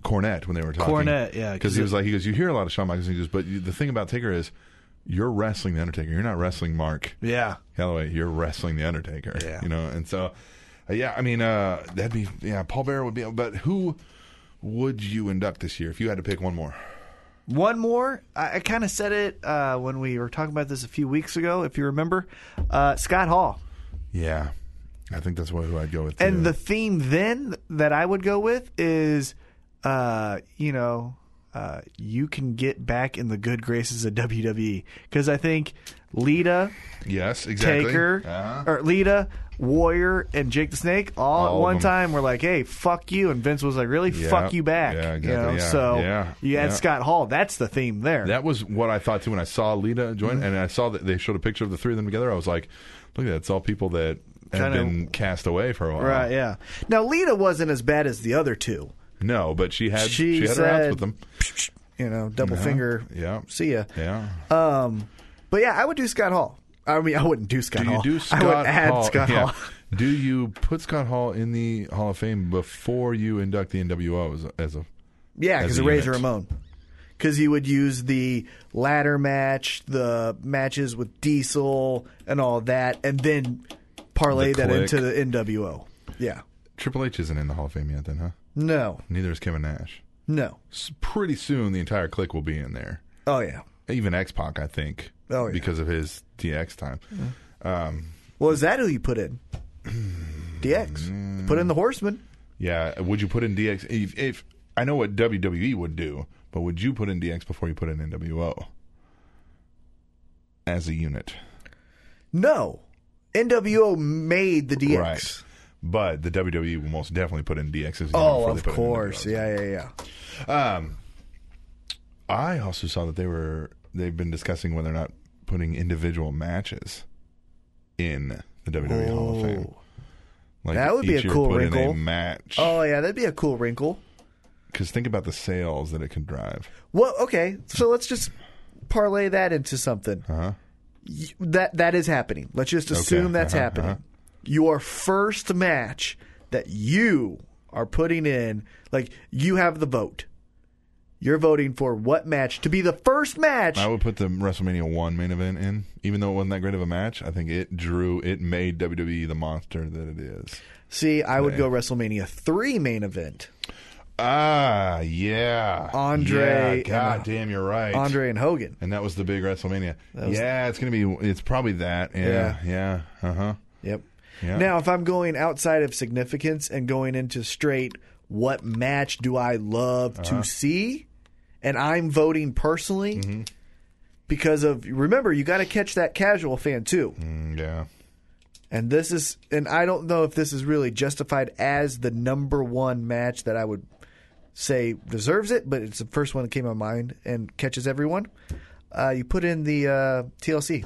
Speaker 4: Cornette when they were talking.
Speaker 3: Cornette, yeah, 'cause
Speaker 4: because he
Speaker 3: it-
Speaker 4: was like he goes. You hear a lot of Shawn Michaels. He goes, but you, the thing about Taker is, you're wrestling the Undertaker. You're not wrestling Mark
Speaker 3: Yeah.
Speaker 4: Calloway. You're wrestling the Undertaker.
Speaker 3: Yeah.
Speaker 4: you know. And so, uh, yeah, I mean, uh, that'd be yeah. Paul Bearer would be, but who would you induct this year if you had to pick one more?
Speaker 3: One more. I, I kind of said it uh, when we were talking about this a few weeks ago, if you remember. Uh, Scott Hall.
Speaker 4: Yeah, I think that's what who I'd go with.
Speaker 3: And
Speaker 4: yeah.
Speaker 3: the theme then that I would go with is, uh, you know, uh, you can get back in the good graces of WWE because I think Lita,
Speaker 4: yes, exactly.
Speaker 3: Taker,
Speaker 4: Uh-huh.
Speaker 3: or Lita, Warrior, and Jake the Snake all,
Speaker 4: All
Speaker 3: at
Speaker 4: of
Speaker 3: one
Speaker 4: them.
Speaker 3: time were like, "Hey, fuck you!" And Vince was like, "Really,
Speaker 4: Yeah.
Speaker 3: fuck you back?"
Speaker 4: Yeah,
Speaker 3: you know,
Speaker 4: exactly. Yeah.
Speaker 3: so
Speaker 4: Yeah.
Speaker 3: you add
Speaker 4: Yeah.
Speaker 3: Scott Hall. That's the theme there.
Speaker 4: That was what I thought too when I saw Lita join,
Speaker 3: Mm-hmm.
Speaker 4: and I saw that they showed a picture of the three of them together. I was like, look at that! It's all people that have
Speaker 3: Kinda-
Speaker 4: been cast away for a while.
Speaker 3: Right, yeah. Now Lita wasn't as bad as the other two.
Speaker 4: No, but she had
Speaker 3: She
Speaker 4: she, had her outs
Speaker 3: said-
Speaker 4: with them.
Speaker 3: You know, double
Speaker 4: Yeah.
Speaker 3: finger.
Speaker 4: Yeah.
Speaker 3: See ya.
Speaker 4: Yeah.
Speaker 3: Um, but yeah, I would do Scott Hall. I mean, I wouldn't do Scott
Speaker 4: do you
Speaker 3: Hall.
Speaker 4: do Scott
Speaker 3: I would add
Speaker 4: Hall? *laughs*
Speaker 3: Scott
Speaker 4: yeah.
Speaker 3: Hall.
Speaker 4: Do you put Scott Hall in the Hall of Fame before you induct the NWO as a, as a
Speaker 3: Yeah,
Speaker 4: As
Speaker 3: because
Speaker 4: a
Speaker 3: of Razor
Speaker 4: unit.
Speaker 3: Ramon. Because he would use the ladder match, the matches with Diesel, and all that, and then parlay
Speaker 4: The
Speaker 3: that
Speaker 4: click.
Speaker 3: into the NWO. Yeah.
Speaker 4: Triple H isn't in the Hall of Fame yet? Then, huh?
Speaker 3: No.
Speaker 4: Neither is Kevin Nash.
Speaker 3: No.
Speaker 4: S- Pretty soon, the entire clique will be in there.
Speaker 3: Oh yeah.
Speaker 4: even X Pac, I think.
Speaker 3: Oh, yeah.
Speaker 4: Because of his DX time. Um,
Speaker 3: Well, is that who you
Speaker 4: *clears throat*
Speaker 3: put in? DX. Put in the Horseman.
Speaker 4: yeah. Would you put in DX? If, if I know what WWE would do, but would you put in DX before you put in NWO as a unit?
Speaker 3: No. NWO made the DX.
Speaker 4: Right. But the WWE will most definitely put in DX as a unit. before
Speaker 3: Oh,
Speaker 4: they
Speaker 3: of
Speaker 4: put in
Speaker 3: course.
Speaker 4: NWO.
Speaker 3: Yeah, yeah, yeah.
Speaker 4: Um, I also saw that they were they've been discussing whether or not putting individual matches in the WWE Hall of Fame.
Speaker 3: Oh.
Speaker 4: Like
Speaker 3: That would be
Speaker 4: each
Speaker 3: a
Speaker 4: year
Speaker 3: cool
Speaker 4: put In a
Speaker 3: wrinkle.
Speaker 4: match,
Speaker 3: Oh yeah, that'd be a cool wrinkle.
Speaker 4: because think about the sales that it could drive.
Speaker 3: Well, okay, so let's just parlay that into something.
Speaker 4: Uh-huh.
Speaker 3: Y- That that is happening. Let's just assume that's
Speaker 4: uh-huh,
Speaker 3: happening.
Speaker 4: uh-huh.
Speaker 3: Your first match that you are putting in, like you have the vote. You're voting for what match to be the first match.
Speaker 4: I would put the WrestleMania one main event in, even though it wasn't that great of a match. I think it drew, it made WWE the monster that it is.
Speaker 3: See, I would go WrestleMania three main event.
Speaker 4: Ah, yeah,
Speaker 3: Andre
Speaker 4: Yeah,
Speaker 3: and,
Speaker 4: God
Speaker 3: uh,
Speaker 4: damn, you're right,
Speaker 3: Andre and Hogan.
Speaker 4: And that was the big WrestleMania.
Speaker 3: was-
Speaker 4: yeah, it's gonna be. It's probably that. Yeah, yeah. Uh huh.
Speaker 3: Yep.
Speaker 4: Yeah.
Speaker 3: Now, if I'm going outside of significance and going into straight, what match do I love to see? And I'm voting personally because of remember you got to catch that casual fan too.
Speaker 4: Mm, yeah.
Speaker 15: And this is, and I don't know if this is really justified as the number one match that I would say deserves it, but it's the first one that came to mind and catches everyone. Uh, you put in the uh, TLC,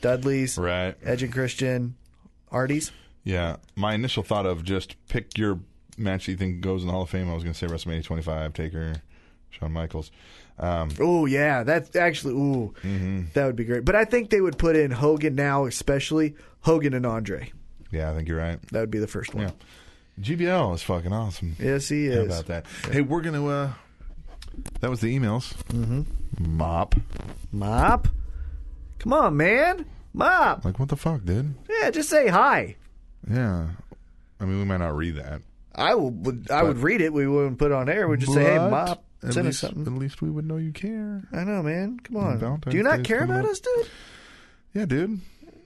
Speaker 15: Dudley's,
Speaker 4: Right.
Speaker 15: Edge and Christian, Artie's.
Speaker 4: Yeah, my initial thought of just pick your match that you think goes in the Hall of Fame. I was going to say WrestleMania 25, Taker, Shawn Michaels. Um,
Speaker 15: Oh yeah, that's actually ooh, that would be great. But I think they would put in Hogan now, especially Hogan and Andre.
Speaker 4: yeah, I think you're right.
Speaker 15: That would be the first one.
Speaker 4: Yeah, GBL is fucking awesome.
Speaker 15: Yes, he
Speaker 4: How
Speaker 15: is.
Speaker 4: about that? Hey, we're gonna. uh That was the emails. Mm-hmm. Mop.
Speaker 15: Mop, come on, man, Mop.
Speaker 4: Like what the fuck, dude?
Speaker 15: Yeah, just say hi.
Speaker 4: Yeah. I mean, we might not read that.
Speaker 15: I will- would. I would read it. We wouldn't put it on air. We'd just say, "Hey,
Speaker 4: But
Speaker 15: Mop,
Speaker 4: at
Speaker 15: send us
Speaker 4: least-
Speaker 15: something."
Speaker 4: At least we would know you care.
Speaker 15: I know, man. Come on.
Speaker 4: Valentine's
Speaker 15: Do you not
Speaker 4: Day's
Speaker 15: care
Speaker 4: coming
Speaker 15: about
Speaker 4: up.
Speaker 15: us, dude?
Speaker 4: Yeah, dude.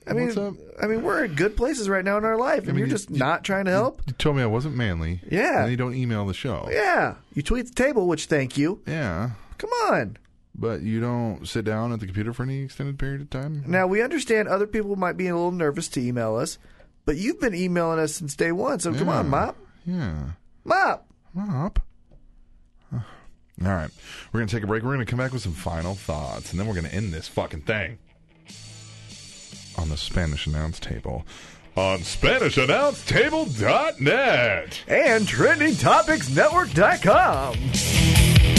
Speaker 15: I mean,
Speaker 4: What's up?
Speaker 15: I mean, we're in good places right now in our life, and
Speaker 4: mean,
Speaker 15: you're
Speaker 4: you-
Speaker 15: just not trying to help.
Speaker 4: You told me I wasn't manly.
Speaker 15: Yeah.
Speaker 4: And you don't email the show.
Speaker 15: yeah, you tweet the table, which thank you.
Speaker 4: Yeah.
Speaker 15: Come on.
Speaker 4: But you don't sit down at the computer for any extended period of time?
Speaker 15: Now we understand other people might be a little nervous to email us, but you've been emailing us since day one. So come on,
Speaker 4: Yeah.
Speaker 15: mop,
Speaker 4: Yeah.
Speaker 15: mop.
Speaker 4: Mop. All right. We're going to take a break. We're going to come back with some final thoughts, and then we're going to end this fucking thing on the Spanish announce table on SpanishAnnounceTable.net.
Speaker 15: And trendingtopicsnetwork.com.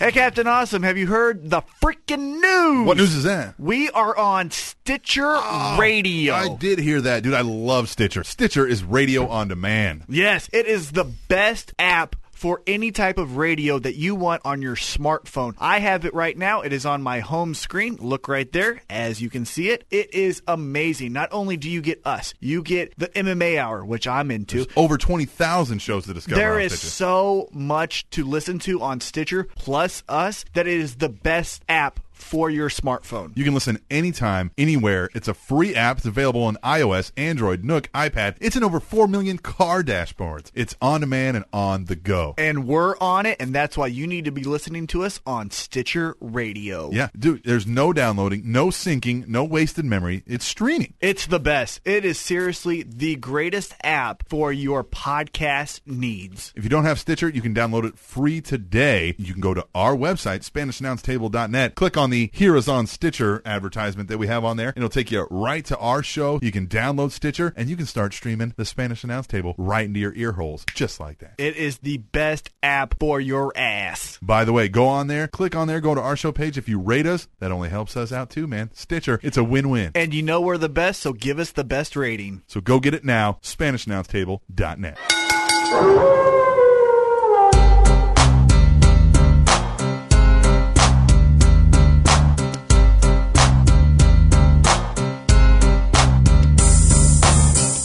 Speaker 3: Hey, Captain Awesome, have you heard the freaking news?
Speaker 7: What news is that?
Speaker 3: We are on Stitcher Radio.
Speaker 7: I did hear that, dude. I love Stitcher. Stitcher is radio on demand.
Speaker 3: Yes, it is the best app for any type of radio that you want on your smartphone. I have it right now. It is on my home screen. Look right there as you can see it. It is amazing. Not only do you get us, you get the MMA hour, which I'm into.
Speaker 7: Over 20,000 shows to discover.
Speaker 3: There
Speaker 7: on
Speaker 3: is
Speaker 7: Stitcher.
Speaker 3: so much to listen to on Stitcher plus us that it is the best app for your smartphone.
Speaker 7: You can listen anytime, anywhere. It's a free app. It's available on iOS, Android, Nook, iPad. It's in over 4 million car dashboards. It's on demand and on the go.
Speaker 3: And we're on it, and that's why you need to be listening to us on Stitcher Radio.
Speaker 7: Yeah, dude, there's no downloading, no syncing, no wasted memory. It's streaming.
Speaker 3: It's the best. It is seriously the greatest app for your podcast needs.
Speaker 7: If you don't have Stitcher, you can download it free today. You can go to our website, SpanishAnnounceTable.net, click on the Here is on Stitcher advertisement that we have on there, and it'll take you right to our show. You can download Stitcher, and you can start streaming the Spanish Announce Table right into your ear holes, just like that.
Speaker 3: It is the best app for your ass.
Speaker 7: By the way, go on there, click on there, go to our show page. If you rate us, that only helps us out too, man. Stitcher, it's a win win.
Speaker 3: And you know we're the best, so give us the best rating.
Speaker 7: So go get it now, SpanishAnnounceTable.net.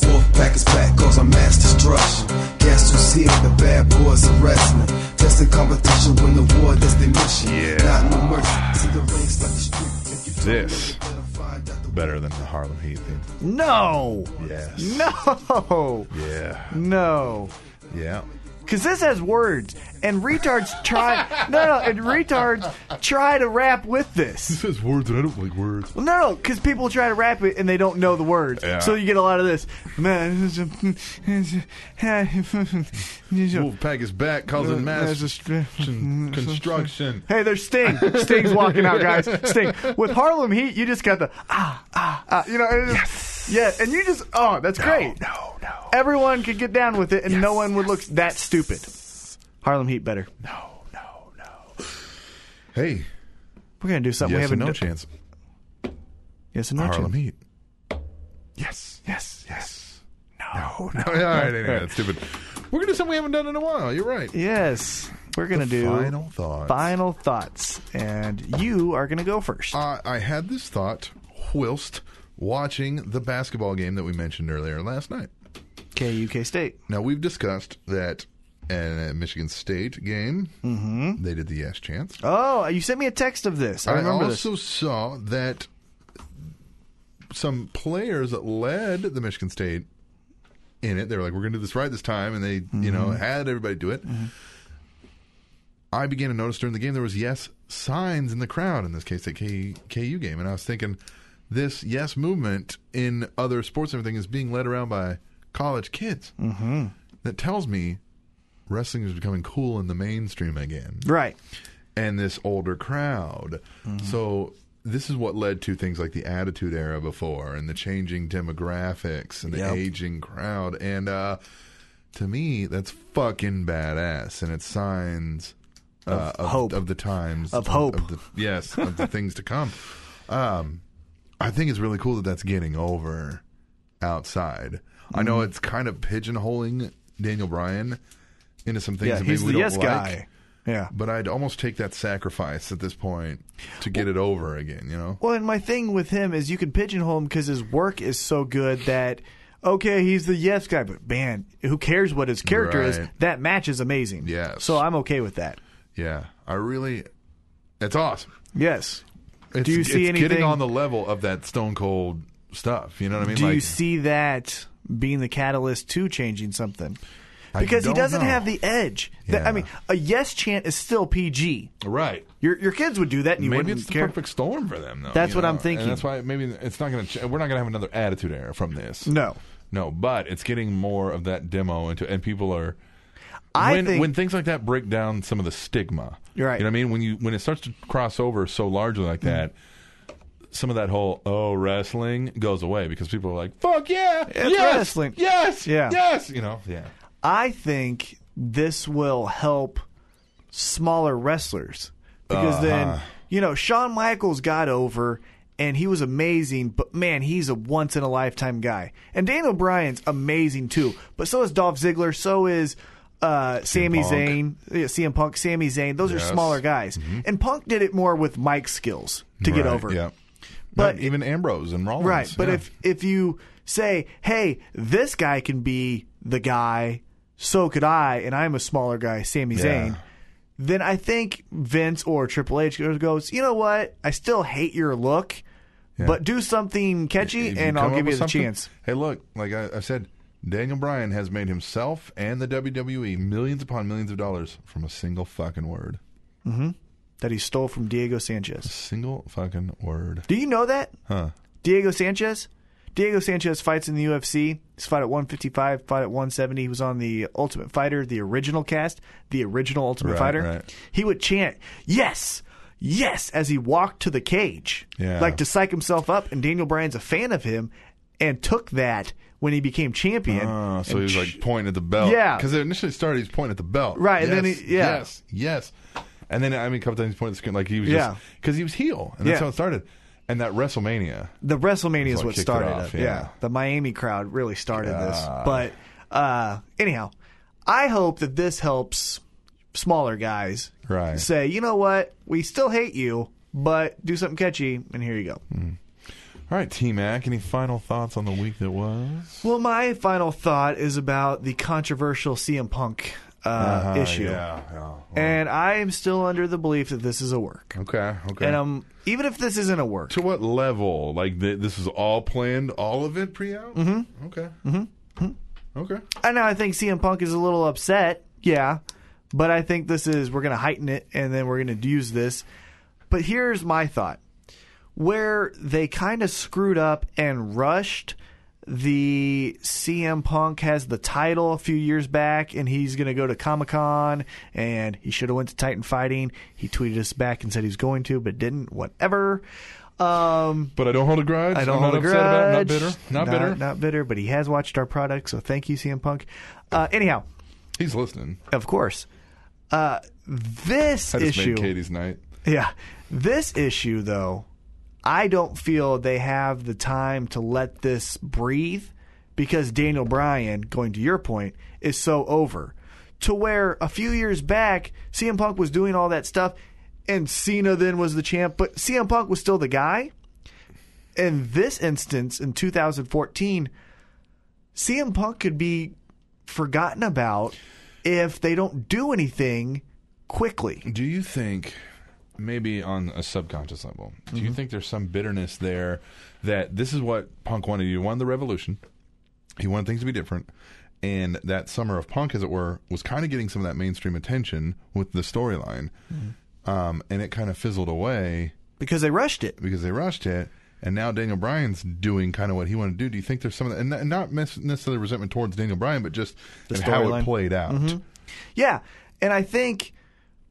Speaker 16: Wolfpack is back, cause I'm mass destruction. Gas was here, the bad boys are wrestling. Testing competition, win the war, that's their mission.
Speaker 4: Yeah.
Speaker 16: Not no mercy, see the rings like the street. If you
Speaker 4: This better than the Harlem Heat thing.
Speaker 3: No!
Speaker 4: Yes.
Speaker 3: No!
Speaker 4: Yeah.
Speaker 3: No.
Speaker 4: Yeah.
Speaker 3: Cause this has words, and retards try no no, and retards try to rap with this.
Speaker 4: says words, and I don't like words.
Speaker 3: Well, no, no, because people try to rap it and they don't know the words,
Speaker 4: Yeah.
Speaker 3: so you get a lot of this. Man,
Speaker 4: Wolfpack is back, causing Uh, mass destruction, construction.
Speaker 3: Hey, there's Sting. Sting's walking out, guys. Sting. With Harlem Heat, you just got the ah ah ah. You know, it is- yeah, and you just oh, that's great.
Speaker 4: No, no,
Speaker 3: Everyone could get down with it, and no one would look that stupid. Harlem Heat better.
Speaker 4: no, no, no. Hey,
Speaker 3: We're gonna do something we
Speaker 4: yes and no
Speaker 3: haven't done.
Speaker 4: chance.
Speaker 3: Yes, and no
Speaker 4: Harlem
Speaker 3: chance.
Speaker 4: Heat. *laughs* Yes, yes, yes. No, no. All right, anyway, that's stupid. We're gonna do something we haven't done in a while. You're right.
Speaker 3: *laughs* Yes, we're gonna do
Speaker 4: Final thoughts.
Speaker 3: final thoughts, and you are gonna go first.
Speaker 4: Uh, I had this thought whilst watching the basketball game that we mentioned earlier last night.
Speaker 3: KUK State.
Speaker 4: Now we've discussed that uh Michigan State game, mm-hmm. they did the yes chance.
Speaker 3: Oh, you sent me a text of this. I, remember
Speaker 4: also
Speaker 3: this.
Speaker 4: saw that some players that led the Michigan State in it. They were like, "We're going to do this right this time," and they, you know,
Speaker 3: Mm-hmm.
Speaker 4: had everybody do it. I began to notice during the game there was yes signs in the crowd. In this case, at K- KU game, and I was thinking, this yes movement in other sports and everything is being led around by college kids. Mm-hmm. That tells me wrestling is becoming cool in the mainstream again
Speaker 3: Right.
Speaker 4: and this older crowd.
Speaker 3: Mm-hmm.
Speaker 4: So this is what led to things like the attitude era before and the changing demographics and the
Speaker 3: Yep.
Speaker 4: aging crowd. And uh, to me, that's fucking badass, and it's signs uh, of,
Speaker 3: hope.
Speaker 4: of the times
Speaker 3: Of hope.
Speaker 4: the, yes, of the things to come. Um, I think it's really cool that that's getting over outside. I know
Speaker 3: Mm-hmm.
Speaker 4: it's kind of pigeonholing Daniel Bryan into some things
Speaker 3: Yeah,
Speaker 4: that maybe
Speaker 3: he's
Speaker 4: we
Speaker 3: the
Speaker 4: don't
Speaker 3: yes
Speaker 4: like.
Speaker 3: guy. Yeah.
Speaker 4: But I'd almost take that sacrifice at this point to get it over again, you know?
Speaker 3: Well, and my thing with him is you can pigeonhole him because his work is so good that okay, he's the yes guy, but man, who cares what his character is?
Speaker 4: Right.
Speaker 3: That match is amazing.
Speaker 4: Yes.
Speaker 3: So I'm okay with that.
Speaker 4: Yeah. I really. That's awesome.
Speaker 3: Yes.
Speaker 4: It's,
Speaker 3: Do you see
Speaker 4: it's
Speaker 3: anything-
Speaker 4: getting on the level of that Stone Cold stuff. You know what I mean?
Speaker 3: Do
Speaker 4: like,
Speaker 3: you see that being the catalyst to changing something?
Speaker 4: I
Speaker 3: Because he
Speaker 4: don't
Speaker 3: doesn't
Speaker 4: know.
Speaker 3: have the edge. That- I
Speaker 4: Yeah.
Speaker 3: mean, a yes chant is still PG.
Speaker 4: Right.
Speaker 3: Your your kids would do that, and you
Speaker 4: Maybe
Speaker 3: wouldn't
Speaker 4: it's the
Speaker 3: care.
Speaker 4: perfect storm for them, though.
Speaker 3: That's
Speaker 4: you
Speaker 3: what
Speaker 4: know?
Speaker 3: I'm thinking.
Speaker 4: And that's why maybe it's not going to. Ch- we're not going to have another attitude error from this.
Speaker 3: No.
Speaker 4: No, but it's getting more of that demo into, and people are.
Speaker 3: I
Speaker 4: when,
Speaker 3: think-
Speaker 4: when things like that break down some of the stigma,
Speaker 3: You're right. Mm.
Speaker 4: You know what I mean? When you when it starts to cross over so largely like that, some of that whole oh wrestling goes away because people are like fuck yeah,
Speaker 3: It's
Speaker 4: yes,
Speaker 3: wrestling.
Speaker 4: yes,
Speaker 3: Yeah.
Speaker 4: yes, you know, yeah,
Speaker 3: I think this will help smaller wrestlers because
Speaker 4: Uh-huh.
Speaker 3: then you know Shawn Michaels got over and he was amazing, but man, he's a once in a lifetime guy. And Daniel Bryan's amazing too, but so is Dolph Ziggler, so is uh, Sami
Speaker 4: Punk.
Speaker 3: Zayn, yeah, CM Punk, Sami Zayn. Those
Speaker 4: Yes. Mm-hmm.
Speaker 3: are smaller guys, and Punk did it more with mic skills to get
Speaker 4: Right,
Speaker 3: over.
Speaker 4: yeah.
Speaker 3: But-
Speaker 4: But even Ambrose and Rollins,
Speaker 3: Right. But
Speaker 4: yeah.
Speaker 3: if if you say, "Hey, this guy can be the guy, so could I, and I'm a smaller guy, Sami
Speaker 4: Yeah.
Speaker 3: Zayn," then I think Vince or Triple H goes, "You know what? I still hate your look, but do something catchy,
Speaker 4: If come
Speaker 3: and I'll
Speaker 4: up
Speaker 3: give you
Speaker 4: with
Speaker 3: the
Speaker 4: something-
Speaker 3: chance."
Speaker 4: Hey, look, like I, I said, Daniel Bryan has made himself and the WWE millions upon millions of dollars from a single fucking word.
Speaker 3: That he stole from Diego Sanchez.
Speaker 4: Single fucking word.
Speaker 3: Do you know that
Speaker 4: Huh.
Speaker 3: Diego Sanchez? Diego Sanchez fights in the UFC. He's fought at 155, fought at 170. He was on the Ultimate Fighter, the original cast, the original Ultimate
Speaker 4: Right,
Speaker 3: Fighter.
Speaker 4: right.
Speaker 3: He would chant, yes, yes, as he walked to the cage,
Speaker 4: Yeah.
Speaker 3: like to psych himself up. And Daniel Bryan's a fan of him and took that when he became champion.
Speaker 4: Oh, so
Speaker 3: and
Speaker 4: he was
Speaker 3: ch-
Speaker 4: like pointing at the belt.
Speaker 3: Yeah.
Speaker 4: Because it initially started, he's pointing at the belt.
Speaker 3: Right, and then
Speaker 4: Yes,
Speaker 3: he- yeah.
Speaker 4: Yes. Yes. And then, I mean, a couple times he's pointing at the screen. Like he was
Speaker 3: Yeah.
Speaker 4: just. Because he was heel. And that's
Speaker 3: Yeah.
Speaker 4: how it started. And that WrestleMania.
Speaker 3: the WrestleMania
Speaker 4: That's
Speaker 3: is
Speaker 4: what
Speaker 3: what
Speaker 4: kicked it
Speaker 3: started it.
Speaker 4: off,
Speaker 3: yeah.
Speaker 4: yeah.
Speaker 3: the Miami crowd really started
Speaker 4: God.
Speaker 3: this. But uh, anyhow, I hope that this helps smaller guys
Speaker 4: Right.
Speaker 3: say, you know what, we still hate you, but do something catchy, and here you go.
Speaker 4: Hmm. All right, T Mac, any final thoughts on the week that was?
Speaker 3: Well, my final thought is about the controversial CM Punk uh,
Speaker 4: Uh-huh,
Speaker 3: issue,
Speaker 4: Yeah. yeah.
Speaker 3: and I am still under the belief that this is a work.
Speaker 4: Okay. Okay.
Speaker 3: And um, even if this isn't a work,
Speaker 4: To what level? Like th- this is all planned, all of it pre-out. Mm-hmm. Okay. Mm-hmm. Okay.
Speaker 3: I know I think CM Punk is a little upset. Yeah. But I think this is we're going to heighten it and then we're going to use this. But here's my thought. Where they kind of screwed up and rushed the CM Punk has the title a few years back and he's going to go to Comic-Con and he should have went to Titan Fighting. He tweeted us back and said he was going to but didn't whatever. Um
Speaker 4: But I don't hold a grudge.
Speaker 3: I don't
Speaker 4: I'm
Speaker 3: hold
Speaker 4: not
Speaker 3: a grudge.
Speaker 4: upset About it. Not bitter. Not, bitter.
Speaker 3: Not bitter. But he has watched our product, so thank you, CM Punk. Uh, anyhow,
Speaker 4: He's listening.
Speaker 3: of course, uh, this
Speaker 4: I just
Speaker 3: issue.
Speaker 4: made Katie's night.
Speaker 3: Yeah, this issue though, I don't feel they have the time to let this breathe because Daniel Bryan, going to your point, is so over. To where a few years back, CM Punk was doing all that stuff, and Cena then was the champ, but CM Punk was still the guy in this instance in 2014, CM Punk could be forgotten about if they don't do anything quickly.
Speaker 4: Do you think, maybe on a subconscious level, do
Speaker 3: Mm-hmm.
Speaker 4: you think there's some bitterness there that this is what Punk wanted? You wanted the revolution. he wanted things to be different. And that summer of punk, as it were, was kind of getting some of that mainstream attention with the storyline.
Speaker 3: Mm-hmm.
Speaker 4: Um, and it kind of fizzled away.
Speaker 3: Because they rushed it.
Speaker 4: Because they rushed it. And now Daniel Bryan's doing kind of what he wanted to do. Do you think there's some of that? And not- and not mes- necessarily resentment towards Daniel Bryan, but just
Speaker 3: The
Speaker 4: in how
Speaker 3: storyline. Mm-hmm.
Speaker 4: it played out.
Speaker 3: Yeah, and I think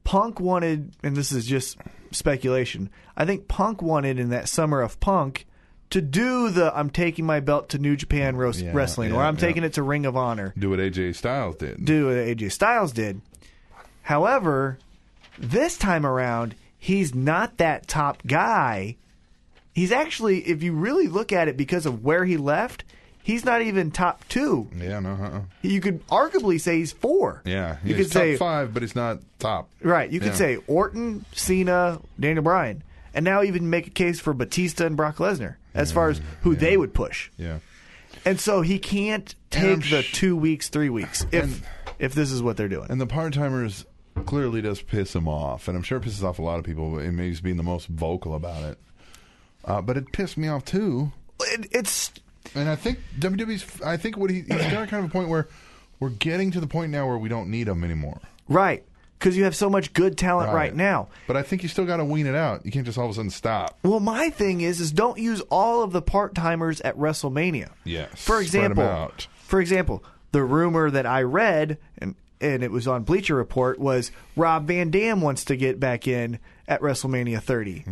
Speaker 3: Punk wanted, and this is just speculation. I think Punk wanted in that summer of Punk to do the "I'm taking my belt to New Japan Ros-
Speaker 4: Yeah,
Speaker 3: Wrestling" or
Speaker 4: yeah,
Speaker 3: "I'm
Speaker 4: yeah.
Speaker 3: taking it to Ring of Honor."
Speaker 4: Do what AJ Styles did.
Speaker 3: Do what AJ Styles did. However, this time around, he's not that top guy. He's actually, if you really look at it, because of where he left, he's not even top two.
Speaker 4: Yeah, no, uh-uh.
Speaker 3: You could arguably say he's four.
Speaker 4: Yeah,
Speaker 3: You
Speaker 4: he's
Speaker 3: could
Speaker 4: top
Speaker 3: say-
Speaker 4: five, but he's not top.
Speaker 3: Right. You could
Speaker 4: Yeah.
Speaker 3: say Orton, Cena, Daniel Bryan, and now even make a case for Batista and Brock Lesnar as far as who they would push.
Speaker 4: Yeah.
Speaker 3: And so he can't
Speaker 4: And I'm
Speaker 3: take the
Speaker 4: sh-
Speaker 3: two weeks, three weeks if if this is what they're doing.
Speaker 4: And the part timers clearly does piss him off, and I'm sure it pisses off a lot of people. But it may just being the most vocal about it. Uh, but it pissed me off too.
Speaker 3: It, it's
Speaker 4: and I think WWE's. I think what he, he's got kind of a point where we're getting to the point now where we don't need him anymore.
Speaker 3: Right. Because you have so much good talent right, now.
Speaker 4: But I think you still got to wean it out. You can't just all of a sudden stop.
Speaker 3: Well, my thing is is don't use all of the part timers at WrestleMania.
Speaker 4: Yeah.
Speaker 3: For example, for example, the rumor that I read and and it was on Bleacher Report was Rob Van Dam wants to get back in at WrestleMania 30.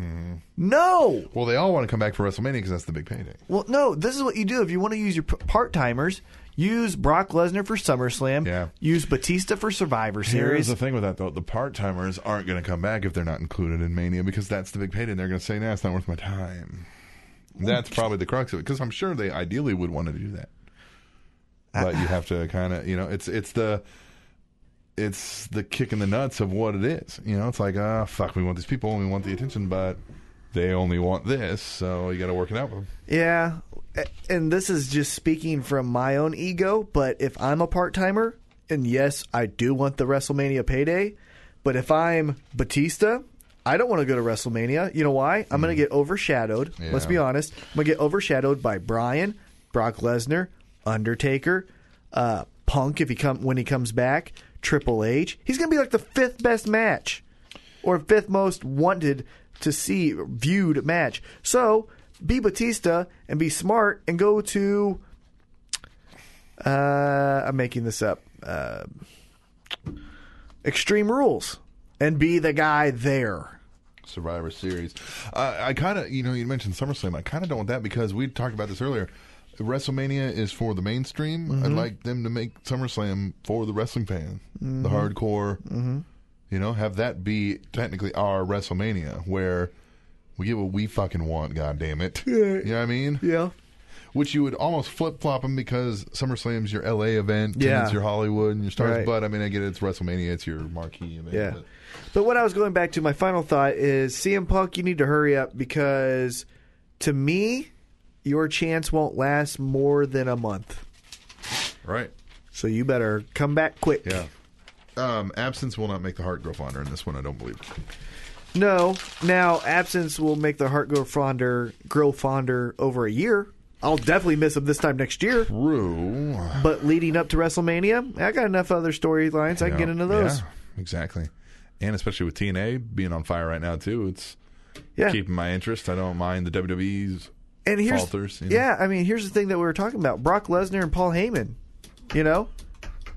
Speaker 3: No.
Speaker 4: Well, they all want to come back for WrestleMania because that's the big payday.
Speaker 3: Well, no, this is what you do if you want to use your part timers. Use Brock Lesnar for SummerSlam.
Speaker 4: Yeah.
Speaker 3: Use Batista for Survivor
Speaker 4: Here's
Speaker 3: Series.
Speaker 4: the thing with that though: the part timers aren't going to come back if they're not included in Mania because that's the big payday. They're going to say, "Nah, it's not worth my time." That's probably the crux of it because I'm sure they ideally would want to do that, but you have to kind of, you know, it's it's the it's the kick in the nuts of what it is. You know, it's like, ah, fuck, we want these people and we want the attention, but they only want this, so you got to work it out with them.
Speaker 3: Yeah. A- And this is just speaking from my own ego, but if I'm a part timer, and yes, I do want the WrestleMania payday, but if I'm Batista, I don't want to go to WrestleMania. You know why? I'm going to get overshadowed. Let's
Speaker 4: Yeah.
Speaker 3: be honest. I'm going to get overshadowed by Brian, Brock Lesnar, Undertaker, uh, Punk if he come when he comes back, Triple H. He's going to be like the fifth best match or fifth most wanted to see viewed match. So be Batista and be smart and go to. Uh, I'm making this up. Uh, Extreme Rules and be the guy there.
Speaker 4: Survivor Series. Uh, I kind of, you know, you mentioned SummerSlam. I kind of don't want that because we talked about this earlier. WrestleMania is for the mainstream. I'd
Speaker 3: Mhm.
Speaker 4: like them to make SummerSlam for the wrestling fan,
Speaker 3: Mm-hmm.
Speaker 4: the hardcore. You know, have that be technically our WrestleMania where we get what we fucking want. God damn it! Yeah. You know what I mean?
Speaker 3: Yeah.
Speaker 4: Which you would almost flip flop them because SummerSlam's your LA event,
Speaker 3: Yeah.
Speaker 4: and it's your Hollywood and your stars.
Speaker 3: Right.
Speaker 4: But I mean, I get it. It's WrestleMania. It's your marquee event.
Speaker 3: Yeah.
Speaker 4: but-
Speaker 3: But what I was going back to, my final thought is CM Punk, you need to hurry up because to me, your chance won't last more than a month.
Speaker 4: Right.
Speaker 3: So you better come back quick.
Speaker 4: Yeah. Um, absence will not make the heart grow fonder in this one, I don't believe.
Speaker 3: No. Now, absence will make the heart grow fonder, grow fonder over a year. I'll definitely miss him this time next year.
Speaker 4: True.
Speaker 3: But leading up to WrestleMania, I got enough other storylines. I can get into those.
Speaker 4: Yeah, exactly. And especially with TNA being on fire right now, too, it's
Speaker 3: Yeah.
Speaker 4: keeping my interest. I don't mind the WWE's
Speaker 3: and here's
Speaker 4: falters. you know?
Speaker 3: yeah. I mean, here's the thing that we were talking about: Brock Lesnar and Paul Heyman. You know,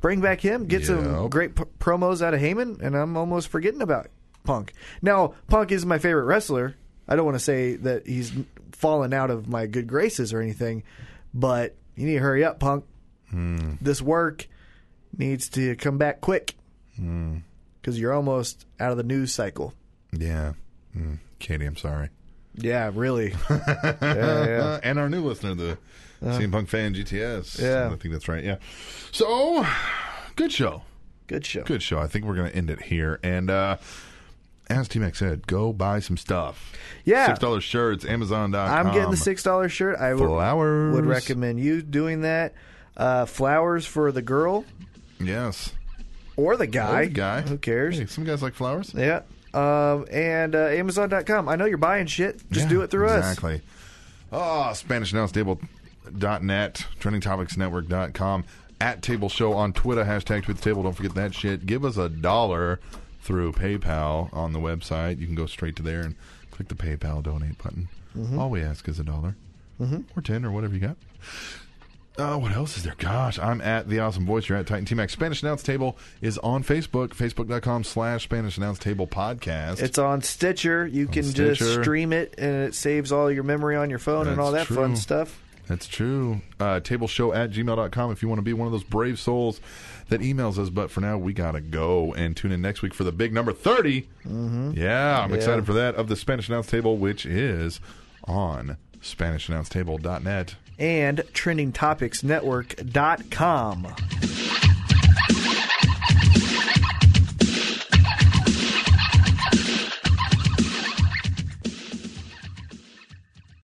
Speaker 3: bring back him, get some
Speaker 4: Yep.
Speaker 3: great p- promos out of Heyman, and I'm almost forgetting about Punk. Now, Punk is my favorite wrestler. I don't want to say that he's fallen out of my good graces or anything, but you need to hurry up, Punk.
Speaker 4: Hmm.
Speaker 3: This work needs to come back quick
Speaker 4: Hmm.
Speaker 3: because you're almost out of the news cycle.
Speaker 4: Yeah. Mm. Katie, I'm sorry. Uh,
Speaker 3: Yeah,
Speaker 4: *laughs*
Speaker 3: really. yeah, yeah. Uh.
Speaker 4: and our new listener, the CM Punk fan GTS.
Speaker 3: yeah.
Speaker 4: I think that's right. Yeah. So, good show.
Speaker 3: Good show.
Speaker 4: Good show. I think we're going to end it here. And uh, as T Mac said, go buy some stuff.
Speaker 3: Yeah.
Speaker 4: $6 shirts, Amazon.com.
Speaker 3: I'm getting the six dollar shirt. I would-
Speaker 4: Um, Flowers.
Speaker 3: would recommend you doing that. Uh, flowers for the girl
Speaker 4: Yes.
Speaker 3: or the guy.
Speaker 4: Or the guy.
Speaker 3: Who cares?
Speaker 4: Hey, some guys like flowers.
Speaker 3: Yeah. Um, and uh, Amazon.com. I know you're buying shit. Just do it through us.
Speaker 4: Exactly. Oh, Ah, Spanish Announce Table TableShow.net, TrendingTopicsNetwork.com, at Table Show on Twitter, hashtag Tweet the Table. Don't forget that shit. Give us a dollar through PayPal on the website. You can go straight to there and click the PayPal donate button.
Speaker 3: Mm-hmm.
Speaker 7: Mhm.
Speaker 4: All we ask is a dollar or 10 or whatever you got. Uh, what else is there? Gosh, I'm at The Awesome Voice. You're at Titan T Max. Spanish Announce Table is on Facebook, facebook.com slash Spanish Announce Table Podcast.
Speaker 3: It's on Stitcher. You can just
Speaker 4: Stitcher.
Speaker 3: stream it, and it saves all your memory on your phone and all that
Speaker 4: That's
Speaker 3: fun
Speaker 4: true.
Speaker 3: stuff.
Speaker 4: That's true. Uh, tableshow at gmail.com if you want to be one of those brave souls that emails us. But for now, we got to go and tune in next week for the big number 30. Mm-hmm. Yeah, I'm
Speaker 7: Yeah.
Speaker 4: excited for that of the Spanish Announce Table, which is on SpanishAnnounceTable.net.
Speaker 3: And trendingtopicsnetwork.com.